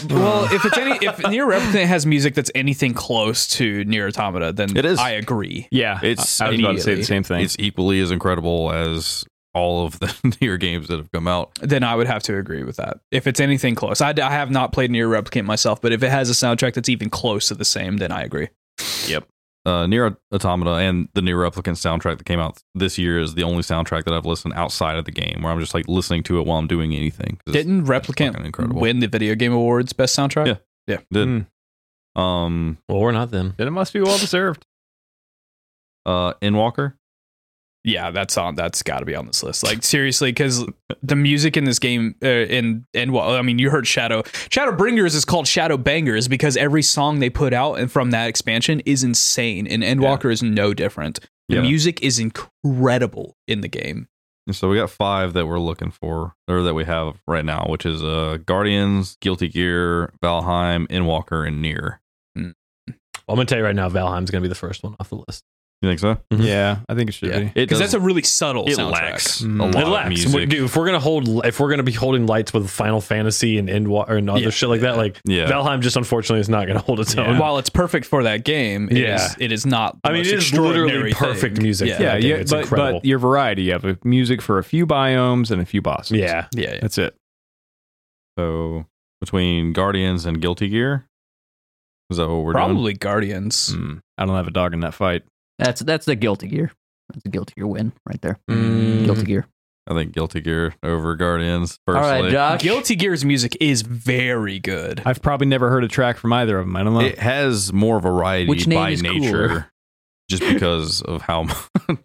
Uh, well, if it's any, if Near Replicant has music that's anything close to Near Automata, then It is. I agree. Yeah, It's- I, I was about to say immediately. the same thing. It's equally as incredible as all of the near games that have come out. Then I would have to agree with that. If it's anything close, I, I have not played Near Replicant myself, but if it has a soundtrack that's even close to the same, then I agree. Uh, near Automata and the Near Replicant soundtrack that came out this year is the only soundtrack that I've listened outside of the game where I'm just like listening to it while I'm doing anything. 'Cause it's Didn't fucking Replicant incredible. win the Video Game Awards best soundtrack? Yeah. Hmm. did. Um, well, we're not them. Then it must be well deserved. uh, Inwalker. yeah that's on that's got to be on this list like seriously because the music in this game uh, and and well i mean you heard shadow shadow bringers is called shadow bangers because every song they put out and from that expansion is insane and endwalker is no different the Yeah. music is incredible in the game And so we got five that we're looking for, or that we have right now, which is uh, Guardians, Guilty Gear, Valheim, Inwalker, and Near. I'm gonna tell you right now, Valheim's gonna be the first one off the list. You think so? Yeah, I think it should be. It because that's a does- really subtle it soundtrack lacks a Mm. lot it lacks. of music. Dude, if we're gonna hold, if we're gonna be holding lights with Final Fantasy and End Wa- and other Yeah. shit like that, like yeah, Valheim, just unfortunately is not gonna hold its own. And while it's perfect for that game it is Yeah. it is not the I mean, most it is extraordinary literally perfect thing. music. yeah Yeah, yeah, Yeah, dude, yeah, it's but, incredible. but your variety. You have a music for a few biomes and a few bosses. yeah, yeah, that's it. So between Guardians and Guilty Gear, is that what we're doing? probably guardians Mm, I don't have a dog in that fight. That's that's the guilty gear. That's a guilty gear win right there. Mm. Guilty gear. I think Guilty Gear over Guardians. All Personally, right, Josh. guilty gear's music is very good I've probably never heard a track from either of them. I don't know. it has more variety Which name by is nature, cooler? just because of how, mu-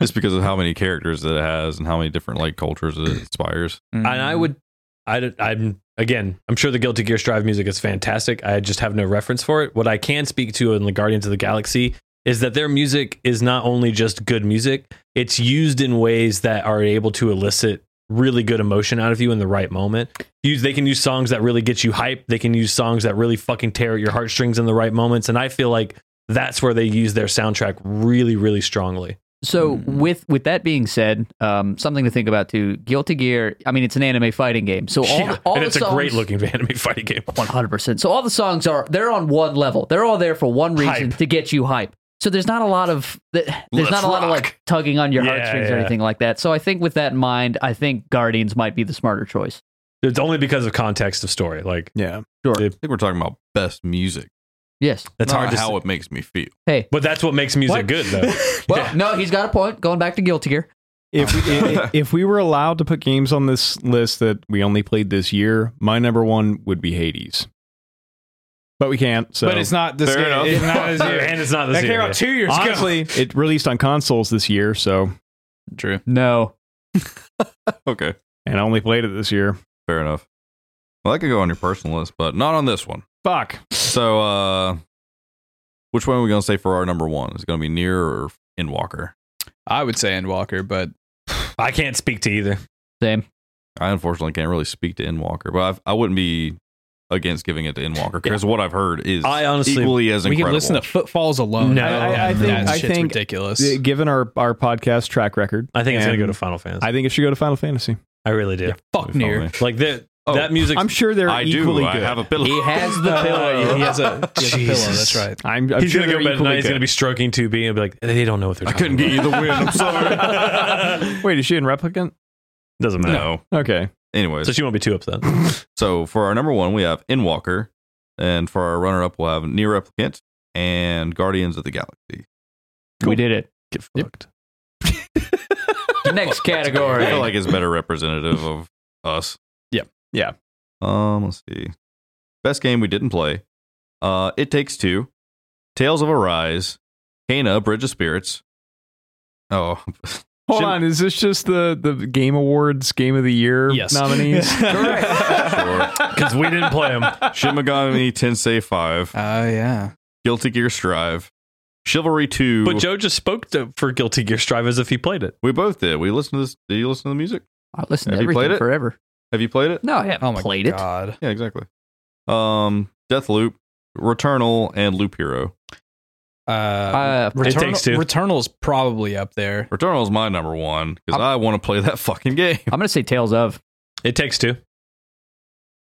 just because of how many characters that it has and how many different like cultures it inspires. and Mm-hmm. I would, I, don't- I'm again, I'm sure the Guilty Gear Strive music is fantastic. I just have no reference for it. What I can speak to in the Guardians of the Galaxy is that their music is not only just good music; it's used in ways that are able to elicit really good emotion out of you in the right moment. Use they can use songs that really get you hype. They can use songs that really fucking tear at your heartstrings in the right moments. And I feel like that's where they use their soundtrack really, really strongly. So Mm. with with that being said, um, something to think about too. Guilty Gear. I mean, it's an anime fighting game, so all, Yeah, all and the it's a songs, great looking anime fighting game. One hundred percent. So all the songs are they're on one level. They're all there for one reason Hype. to get you hype. So there's not a lot of th- there's Let's not a lot of like tugging on your Yeah, heartstrings or yeah. anything like that. So I think with that in mind, I think Guardians might be the smarter choice. It's only because of context of story. Like yeah, I think we're talking about best music. Yes. that's not hard to how say. it makes me feel. Hey. But that's what makes music What? good, though. Well, no, he's got a point. Going back to Guilty Gear. if we, if, if we were allowed to put games on this list that we only played this year, my number one would be Hades. But we can't. So but it's not this Fair game. enough. It's not this year. and it's not this that came year. out two years ago. honestly it released on consoles this year. So True. No. Okay, and I only played it this year. fair enough. Well, that could go on your personal list, but not on this one. Fuck. So, uh which one are we gonna say for our number one? Is it gonna be near or Inwalker? I would say Endwalker, but I can't speak to either. Same. I unfortunately can't really speak to Inwalker, but I've, I wouldn't be against giving it to Inwalker because what I've heard is I honestly- equally as we incredible. can listen to Footfalls alone. No, Oh, I- I that think- I shit's think- ridiculous. Uh, Given our, our podcast track record, I think it's gonna and go to Final Fantasy. I think it should go to Final Fantasy. I, really do. Fuck near. Like that. Oh, that music. I'm sure they're I do. equally I good. have a pillow. He has the pillow. he has a, he has a pillow. Jesus. That's right. I'm, I'm he's sure gonna go they're to bed at equally night. He's good. gonna be stroking 2B and be like, they don't know what they're. I couldn't get you the win. I'm sorry. Wait, is she in replicant? Doesn't matter. no. Okay. Anyways, So she won't be too upset. so for our number one, we have Inwalker, and for our runner up, we'll have Near Replicant and Guardians of the Galaxy. We did it. Get fucked. Next I category. feel like it's better representative of us. Yeah. Yeah. Um, let's see. Best game we didn't play. Uh, It Takes Two, Tales of Arise, Kana, Bridge of Spirits. Oh, Hold Shin- on, is this just the the Game Awards Game of the Year Yes. nominees? sure. Because we didn't play him. Shin Megami Tensei 5, Oh yeah. Guilty Gear Strive, Chivalry 2. But Joe just spoke to, for Guilty Gear Strive as if he played it. we both did. We listened to this. Did you listen to the music? I listened to Have you played everything it? forever. Have you played it? No, I haven't Oh my played it. god. Yeah, exactly. Um, Deathloop, Returnal, and Loop Hero. Uh, Uh, Returnal, Takes Two. Returnal's probably up there. Returnal is my number one because I want to play that fucking game. I'm gonna say Tales of. It takes two.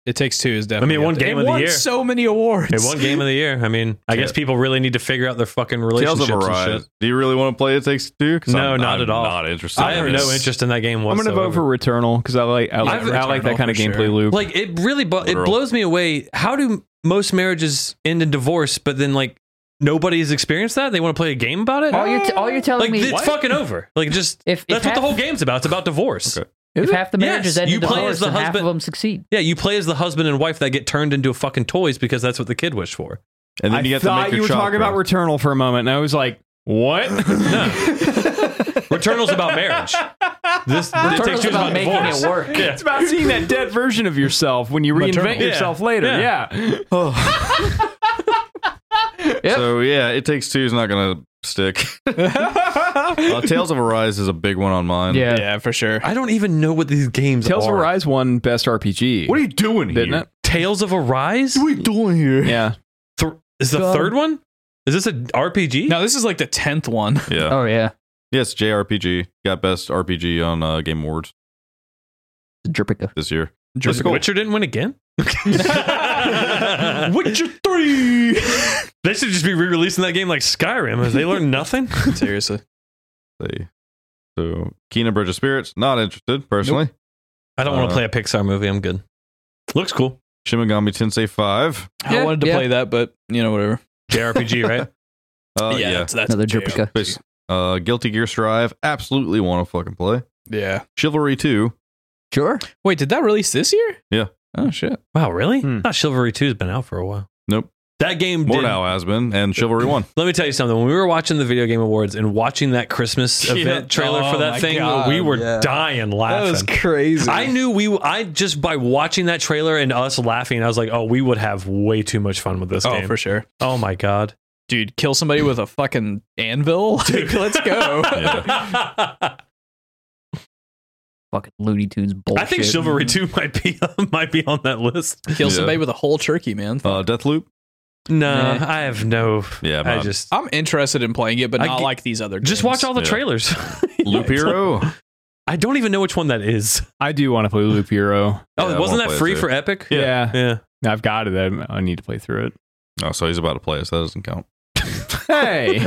It Takes Two is I definitely. mean, it won up there. Game It of the won Year. So many awards. It won game of the year. I mean, I guess people really need to figure out their fucking Tales of relationships and Arise. shit. Do you really want to play It Takes Two? 'Cause No, I'm- not I'm at all. Not interested. I have in no it. interest in that game I'm whatsoever. gonna vote for Returnal because I like I like, I like that Returnal kind of for gameplay sure. loop. like it really bu- it Literal. blows me away. How do most marriages end in divorce, but then like nobody's experienced that? They want to play a game about it. All you're t- all you're telling like me it's fucking over. Like just If- if that's what the half- whole game's about. It's about divorce. if half the Yes, marriages end you in play divorce, as the and half of husband- them succeed. Yeah, you play as the husband and wife that get turned into fucking toys because that's what the kid wished for. And then I you get to thought make you your were talking chakra. about Returnal for a moment, and I was like, what? Returnal's about marriage. This it takes Returnal's two is about about making divorce. it work. it's about seeing that dead version of yourself when you reinvent Maternal. yourself later. Yeah. Yeah. Yep. So yeah, It Takes Two is not gonna stick. uh, Tales of Arise is a big one on mine. Yeah. Yeah, for sure. I don't even know what these games Tales of are. Arise won best RPG. What are you doing didn't here? it? Tales of Arise What are you doing here? Yeah. Th- is the God. third one. Is this an RPG? No, this is like the tenth one. Yeah. Oh yeah, Yes, JRPG got best RPG on uh, Game Awards Jerpica. this year. Witcher- That's cool. Witcher didn't win again. Witcher Three. They should just be re-releasing that game like Skyrim. Have they learned nothing? Seriously, They- So Kena Bridge of Spirits, not interested personally. I don't want Uh, to play a Pixar movie. I'm good. Looks cool. Shin Megami Tensei Five. I Yeah, wanted to yeah. play that, but you know, whatever. JRPG, right? Uh, yeah, yeah. That's, that's Another a Jerpica. Bas- Uh, Guilty Gear Strive. Absolutely want to fucking play. Yeah. Chivalry Two. Sure. Wait, did that release this year? Yeah. Oh shit. Wow, really? Hmm. I thought Chivalry 2 has been out for a while. Nope. That game More did- now has been and Chivalry One. Let me tell you something. When we were watching the Video Game Awards and watching that Christmas Yeah. event trailer Oh for my that thing, God, we were yeah. dying laughing. crazy. I knew we. w- I just by watching that trailer and us laughing, I was like, "Oh, we would have way too much fun with this Oh, game." for sure, Oh my god! dude. Kill somebody with a fucking anvil. Like, let's go. Fucking Looney Tunes bullshit. Mm. I think Chivalry Two might be might be on that list. Kill Yeah. somebody with a whole turkey, man. Uh, Deathloop. No, Nah. I have no. Yeah, I man. just I'm interested in playing it, but I not get- like these other. Games. just watch all the Yeah. trailers. Loop Hero. I don't even know which one that is. I do want to play Loop Hero. Oh, Yeah, I wanna wasn't that play it free too. for Epic? Yeah. yeah. I've got it. I I need to play through it. Oh, so he's about to play it. So that doesn't count. Hey.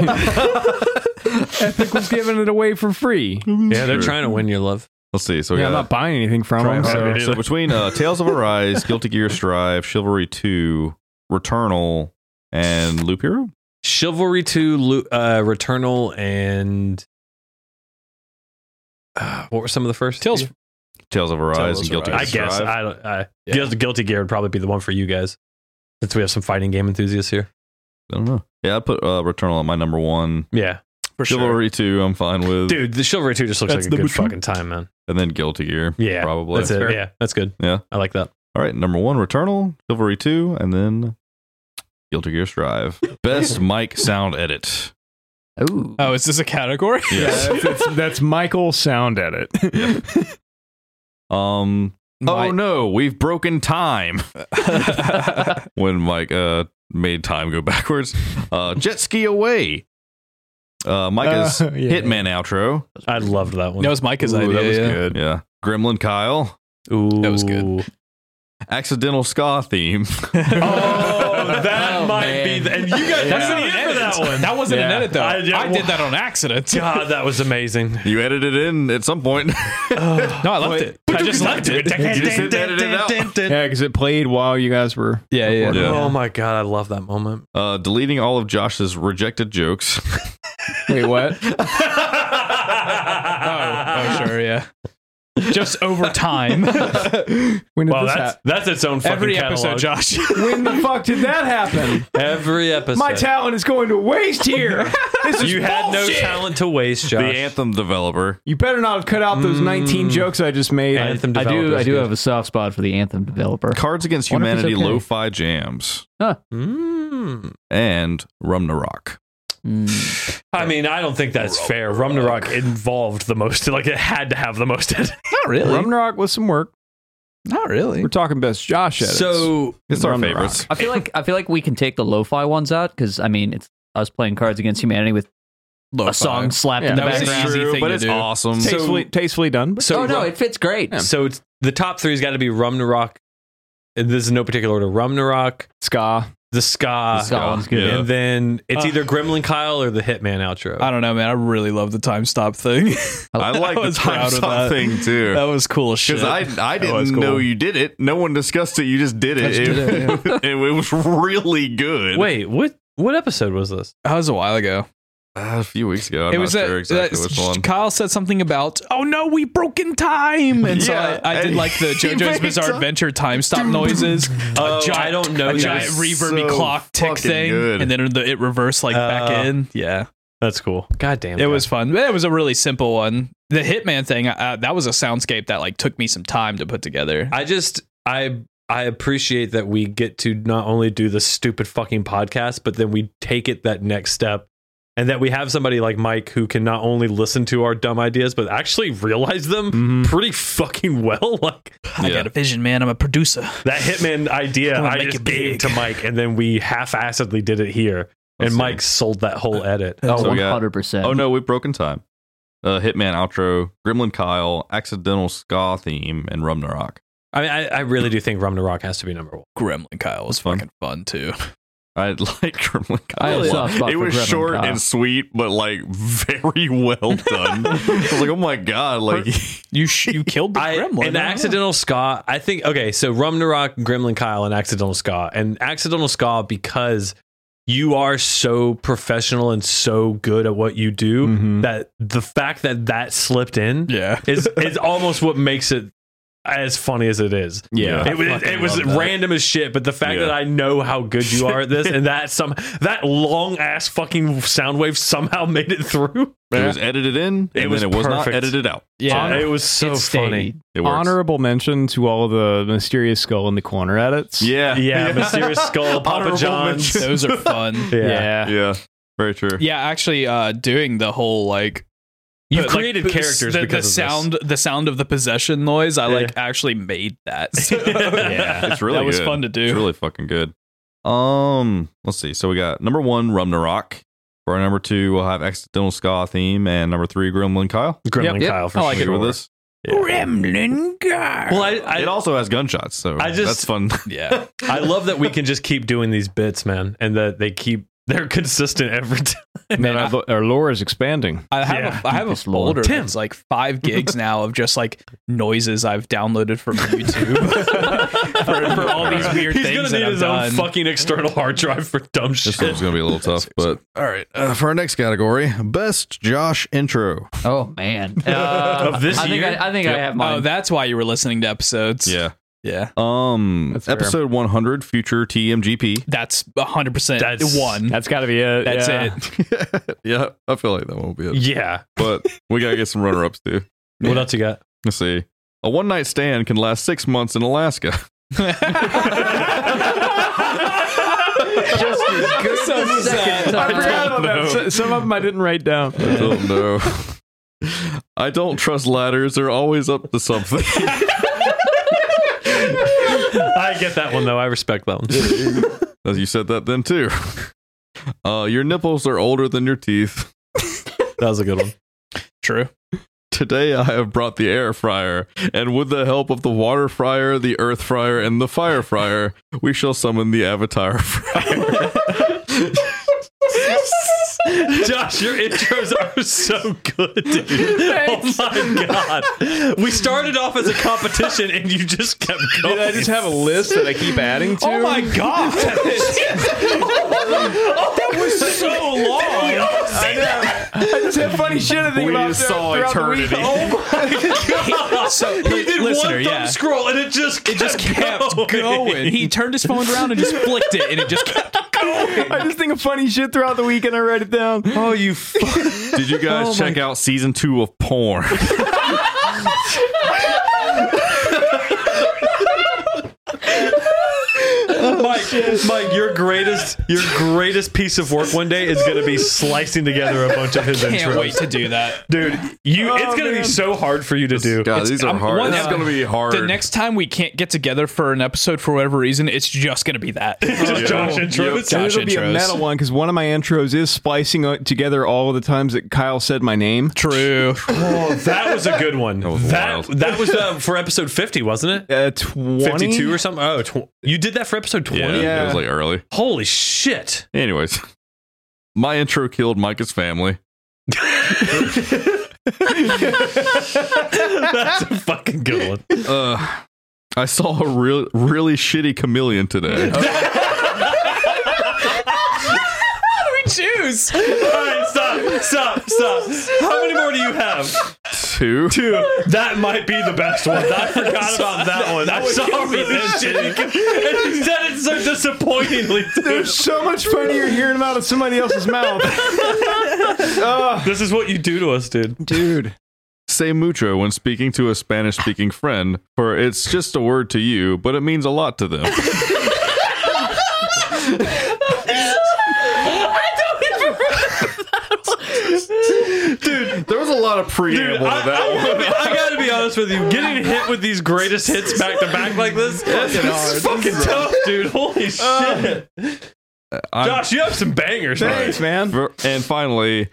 Epic was giving it away for free. Yeah, they're Sure. trying to win your love. Let's see. So we Yeah, I'm got- not buying anything from Try them. harder. So. So between uh, Tales of Arise, Guilty Gear Strive, Chivalry 2, Returnal, and Loop Hero? Chivalry Two, Lu- uh, Returnal, and uh, what were some of the first? Tales. Tales of Arise Tales and of Guilty I Arise. Gear guess Strive. I don't. I, Guilty, Guilty Gear would probably be the one for you guys, since we have some fighting game enthusiasts here. I don't know. Yeah, I put uh, Returnal on my number one. Yeah, for sure. Chivalry 2, I'm fine with. dude, the Chivalry Two just looks That's like a number good two. fucking time, man. And then Guilty Gear, Yeah, probably. that's it. Yeah, that's good. Yeah. I like that. All right, number one, Returnal, Chivalry 2, and then Guilty Gear Strive. Best mic sound edit. Ooh. Oh, is this a category? Yes. that's, that's- that's Michael sound edit. Um. My- Oh no, we've broken time. when Mike uh made time go backwards. Uh jet ski away. Uh Micah's Uh, yeah. Hitman outro. I loved that one. That was Micah's Ooh, idea. that was yeah. good. Yeah. Gremlin Kyle. Ooh. that was good. Accidental ska theme. Oh, that Oh, might man. be. The, and you guys, that's not the an end for that edit. one. That wasn't an Yeah. edit though. I- I, yeah, well- did that on accident. God, that was amazing. you edited it in at some point. No, I left it. I just left it. You just didn't edit it out. yeah, because it played while you guys were. Yeah, yeah. Yeah. Oh my god, I love that moment. Uh deleting all of Josh's rejected jokes. Wait, what? Oh, sure, yeah. Just over time. When did Well, this that's happen? that's its own fucking Every episode, catalog. Josh. When the fuck did that happen? Every episode. My talent is going to waste here. This is you had no bullshit. talent to waste, the Josh. anthem developer. You better not have cut out those 19 jokes I just made. Anthem I do. I developers do good. have a soft spot for the Anthem developer. Cards Against Wonder if it's Humanity okay. lo-fi jams. Mm. And Rumnarock. Mm. I mean, I don't think that's fair. Rumnarock involved the most. Like, it had to have the most. edit. Not really. Rumrock with some work. Not really. We're talking best Josh edits. so It's our Rumnarock. favorites. I feel like I feel like we can take the lo-fi ones out because I mean it's I was playing Cards Against Humanity with Lo-fi. a song slapped in the that was background. easy thing but to it's do. awesome. So- tastefully, tastefully done. But So oh no, Rum- it fits great. so it's the top three's got to be Rum Narok. and This is no particular order. Rum Narok, ska. the ska, The Ska one's good. Yeah. and then it's Uh, either Gremlin Kyle or the Hitman outro. I don't know, man. I really love the time stop thing. I like I the was time proud of stop that. thing too. that was cool as shit. Because I I didn't was cool. know you did it. No one discussed it. You just did it. just It, did it, it was really good. Wait, what? What episode was this? that was a while ago. Uh, a few weeks ago. I'm it was not that, sure exactly that- which one. Kyle said something about, "Oh no, we broke in time," and so Yeah, I, I did and like the he JoJo's made Bizarre time- Adventure time stop noises, Oh, a giant, I don't know a that. giant That's reverby so clock tick fucking thing, good. and then the, it reversed like Uh, back in. Yeah, That's cool. God damn, it guys. was fun. But it was a really simple one. The Hitman thing, uh, that was a soundscape that like took me some time to put together. I just I I appreciate that we get to not only do the stupid fucking podcast, but then we take it that next step. And that we have somebody like Mike who can not only listen to our dumb ideas, but actually realize them Mm-hmm. pretty fucking well. Like I got a vision, man. I'm a producer. that Hitman idea Come on, I make just it gave big. to Mike, and then we half assedly did it here. Let's and see. Mike sold that Uh, whole edit. Oh, So we got- 100%. Oh no, we've broken time. Uh, Hitman outro, Gremlin Kyle, accidental ska theme, and Rumnarok. I mean, I, I really do think Rum to Rock has to be number one. Gremlin Kyle was Fun. fucking fun too. I like Gremlin I Kyle. had a soft spot it for was Gremlin short Kyle. and sweet, but like very well done. I was like, oh my god, like You sh- you killed the I, Gremlin an accidental ska. I think okay. So Rum Narok, Gremlin Kyle, and accidental ska, and accidental ska because you are so professional and so good at what you do Mhm. that the fact that that slipped in Mm-hmm. Yeah. is is almost what makes it as funny as it is. Yeah. it was I it, fucking was love that. random as shit, but the fact Yeah. that I know how good you are at this and that some that long ass fucking sound wave somehow made it through. it was edited in, and It then was it was not perfect. edited out. Yeah, it was so It's funny. staged. It works. Honorable mention to all of the mysterious skull in the corner edits. Yeah, Yeah, mysterious skull, Papa Honorable John's. mention. Those are fun. Yeah. Yeah. yeah, very true. yeah, actually, uh, doing the whole like You've But, like, created the- characters the, because the of sound the sound of the possession noise i Yeah. like actually made that so Yeah. it's really that was good. fun to do It's really fucking good. Um, let's see. So we got number one, Rumnarok. For our number two, we'll have accidental ska theme, and number three, Gremlin Kyle. this. Oh, Gremlin Yep. Kyle. For I like sure. it with this. gremlin guy Well, I I, it also has gunshots, so I just- that's fun. yeah I love that we can just keep doing these bits, man, and that they keep they're consistent every time. And then our, our lore is expanding. i have Yeah. a, I have a Deepest lore. folder Tim. that's like five gigs now of just like noises i've downloaded from youtube for, for all these weird He's things gonna that need I've his done. own fucking external hard drive for dumb This shit. one's gonna be a little tough, but all right. Uh, for our next category, best Josh intro. Oh man, Uh, Of this I think year? I, I think I have mine. oh that's why you were listening to episodes Yeah. yeah Um, That's fair. episode 100, future TMGP. that's 100% That's- one That's got to be it. that's yeah. it yeah, I feel like that won't be it, Yeah. but we gotta get some runner-ups too. What else you got? Let's see. A one-night stand can last six months in Alaska. just as good So as the second sad. time. I forgot Some of them- know. s- Some of them I didn't write down. I don't know. I don't trust ladders. They're always up to something. I get that one though. I respect that one. As you said that then too. Uh, your nipples are older than your teeth. That was a good one. true Today I have brought the air fryer, and with the help of the water fryer, the earth fryer, and the fire fryer, we shall summon the avatar fryer. Josh, your intros are so good, dude. Oh my god. We started off as a competition and you just kept going. Dude, I just have a list that I keep adding to. Oh my god! that was so long. I know. I just have funny shit to think We about just throughout- saw throughout the week. eternity. Oh my so He did listener, one thumb yeah. scroll and it just kept just kept going. He turned his phone around and just flicked it, and it just kept going. Oh, I just think of funny shit throughout the week and I write it down. Oh, you! F- Did you guys check out season two of porn? my Mike, Mike, your greatest, your greatest piece of work one day is going to be slicing together a bunch of his Can't intros, wait to do that. dude. You, it's going to be so hard for you to do. God, It's- these are I'm- hard. one- It's uh, going to be hard. The next time we can't get together for an episode for whatever reason, it's just gonna be that. Just Josh intros. Josh it'll be a intros. meta one because one of my intros is splicing uh, together all of the times that Kyle said my name. True. Oh, that was a good one. That was that, wild. was uh, for episode fifty, wasn't it? Uh, 20? 52 or something. Oh, tw- you did that for episode 20? yeah, it Yeah. was like early. Holy shit. Anyways, my intro killed Micah's family. That's a fucking good one. Uh, I saw a real, really shitty chameleon today. Uh, Choose. All right, stop, stop, stop. How many more do you have? Two. Two. That might be the best one. I forgot about that one. I'm sorry. That shit. And he said it so disappointingly. Dude. It's so much funnier hearing them out of somebody else's mouth. oh, This is what you do to us, dude. dude. Say mucho when speaking to a Spanish speaking friend, for it's just a word to you, but it means a lot to them. Dude, there was a lot of preamble Dude, I, to that I one. gotta be, I gotta be honest with you. Getting hit with these greatest hits back to back like this, this is fucking tough, dude. Holy shit. Josh, you have some bangers, man. Thanks, man. Ver- And finally,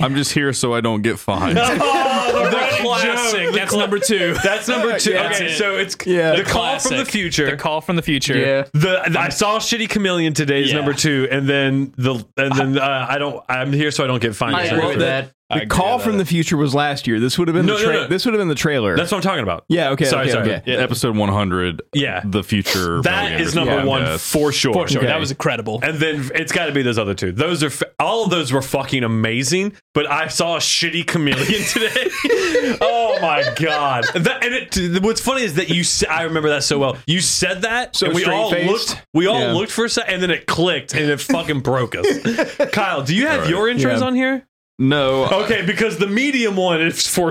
I'm just here so I don't get fined. Oh, the running Classic. joke. The That's cla- number two. That's number two. Yeah. okay, That's it. so it's Yeah. the call Classic. from the future. The call from the future. Yeah. The, the- I saw Shitty Chameleon today is Yeah. number two, and then the and then uh, I don't. I'm here so I don't get fined. I Is agree number with three. that. The call from the future was last year. This would have been No, the no, tra- no. This would have been the trailer. That's what I'm talking about. yeah. Okay. Sorry, okay, sorry. okay. Yeah. Episode 100. Yeah. The future. That is number Yeah. one Yes. for sure. For sure. Okay. That was incredible. And then it's got to be those other two. Those are f- all of those were fucking amazing. But I saw a shitty chameleon today. oh my god! That, and it, what's funny is that you. sa- I remember that so well. You said that, So and we all straight-faced. looked. We all Yeah. looked for a second, and then it clicked, and it fucking broke us. Kyle, do you have your intros Yeah. on here? No. Okay, because the medium one is for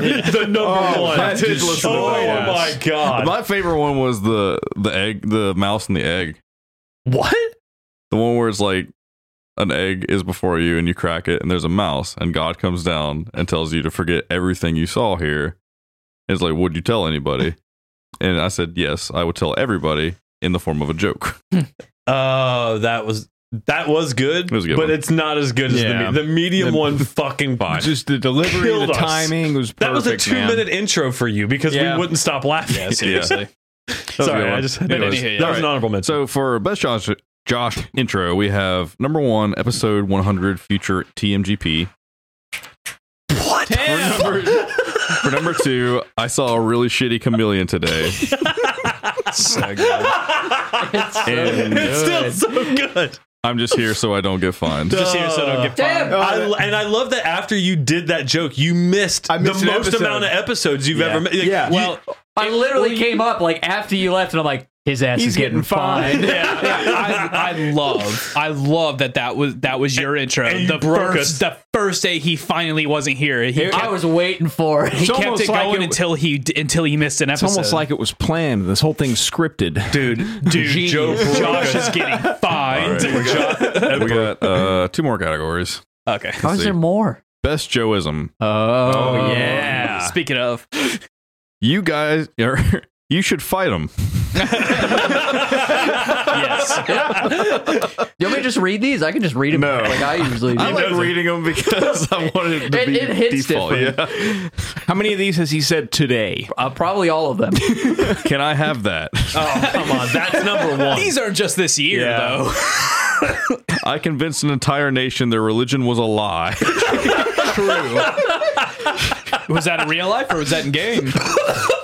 the number one. I did listen to oh that. my god! My favorite one was the the egg, the mouse and the egg. what? The one where it's like an egg is before you and you crack it and there's a mouse and God comes down and tells you to forget everything you saw here. It's like, would you tell anybody? And I said, yes, I would tell everybody in the form of a joke. Oh, that was that was good, It was a good but one. it's not as good as Yeah. the me- the medium The- one. Fucking fine. Just the delivery, Killed the us. timing was perfect. That was a two man. minute intro for you because Yeah. we wouldn't stop laughing. Yeah, seriously. was a Sorry, good one. I just But anyways, anywho, yeah. that was an honorable mention. So for best Josh Josh intro, we have number one, episode 100, future TMGP. what? For number, for number two, I saw a really shitty chameleon today. so good. And it's still so good. I'm just here so I don't get fined. Just here so I don't get Damn. fined. I, and I love that after you did that joke, you missed, I missed the an most episode. amount of episodes you've Yeah. ever made. Like, Yeah. you- Well, I literally came up like after you left, and I'm like, his ass is getting, fined. I, I love, I love that that was that was your intro. and you the broke first, us. the first day he finally wasn't here. He kept, I was waiting for it. he kept almost it like going it- until he d- until he missed an It's episode. almost like it was planned. This whole thing's scripted. dude, dude, Genius. Joe Josh is getting All fined. right, we got, we got uh, two more categories. Okay. How is there more? Best Joeism. Oh, yeah. Speaking of, You guys, er, you should fight them. yes, You want me to just read these? I can just read them. No. Like I usually do. I like reading them because I wanted to It- be it hits default. Yeah. How many of these has he said today? Uh, probably all of them. Can I have that? oh, come on. That's number one. these aren't just this year Yeah. though. I convinced an entire nation their religion was a lie. Was that in real life or was that in game?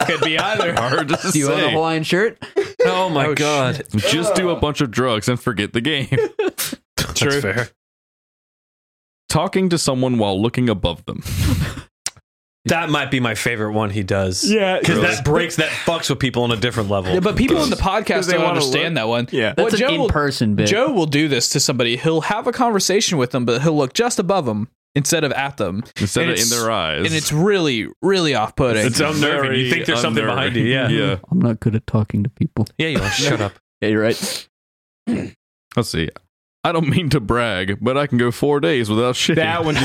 Could be either. Hard to Do you own a say. Hawaiian shirt? oh my god. Just do a bunch of drugs and forget the game. True. That's fair. Talking to someone while looking above them. That might be my favorite one he does. Yeah, Because Really? that breaks, that fucks with people on a different level. Yeah, but people in the Because podcast they don't wanna understand that one. Yeah. What That's Joe an will- in-person bit. Joe will do this to somebody. He'll have a conversation with them, but he'll look just above them instead of at them. Instead And of in it's- their eyes. And it's really, really off putting. it's unnerving. You Very think there's something behind you. unnerving. Yeah. Yeah. I'm not good at talking to people. Yeah, you are. Shut up. Yeah, you're right. Let's see. I don't mean to brag, but I can go four days without shitting. That one's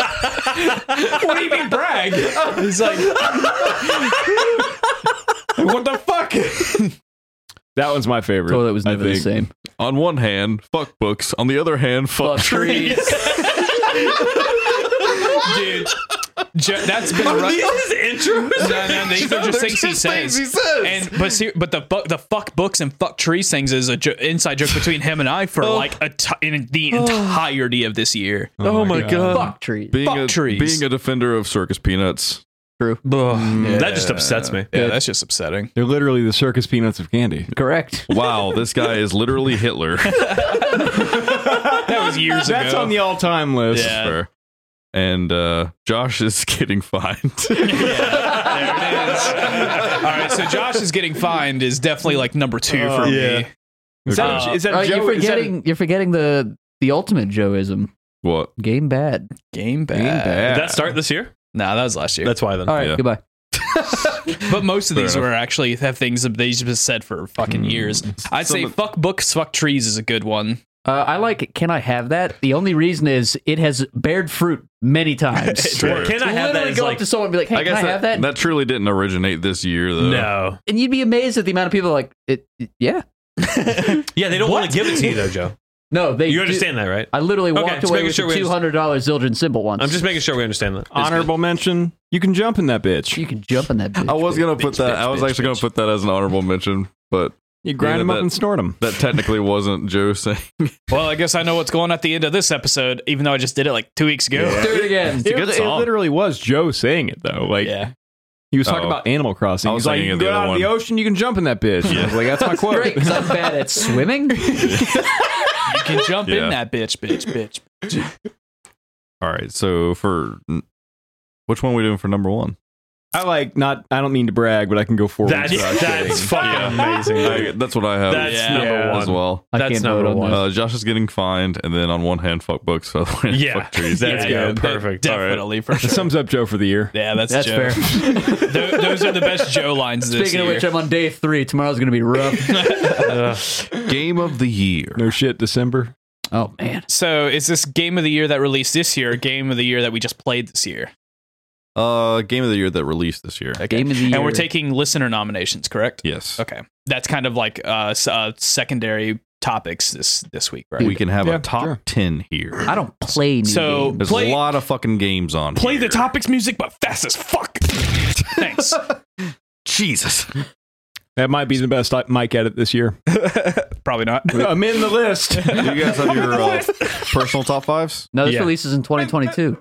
what do you mean brag? He's like, what the fuck? that one's my favorite. Oh, that was I never the think. same. On one hand, fuck books. On the other hand, fuck, Fuck trees. dude. Jo- that's been rough. These intros. No, no, these are just things he Just things he says. says. And but ser- but the bu- the fuck books and fuck trees things is a jo- inside joke between him and I for like a t- in the entirety of this year. Oh, my god. Fuck trees. being fuck a, trees. Being a defender of circus peanuts. Mm. That just upsets me. Yeah, that's just upsetting. They're literally the circus peanuts of candy. Correct. Wow, this guy is literally Hitler. That was years ago. That's on the all-time list. Yeah. Fair. And uh, Josh is getting fined. There it is. All right, so Josh is getting fined is definitely like number two for me. Is that, Uh, is that Uh, Joe? you're is that- forgetting. You're forgetting the the ultimate Joeism. what? Game bad. Game bad. Did that start this year? Nah, that was last year. That's why then. All right. Yeah. Goodbye. but most of Fair these enough. were actually have things that they've just said for fucking years. I'd say fuck books, fuck trees is a good one. Uh, I like. Can I have that? The only reason is it has bared fruit many times. Well, can I have that? Literally Is go like, up to someone and be like, "Hey, can I have that?" That truly didn't originate this year, though. no. And you'd be amazed at the amount of people like, "It, it- yeah, Yeah, they don't want to give it to you though, Joe. no, they." You do- understand that, right? I literally Okay, walked just away making with sure we two hundred dollars Zildjian symbol once. I'm just making sure we understand that. honorable mention. You can jump in that bitch. You can jump in that. Bitch. I was gonna put bitch, that. I bitch, was bitch, actually gonna put that as an honorable mention, but You grind Yeah, them up that- and snort them. that technically wasn't Joe saying. Well, I guess I know what's going at the end of this episode, even though I just did it like two weeks ago. do it again. It, it literally was Joe saying it though. Like Yeah. he was talking Oh. about Animal Crossing. I I was was He's like, thinking you of can go the other out in the one. ocean, you can jump in that bitch. I was like, that's my quote. Great, 'cause I'm bad at swimming. You can jump Yeah. in that bitch, bitch, bitch. All right, so for which one are we doing for number one? I like not. I don't mean to brag, but I can go forward. That's, that's fucking amazing. I, that's what I have That's Yeah. number Yeah. one. as well. I That's can't number vote on one. this. Uh, Josh is getting fined, and then on one hand, fuck books, so other hand, Yeah. fuck trees. That's yeah, good. that- Perfect. All right. Definitely for That sure. sums up Joe for the year. yeah, that's, That's Joe. fair. Tho- those are the best Joe lines this Speaking of year. which, I'm on day three. Tomorrow's gonna be rough. Game of the year. No shit, December. oh man. so, is this game of the year that released this year, or game of the year that we just played this year? Uh, game of the year that released this year. Game of the year. And we're taking listener nominations, correct? Yes, Okay, that's kind of like uh, s- uh secondary topics this this week, right? we can have Yeah, a top sure. ten here. I don't play new So- games. There's Play- a lot of fucking games on. Play here. the topics music, but fast as fuck. Thanks. Jesus. That might be the best I- mic edit this year. Probably not. I'm in the list. Do you guys have your uh, personal top fives? No, this Yeah. release is in 2022.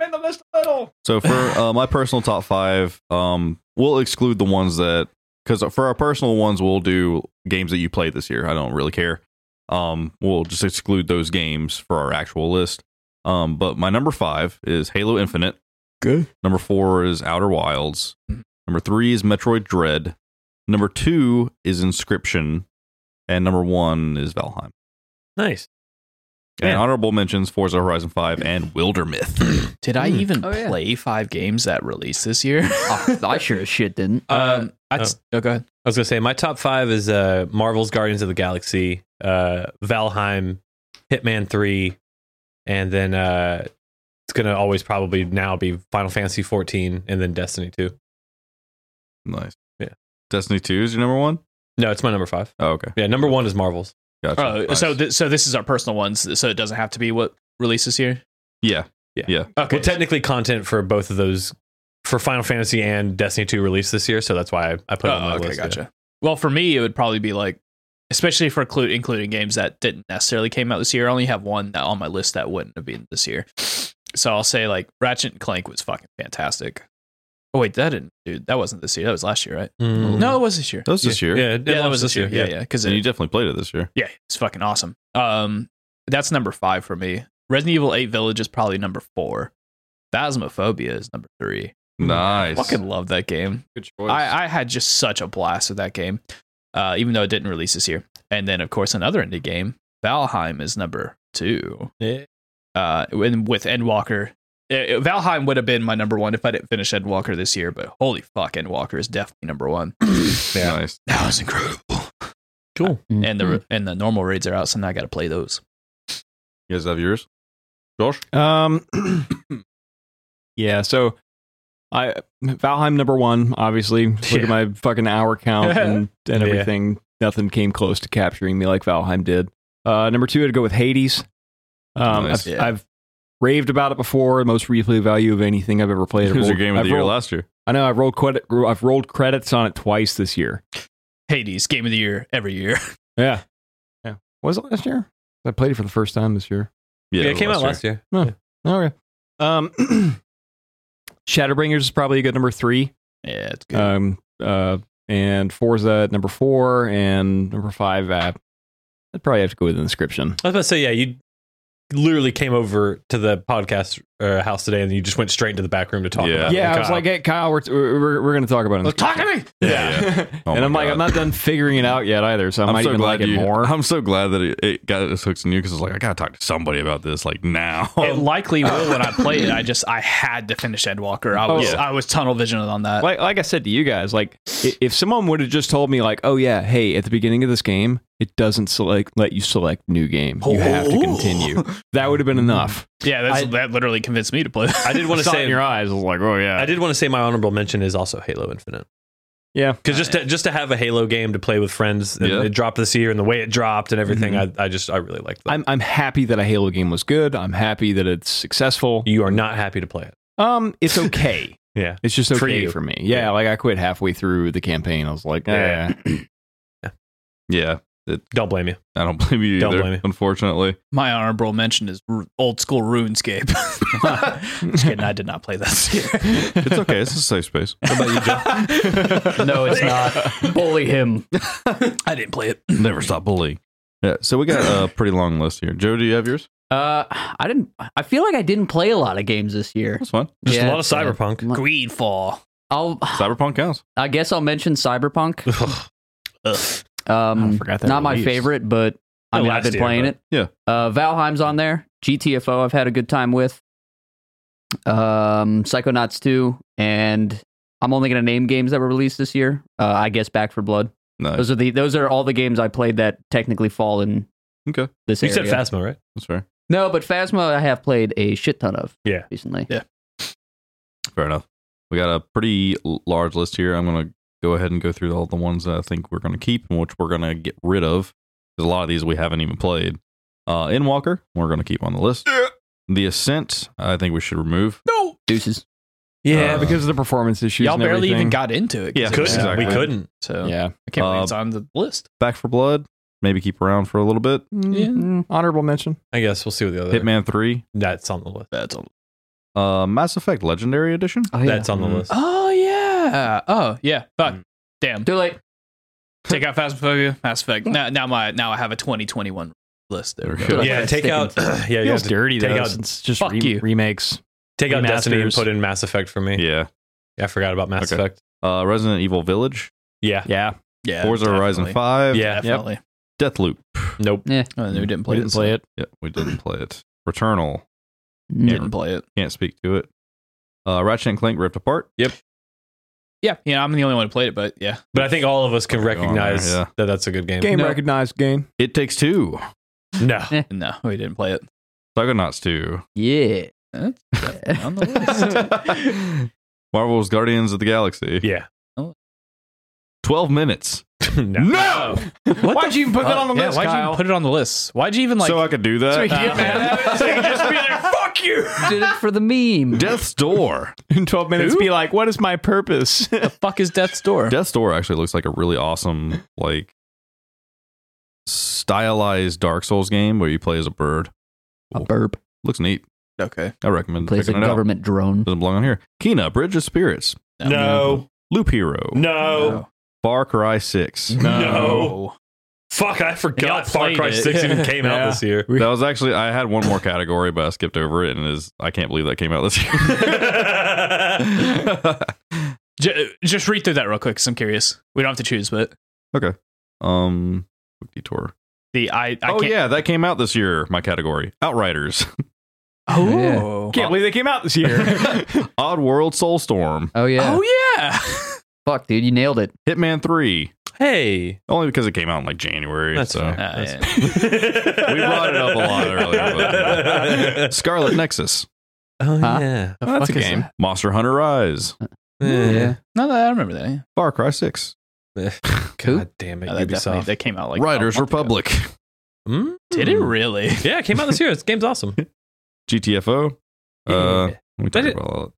So for uh, my personal top five, um, we'll exclude the ones that because for our personal ones, we'll do games that you played this year. I don't really care. Um, we'll just exclude those games for our actual list. Um, but my number five is Halo Infinite. Good. Number four is Outer Wilds. Number three is Metroid Dread. Number two is Inscription, and number one is Valheim. Nice. And honorable mentions: Forza Horizon Five and Wilder Myth. Did I even Oh, yeah. play five games that released this year? Oh, I sure as shit didn't. Uh, Uh, Uh, um, I'd, s- oh, go ahead. I was gonna say my top five is uh, Marvel's Guardians of the Galaxy, uh, Valheim, Hitman Three, and then uh, it's gonna always probably now be Final Fantasy fourteen, and then Destiny Two. nice. Yeah. Destiny Two is your number one. No, it's my number five. Oh, okay. Yeah, number one is Marvel's. Gotcha. Oh, Nice. so th- so this is our personal ones, so it doesn't have to be what released this year. yeah, Okay, Well, technically, content for both of those for Final Fantasy and Destiny Two released this year, so that's why I, I put it on Oh, my okay, list. yeah. gotcha. Well, for me, it would probably be like, especially for inclu- including games that didn't necessarily came out this year. I only have one that on my list that wouldn't have been this year. So I'll say like Ratchet and Clank was fucking fantastic. Oh wait, that didn't, dude. That wasn't this year. That was last year, right? Mm. No, it was this year. that was this year. Yeah, it- it yeah, Mm-hmm. that launched was this year. Yeah, yeah, because And you definitely played it this year. yeah, it's fucking awesome. Um, that's number five for me. Resident Evil Eight Village is probably number four. Phasmophobia is number three. Nice. Fucking love that game. Good choice. I, I had just such a blast with that game, uh, even though it didn't release this year. And then, of course, another indie game, Valheim, is number two. Yeah. Uh, and with Endwalker it, it- Valheim would have been my number one if I didn't finish Endwalker this year, but holy fuck, Endwalker is definitely number one. Yeah. Nice. That was incredible. Cool. And the and the normal raids are out, so now I got to play those. You guys have yours? Josh? Um, yeah. So, I Valheim number one, obviously. Look Yeah. at my fucking hour count and, and Yeah. everything. Nothing came close to capturing me like Valheim did. Uh, number two, I'd go with Hades. Um, Nice. I've, Yeah. I've raved about it before. Most replay value of anything I've ever played. It I've was your rolled- game of I've the year rolled- last year. I know. I've rolled credit. I've rolled credits on it twice this year. Hades, game of the year every year. Yeah. Yeah. Was it last year? I played it for the first time this year. Yeah, it was came out last year. Okay. Um, Shadowbringers is probably a good number three. Yeah, it's good. Um, uh, and Forza at number four and number five. Uh, I'd probably have to go with an inscription. I was about to say, yeah, you literally came over to the podcast uh, house today, and you just went straight into the back room to talk Yeah. about. it. Yeah, I Kyle. was like, hey, Kyle, we're, we're, we're going to talk about it. talk to me. Yeah. yeah. Oh and my I'm like, God. I'm not done figuring it out yet either, so I I'm might so even glad like it you, more. I'm so glad that it, it got its hooks in you because I was like, I gotta talk to somebody about this like now. It likely will when I play it. I just I had to finish Endwalker. I was yeah. I was tunnel visioned on that. like like I said to you guys, like i- if someone would have just told me like, oh yeah, hey, at the beginning of this game, it doesn't select let you select new game. You have Oh. to continue. That would have been enough. Yeah, that's, I- that literally convinced me to play. I did want to Saw it say, in your eyes, I was like, oh yeah, I did want to say my honorable mention is also Halo Infinite. yeah. Because just to, just to have a Halo game to play with friends, and Yeah. it dropped this year, and the way it dropped and everything, I, I just I really liked that. Mm-hmm. I'm I'm happy that a Halo game was good. I'm happy that it's successful. you are not happy to play it. Um, it's okay. Yeah. it's just okay For for, you. me. Yeah, like I quit halfway through the campaign. I was like, "Eh." yeah, yeah. Don't blame you. I don't blame you Don't either, blame you. unfortunately. My honorable mention is r- old school RuneScape. just kidding, I did not play that this year. It's okay. it's a safe space. no, it's not. Bully him. I didn't play it. Never stop bullying. Yeah. So we got a pretty long list here. Joe, do you have yours? Uh, I didn't. I feel like I didn't play a lot of games this year. That's fine. Just Yeah, a lot of it's, uh, cyberpunk. Like- Greedfall. I'll. Cyberpunk counts. I guess I'll mention Cyberpunk. Ugh. Um, I forgot that not my released. favorite, but I No, mean, I've last been year, playing but- it. Yeah. Uh, Valheim's on there. GTFO, I've had a good time with. Um, Psychonauts 2, and I'm only gonna name games that were released this year. Uh, I guess Back for Blood. Nice. Those are the those are all the games I played that technically fall in. Okay. This You area. said Phasma, right? That's fair. No, but Phasma, I have played a shit ton of. Yeah. Recently. Yeah. Fair enough. We got a pretty l- large list here. I'm going to go ahead and go through all the ones that I think we're going to keep and which we're going to get rid of. Because a lot of these we haven't even played. Uh, Inwalker, we're going to keep on the list. The Ascent, I think we should remove. No, Deuces. yeah, Uh, because of the performance issues. y'all and barely even everything. got into it. 'cause Yeah, it Couldn't. was- Exactly. We couldn't. So Yeah, I can't believe Uh, it's on the list. Back for Blood, maybe keep around for a little bit. Mm, honorable mention. I guess we'll see what the other. Hitman 3, That's on the list. That's on. uh, Mass Effect Legendary Edition. Oh, yeah. That's on the Mm. list. Oh yeah. Oh yeah. Fuck. Damn. Too late. Take out Phasmophobia, Mass Effect. Now, now my now I have a 2021 list. There we go. Oh, That's Yeah, what take I'm out. sticking yeah, you have Feels to dirty take though. out- since it's just fuck re- you. remakes. take out Destiny and remasters. put in Mass Effect for me. Yeah. Yeah, I forgot about Mass Okay. Effect. Uh, Resident Evil Village, Yeah. Yeah, Yeah. Forza Horizon definitely. 5, Yeah. Yep. Definitely. Deathloop. Nope. Oh, and we didn't play we didn't it. play it. Yeah, we didn't play it. Returnal, Mm. Didn't play it. can't speak to it. Uh, Ratchet and Clank Ripped Apart. Yeah. Yeah. I'm the only one who played it, but yeah. But I think all of us can Fucking go on there, recognize yeah. that that's a good game. Game No. recognized game. It Takes Two. No. No, we didn't play it. Psychonauts 2. Yeah. That's definitely on the list. Marvel's Guardians of the Galaxy. Yeah. 12 minutes. no. Why'd you even put that on the Uh, yeah, list, why'd Kyle? you put it on the list? Why'd you even like? so uh, I could do that? So we could get mad at it? So you could just be like, "Fuck you!" Did it for the meme. Death's Door. In twelve minutes, be like, "What is my purpose?" the fuck is Death's Door? Death's Door actually looks like a really awesome, like, stylized Dark Souls game where you play as a bird. A burp. Looks neat. Okay. I recommend Plays a checking it out. government drone. Doesn't belong on here. Kena, Bridge of Spirits. No. Loop Hero. No. Far Cry 6. No. Fuck, I Y'all forgot Far played Cry it. 6 even came Yeah. out this year. That was actually I had one more category, but I skipped over it, and it is I can't believe that came out this year. J- just read through that real quick, 'cause I'm curious. We don't have to choose, but um, quick detour. the I. I oh can't, yeah, that came out this year. My category, Outriders. Oh, Can't believe they came out this year. Odd World Soulstorm, Oh yeah. oh yeah. Fuck, dude, you nailed it. Hitman 3, Hey, only because it came out in like January. that's so. fair. Uh, That's- yeah. We brought it up a lot earlier. But, Scarlet Nexus, oh Huh? yeah. that's a fuck is game. Monster Hunter Rise, yeah. No, I remember that. yeah. Far Cry 6, God damn it, No, that, definitely, Ubisoft. that came out like a Riders month ago. Republic, Hmm? Did it really? Yeah, it came out this year. This game's awesome. GTFO. Uh, let me That talk it- about all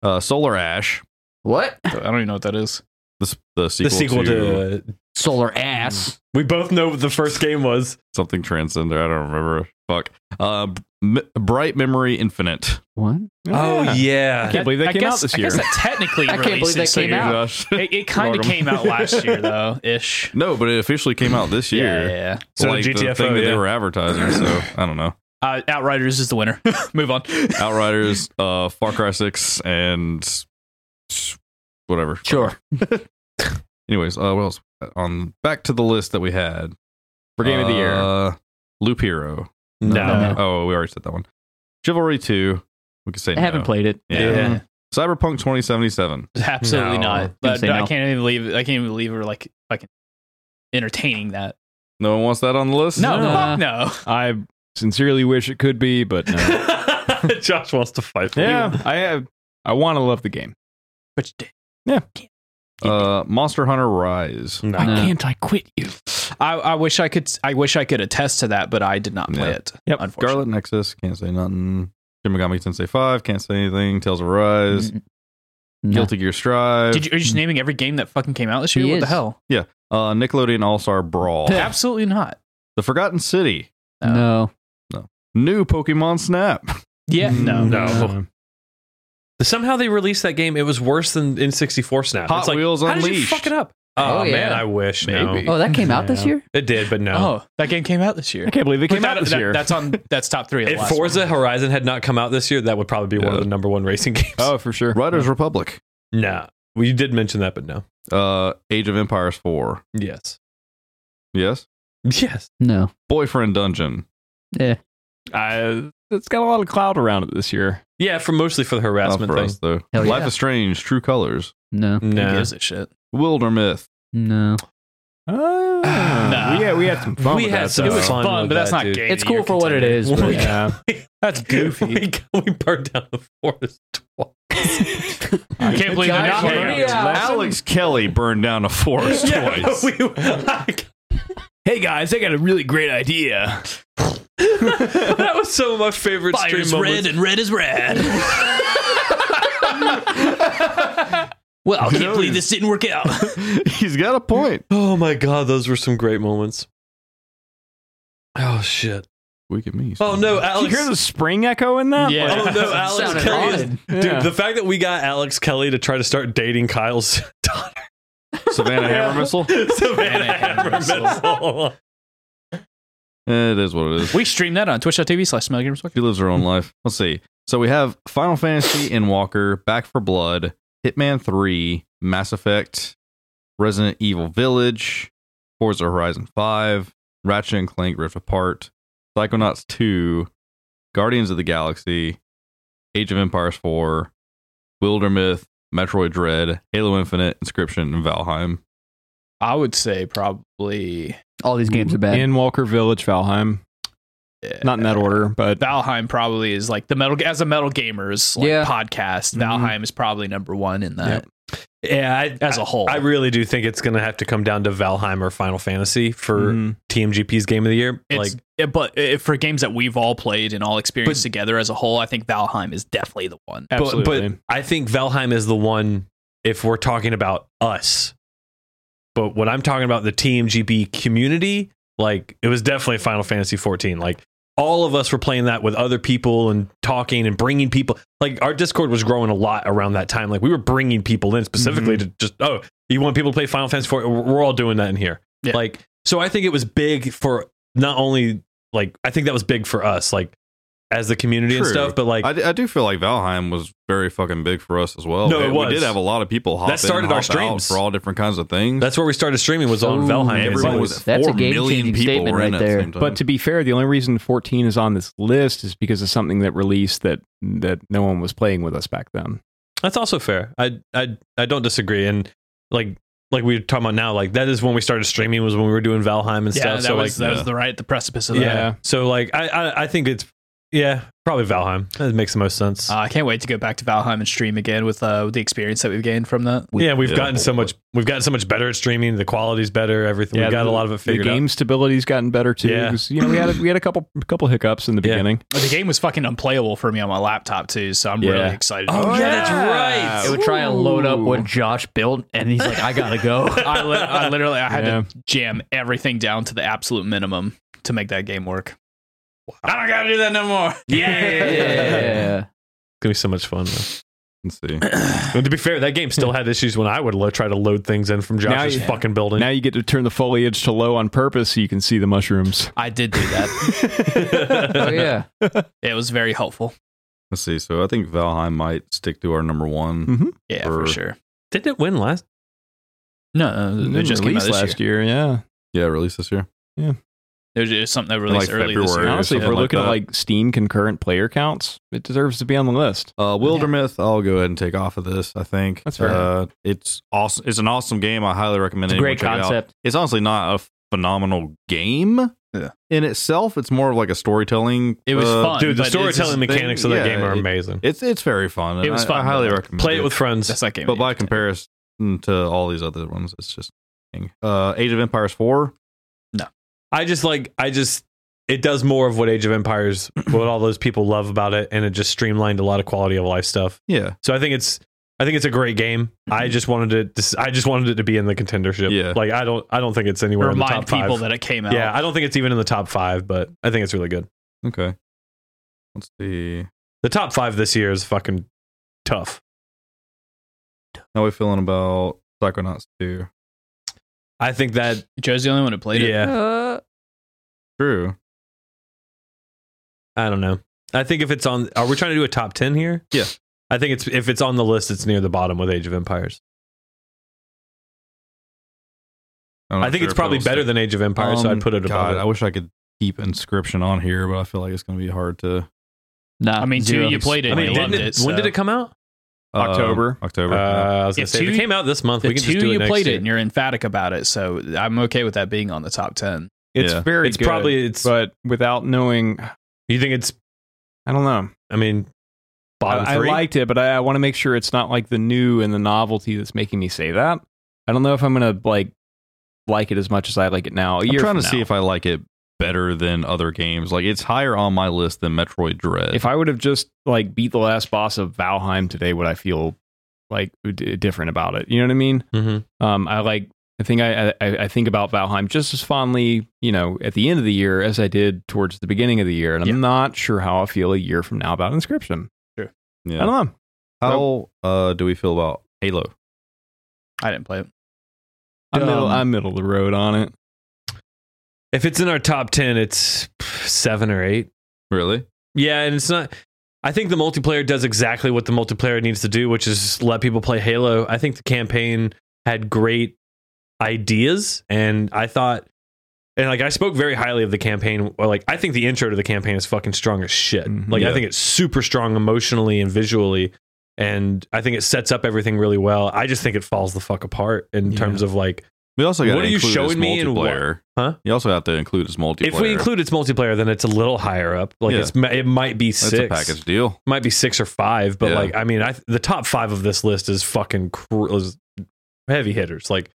that. Uh, Solar Ash, What? I don't even know what that is. the, s- the sequel, the sequel to, to. uh, Solar ass. we both know what the first game was. something transcender. I don't remember. Fuck. Uh, M- Bright Memory Infinite. What? Oh yeah. Can't believe they I came out guess- this I guess year. that technically I can't believe releases that so came you're- out. Gosh. It, it kind of Welcome. came out last year though, ish. No, but it officially came out this year. Yeah, yeah. So like the GTFO, thing that yeah. they were advertising. So I don't know. Uh, Outriders is the winner. Move on. Outriders, uh, Far Cry Six, and s- whatever. Sure. Anyways, uh, what else? On back to the list that we had For Game of the Year. Uh, Loop Hero. No. Oh, we already said that one. Chivalry Two. We could say I haven't played it. Yeah. Cyberpunk 2077. Absolutely No. not. Didn't But say I no. can't even believe I can't even believe we're like fucking entertaining that. No one wants that on the list. No, No. fuck no. I sincerely wish it could be, but no. Josh wants to fight. for yeah, I have. I want to love the game. But you did. Uh, Monster Hunter Rise. you. Why No. No. can't I quit you? I, I wish I could. I wish I could attest to that, but I did not play Yeah. it. Yep. Scarlet Nexus. Can't say nothing. Shin Megami Tensei 5. Can't say anything. Tales of Rise. Mm, no. Guilty Gear Strive. Did you, are you just naming every game that fucking came out this year? He what the is. hell? uh, Nickelodeon All Star Brawl. Absolutely not. the Forgotten City. No. New Pokemon Snap. Yeah, Mm. no, No. Somehow they released that game. It was worse than in 64 Snap. Hot it's like, Wheels how did you Unleashed. fuck it up? Oh, Oh, yeah. man, I wish. no. Maybe. Oh, that came out this Yeah. year? It did, but no. Oh, that game came out this year. I can't believe it came That- out this that- year. That's on. That's top three. Of the If last Forza one. Horizon had not come out this year, that would probably be one Yeah. of the number one racing games. oh, for sure. Riders Republic. Nah. Well, you did mention that, but no. Uh, Age of Empires 4. Yes. Yes. Yes. No. Boyfriend Dungeon. I, it's got a lot of cloud around it this year. Yeah, for mostly for the harassment Not for thing. us, though. Hell Life yeah. is Strange. True Colors. No. who No. gives a shit? Wilder Myth. No. Ah. Nah. we, had, we had some fun. We with had that, some though. It was fun fun, with but that's that, not dude. game. It's of the cool year for what it contender. is. but- Yeah. That's goofy. We, got- we burned down the forest twice. I can't believe they're not Giant playing Maria. it. Alex Kelly burned down a forest twice. we- I- Hey guys, I got a really great idea. that was some of my favorite Fire stream is red moments. and red is red. well, I can't believe this didn't work out. He's got a point. Oh my god, those were some great moments. Oh shit. Weak at me. Oh Did no, you Alex. hear the spring echo in that? Yeah. Oh no, Alex Sounded Kelly. is- odd. Oh, Dude, Yeah. the fact that we got Alex Kelly to try to start dating Kyle's daughter, Savannah Hammer Missile. Savannah Savannah Hammer Hammer Missile. Eh, It is what it is. we stream that on twitch.tv slash She lives her own life. Let's see. So we have Final Fantasy Endwalker, Back for Blood, Hitman 3, Mass Effect, Resident Evil Village, Forza Horizon 5, Ratchet and Clank Rift Apart, Psychonauts 2, Guardians of the Galaxy, Age of Empires 4, Wildermyth, Metroid Dread, Halo Infinite, Inscription, and Valheim. I would say probably All these games are bad. In Walker Village, Valheim. Yeah. Not in that order, but Valheim probably is like the metal as a metal gamers like Yeah. podcast. Mhm. Valheim is probably number one in that Yeah, I, as I- a whole. I really do think it's going to have to come down to Valheim or Final Fantasy Mm-hmm. for Mm-hmm. Mm. TMGP's game of the year. It's- like, Yeah, but uh, for games that we've all played and all experienced together as a whole, I think Valheim is definitely the one. but, absolutely. but I think Valheim is the one if we're talking about us. But when I'm talking about the TMGP community, like it was definitely Final Fantasy 14. Like all of us were playing that with other people and talking and bringing people. Like our Discord was growing a lot around that time. Like we were bringing people in specifically to just oh, you want people to play Final Fantasy 14? We're all doing that in here. Yeah. Like so, I think it was big for not only like I think that was big for us. Like as the community and True. stuff, but like I, d- I do feel like Valheim was very fucking big for us as well. No, it We- We was. did have a lot of people hop That in, started hop our out streams. for all different kinds of things. that's where we started streaming was on Ooh, Valheim. everyone basically. was at That's a four million game-changing people statement were in right at the there. same time. But to be fair, the only reason 14 is on this list is because of something that released that that no one was playing with us back then. That's also fair. I I I don't disagree. And like like we were talking about now, like that is when we started streaming was when we were doing Valheim and yeah, stuff. that so was like that was the right at the precipice of yeah. that. So like I, I I think it's yeah probably Valheim. That makes the most sense. Uh, I can't wait to go back to Valheim and stream again with uh, the experience that we've gained from that. yeah, we've yeah. gotten so much. We've gotten so much better at streaming. The quality's better. Everything. Yeah, we got a the- lot of it The figured game out. stability's gotten better too. Yeah. 'cause, You know, we had a, we had a couple couple hiccups in the Yeah. beginning. The game was fucking unplayable for me on my laptop too, so I'm Yeah. really excited. Oh, yeah, that's right. It would try and load up what Josh built, and he's like, "I gotta go." I, li- I literally I had to jam everything down to the absolute minimum to make that game work. I don't gotta do that no more. Oh, yeah. It's gonna be so much fun. though. Let's see. And to be fair, that game still had issues when I would lo- try to load things in from Josh's you- fucking building. Now you get to turn the foliage to low on purpose so you can see the mushrooms. I did do that. Oh yeah. It was very helpful. Let's see. So I think Valheim might stick to our number one. Mhm. Yeah, for, For- sure. Didn't it win last? No, it, Didn't just came release out this year. last year. Yeah. Yeah, released this year. It was just something that Like released early this February year. or Honestly, if something we're like looking that. at like Steam concurrent player counts, it deserves to be on the list. Uh, Wildermyth, I'll go ahead and take off of this. I think That's fair. Uh, it's awesome. It's an awesome game. I highly recommend It's a anyone great check it out. concept. It's honestly not a phenomenal game Yeah. in itself. It's more of like a storytelling. It was uh, fun. Dude, the but it's storytelling this thing- mechanics of that yeah, game are it- amazing. It's it's very fun. and It was I- I fun, highly though. recommend Play it with friends. That's that game. But by comparison to all these other ones, it's just uh, Age of Empires four. I just like I just it does more of what Age of Empires what all those people love about it and it just streamlined a lot of quality of life stuff. Yeah, So I think it's I think it's a great game. I just wanted it this I just wanted it to be in the contendership. Mhm. Yeah. Like I don't I don't think it's anywhere in the top remind people 5. that it came out. yeah, I don't think it's even in the top 5, but I think it's really good. okay. Let's see. The top 5 this year is fucking tough. How we feeling about Psychonauts two? I think that Joe's the only one who played it. yeah, True. I don't know. I think if it's on are we trying to do a top 10 here? Yeah. I think it's if it's on the list it's near the bottom with Age of Empires. I'm not I think sure it's if probably it'll stick. better than Age of Empires, so Um, I'd put it above God, it. I wish I could keep inscription on here, but I feel like it's going to be hard to. uh, Nah, I mean, zero. two, you played it. I I mean, you didn't loved it, it. when did so- it come out? uh, October. October. Uh, I was Yeah, gonna say, if two- it came out this month, The we can two just do it you next played year. it, and you're emphatic about it. So I'm okay with that being on the top ten. It's Yeah. very it's good, probably it's. but without knowing, you think it's? I don't know. I mean, bottom I, I three. liked it, but I, I want to make sure it's not like the new and the novelty that's making me say that. I don't know if I'm gonna like like it as much as I like it now. A I'm year trying to from see now. if I like it better than other games. Like it's higher on my list than Metroid Dread. if I would have just like beat the last boss of Valheim today, would I feel like d- different about it? You know what I mean? Mhm. Um, I like. I think I, I I think about Valheim just as fondly, you know, at the end of the year as I did towards the beginning of the year, and I'm Yeah. not sure how I feel a year from now about Inscription. yeah. I don't know. how uh, do we feel about Halo? I didn't play it. I'm middle. Um, I'm middle of the road on it. If it's in our top ten, it's seven or eight. Really? Yeah, and it's not. I think the multiplayer does exactly what the multiplayer needs to do, which is let people play Halo. I think the campaign had great ideas, and I thought, and like I spoke very highly of the campaign. Or like I think the intro to the campaign is fucking strong as shit. Mhm. Like Mm-hmm. I Yeah. think it's super strong emotionally and visually, and I think it sets up everything really well. I just think it falls the fuck apart in Yeah. terms of like We also got What are you include showing his me and what? multiplayer. Huh? You also have to include his multiplayer. if we include its multiplayer, then it's a little higher up. Like Yeah. it's it might be that's six. a package deal. might be six or five, but Yeah. like I mean, I the top five of this list is fucking cr- is heavy hitters, like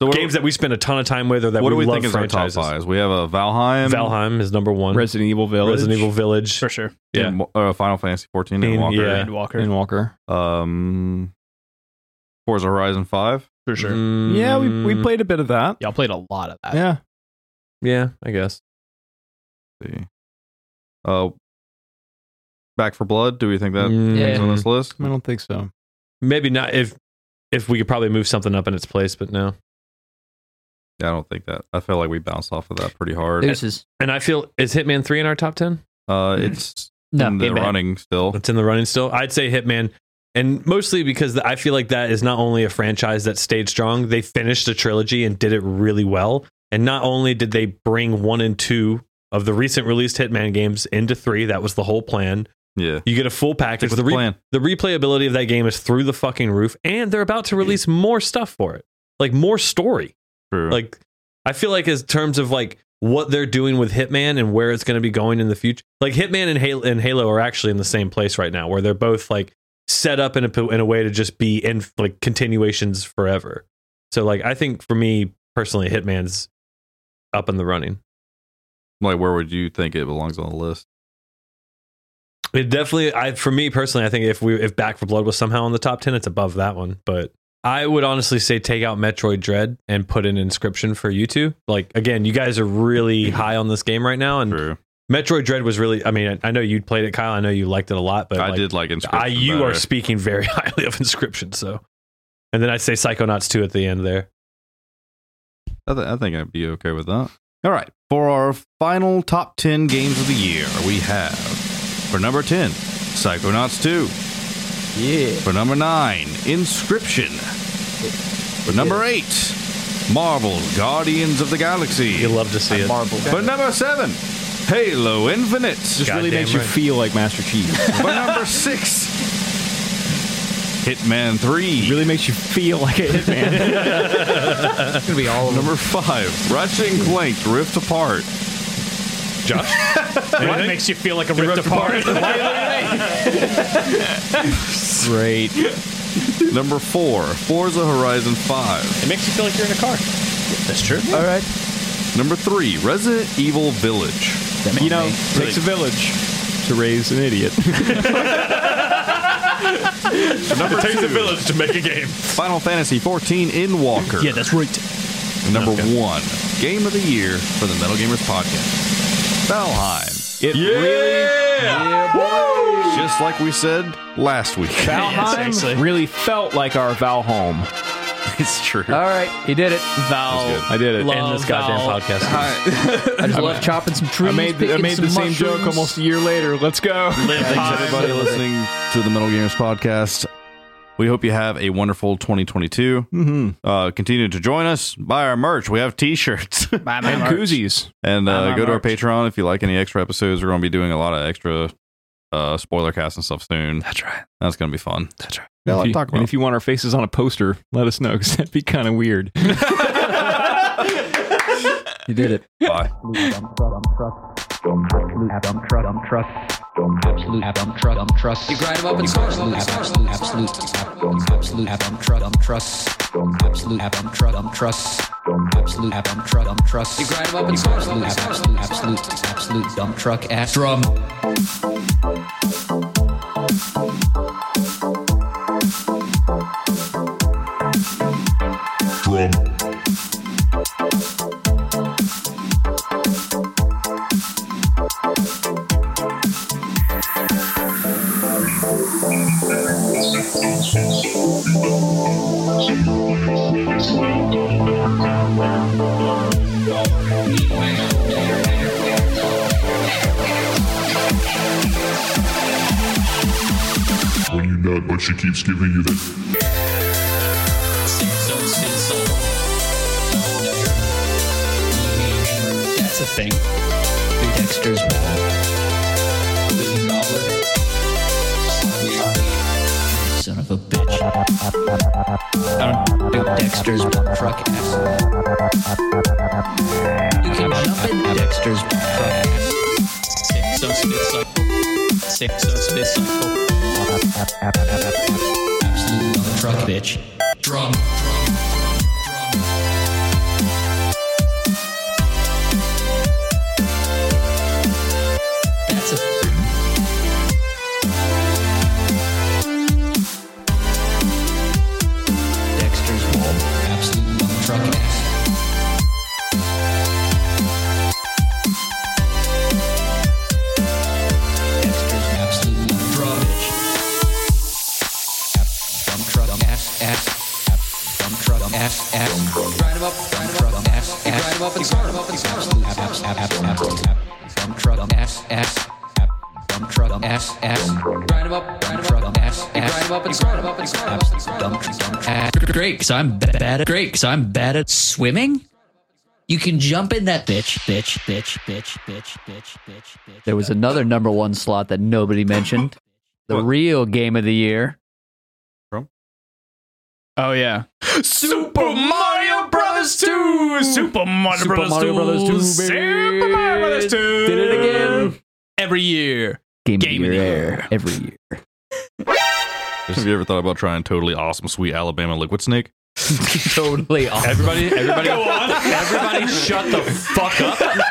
So what games that we spend a ton of time with or that what do we, we love think is our top franchises. five? We have a Valheim, Valheim is number one. Um, Resident Evil Village, Resident Evil Village. For sure. yeah, mo- uh, Final Fantasy 14, and Teen- Walker, yeah. And Walker. and Walker. um, Forza Horizon 5. for sure. Mm, Yeah, we, we played a bit of that. Y'all played a lot of that. Yeah. Yeah, I guess. Let's see. Uh, Back for Blood. Do we think that Mm, is on this list? I don't think so. Maybe not if if we could probably move something up in its place, but no. Yeah, I don't think that. I feel like we bounced off of that pretty hard. Deuces. And I feel is Hitman three in our top ten? Uh, it's No, in the Hitman. running still. It's in the running still. I'd say Hitman, and mostly because I feel like that is not only a franchise that stayed strong, they finished a trilogy and did it really well. And not only did they bring one and two of the recent released Hitman games into three, that was the whole plan. Yeah. You get a full Stick package. with The, the re- plan. the replayability of that game is through the fucking roof, and they're about to release more stuff for it, like more story True. like i feel like as terms of like what they're doing with hitman and where it's going to be going in the future like hitman and halo, and halo are actually in the same place right now where they're both like set up in a, po- in a way to just be in like continuations forever so like i think for me personally hitman's up in the running like where would you think it belongs on the list? it definitely i for me personally i think if we if back for blood was somehow in the top 10 it's above that one but i would honestly say take out metroid dread and put an inscription for you two like again you guys are really high on this game right now and True. Metroid Dread was really. I mean, I know you played it, Kyle. I know you liked it a lot, but I like, did like Inscription. I you better. are speaking very highly of Inscription. So, and then I'd say Psychonauts two at the end there. I, th- I think I'd be okay with that. All right. For our final top 10 games of the year, we have for number 10, Psychonauts 2. yeah. For number 9, Inscription. For number 8, Marvel's Guardians of the Galaxy. You love to see it. Marvel. For number 7, Halo Infinite. Just really Goddamn makes you right. feel like Master Chief. For number 6, Hitman 3. really makes you feel like a hitman. It's gonna be all of them. Number 5, Ratchet and Clank Rift Apart. What makes you feel like a ripped apart? Great. Number 4, Forza Horizon 5. it makes you feel like you're in a car. That's true. All right. Number three, Resident Evil Village. You know, takes a village to raise an idiot. Number two, village to make a game. Final Fantasy 14 in Walker. Yeah, that's right. Number one, Game of the Year for the Metal Gamers Podcast. Valheim. It really, Just like we said last week. seriously. Valheim really felt like our Valhome. it's true. All right, he did it. Val. That Oh, I did it. Love End this goddamn Val. podcast. I, I just love chopping some trees. I made, I picking made some the same joke mushrooms. almost a year later. Let's go. thanks everybody listening to the Metal Gamers Podcast. We hope you have a wonderful 2022. Mm-hmm. Uh, continue to join us. Buy our merch. We have t-shirts. Bye, my And heart. koozies. and uh, my go to our merch. Patreon if you like any extra episodes. We're going to be doing a lot of extra uh, spoiler casts and stuff soon. That's right. That's going to be fun. That's right. Yeah, if like you, talk about. and if you want our faces on a poster, let us know because that'd be kind of weird. You did it. Bye. Absolute dump trust. Dump trust. Absolute dump trust. Absolute dump trust. Dump trust. You grind them up and score. Absolute. Absolute. Absolute. Absolute. Dump trust. Dump trust. Absolute. Dump trust. Dump trust. Absolute. Dump trust. Dump trust. You grind them up and score. Absolute. Absolute. Absolute. Absolute. Dump truck ass drum. when you nut, but she keeps giving you that. That's a thing. Dexter's Son of a bitch. Dexter's truck ass. You can jump in Dexter's truck ass. Absolute dumb truck bitch. Drum. That's a Dexter's wall. Absolute dumb truck ass. Dexter's absolute dumb truck bitch. Dumb truck ass ass. Dumb truck ass ass. Grind 'em up, grind 'em up, ass ass. Grind 'em up and score 'em up and score 'em up. Ass ass ass ass. Dumb truck ass ass. Dumb dump truck dump ass ass grind them up grind them up ass ass grind them up and start them up and start them up dump dump ass Great, because I'm ba- bad at great, because I'm bad at swimming. You can jump in that bitch, bitch, bitch, bitch, bitch, bitch, bitch, bitch. There was another number one slot that nobody mentioned. The What? real game of the year. Oh yeah, Super Mario Brothers Two, Super Mario Super Mario Brothers 2, baby. Super Mario Brothers Two, Did it again. every year. Game, Game of of the the year, every year. Have you ever thought about trying totally awesome, sweet Alabama liquid snake? totally awesome. Everybody, everybody, everybody, shut the fuck up.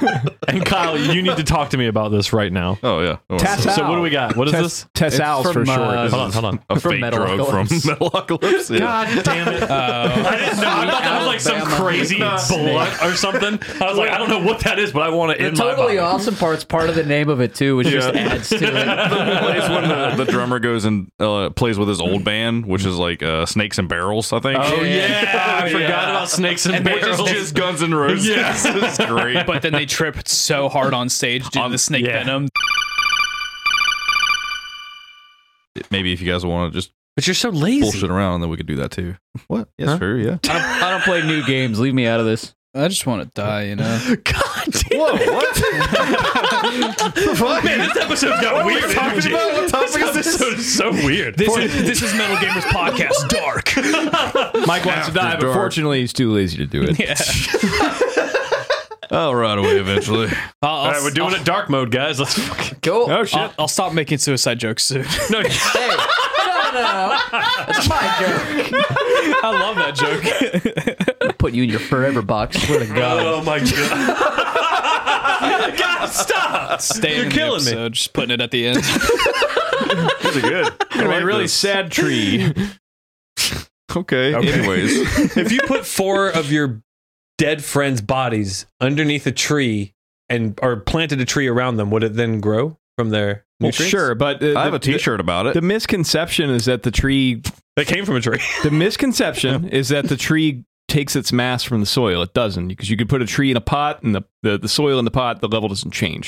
and Kyle, you need to talk to me about this right now. Oh yeah, Don't worry. So what do we got? What is this? Tessals for from, short. uh, This Hold is- on, hold on. a from fake Metal drug Apocalypse. from Metalocalypse. Yeah. damn it! I didn't know. I thought that was like some Alabama. crazy blood or something. I was like, I don't know what that is, but I want it The in my totally body. awesome part's part of the name of it too, which just adds to it. plays when the, the drummer goes and uh, plays with his old band, which is like uh, Snakes and Barrels, I think. Oh yeah, I forgot about snakes and, And they barrels. just It's just Guns and Roses. Yes. it's great. But then they tripped so hard on stage due to the snake yeah. venom. Maybe if you guys want to just but you're so lazy. bullshit around, then we could do that too. What? Yes, Huh? sure. Yeah. I don't, I don't play new games. Leave me out of this. I just want to die, you know. God damn. Whoa! What? Man, this episode got weird. dude. topic is This episode is so weird. This is this is Metal Gamers Podcast Dark. Mike wants to die, but dark. fortunately, he's too lazy to do it. Yeah. I'll ride away eventually. I'll, I'll, All right, we're doing it dark mode, guys. Let's fucking Go. Oh shit! I'll, I'll stop making suicide jokes soon. no. Hey. No, no, no. That's my joke. I love that joke. Put you in your forever box. Swear to God. Oh my god. God, stop! Staying You're in the killing me. episode, Just putting it at the end. These are good. I I'm a like really this. sad tree. Okay. Anyways, If you put four of your dead friends' bodies underneath a tree and or planted a tree around them, would it then grow from their well, nutrients? sure, but uh, I have the- a T-shirt about it. The misconception is that the tree. They came from a tree. The misconception is that the tree takes its mass from the soil. It doesn't because you could put a tree in a pot, and the, the, the soil in the pot, the level doesn't change.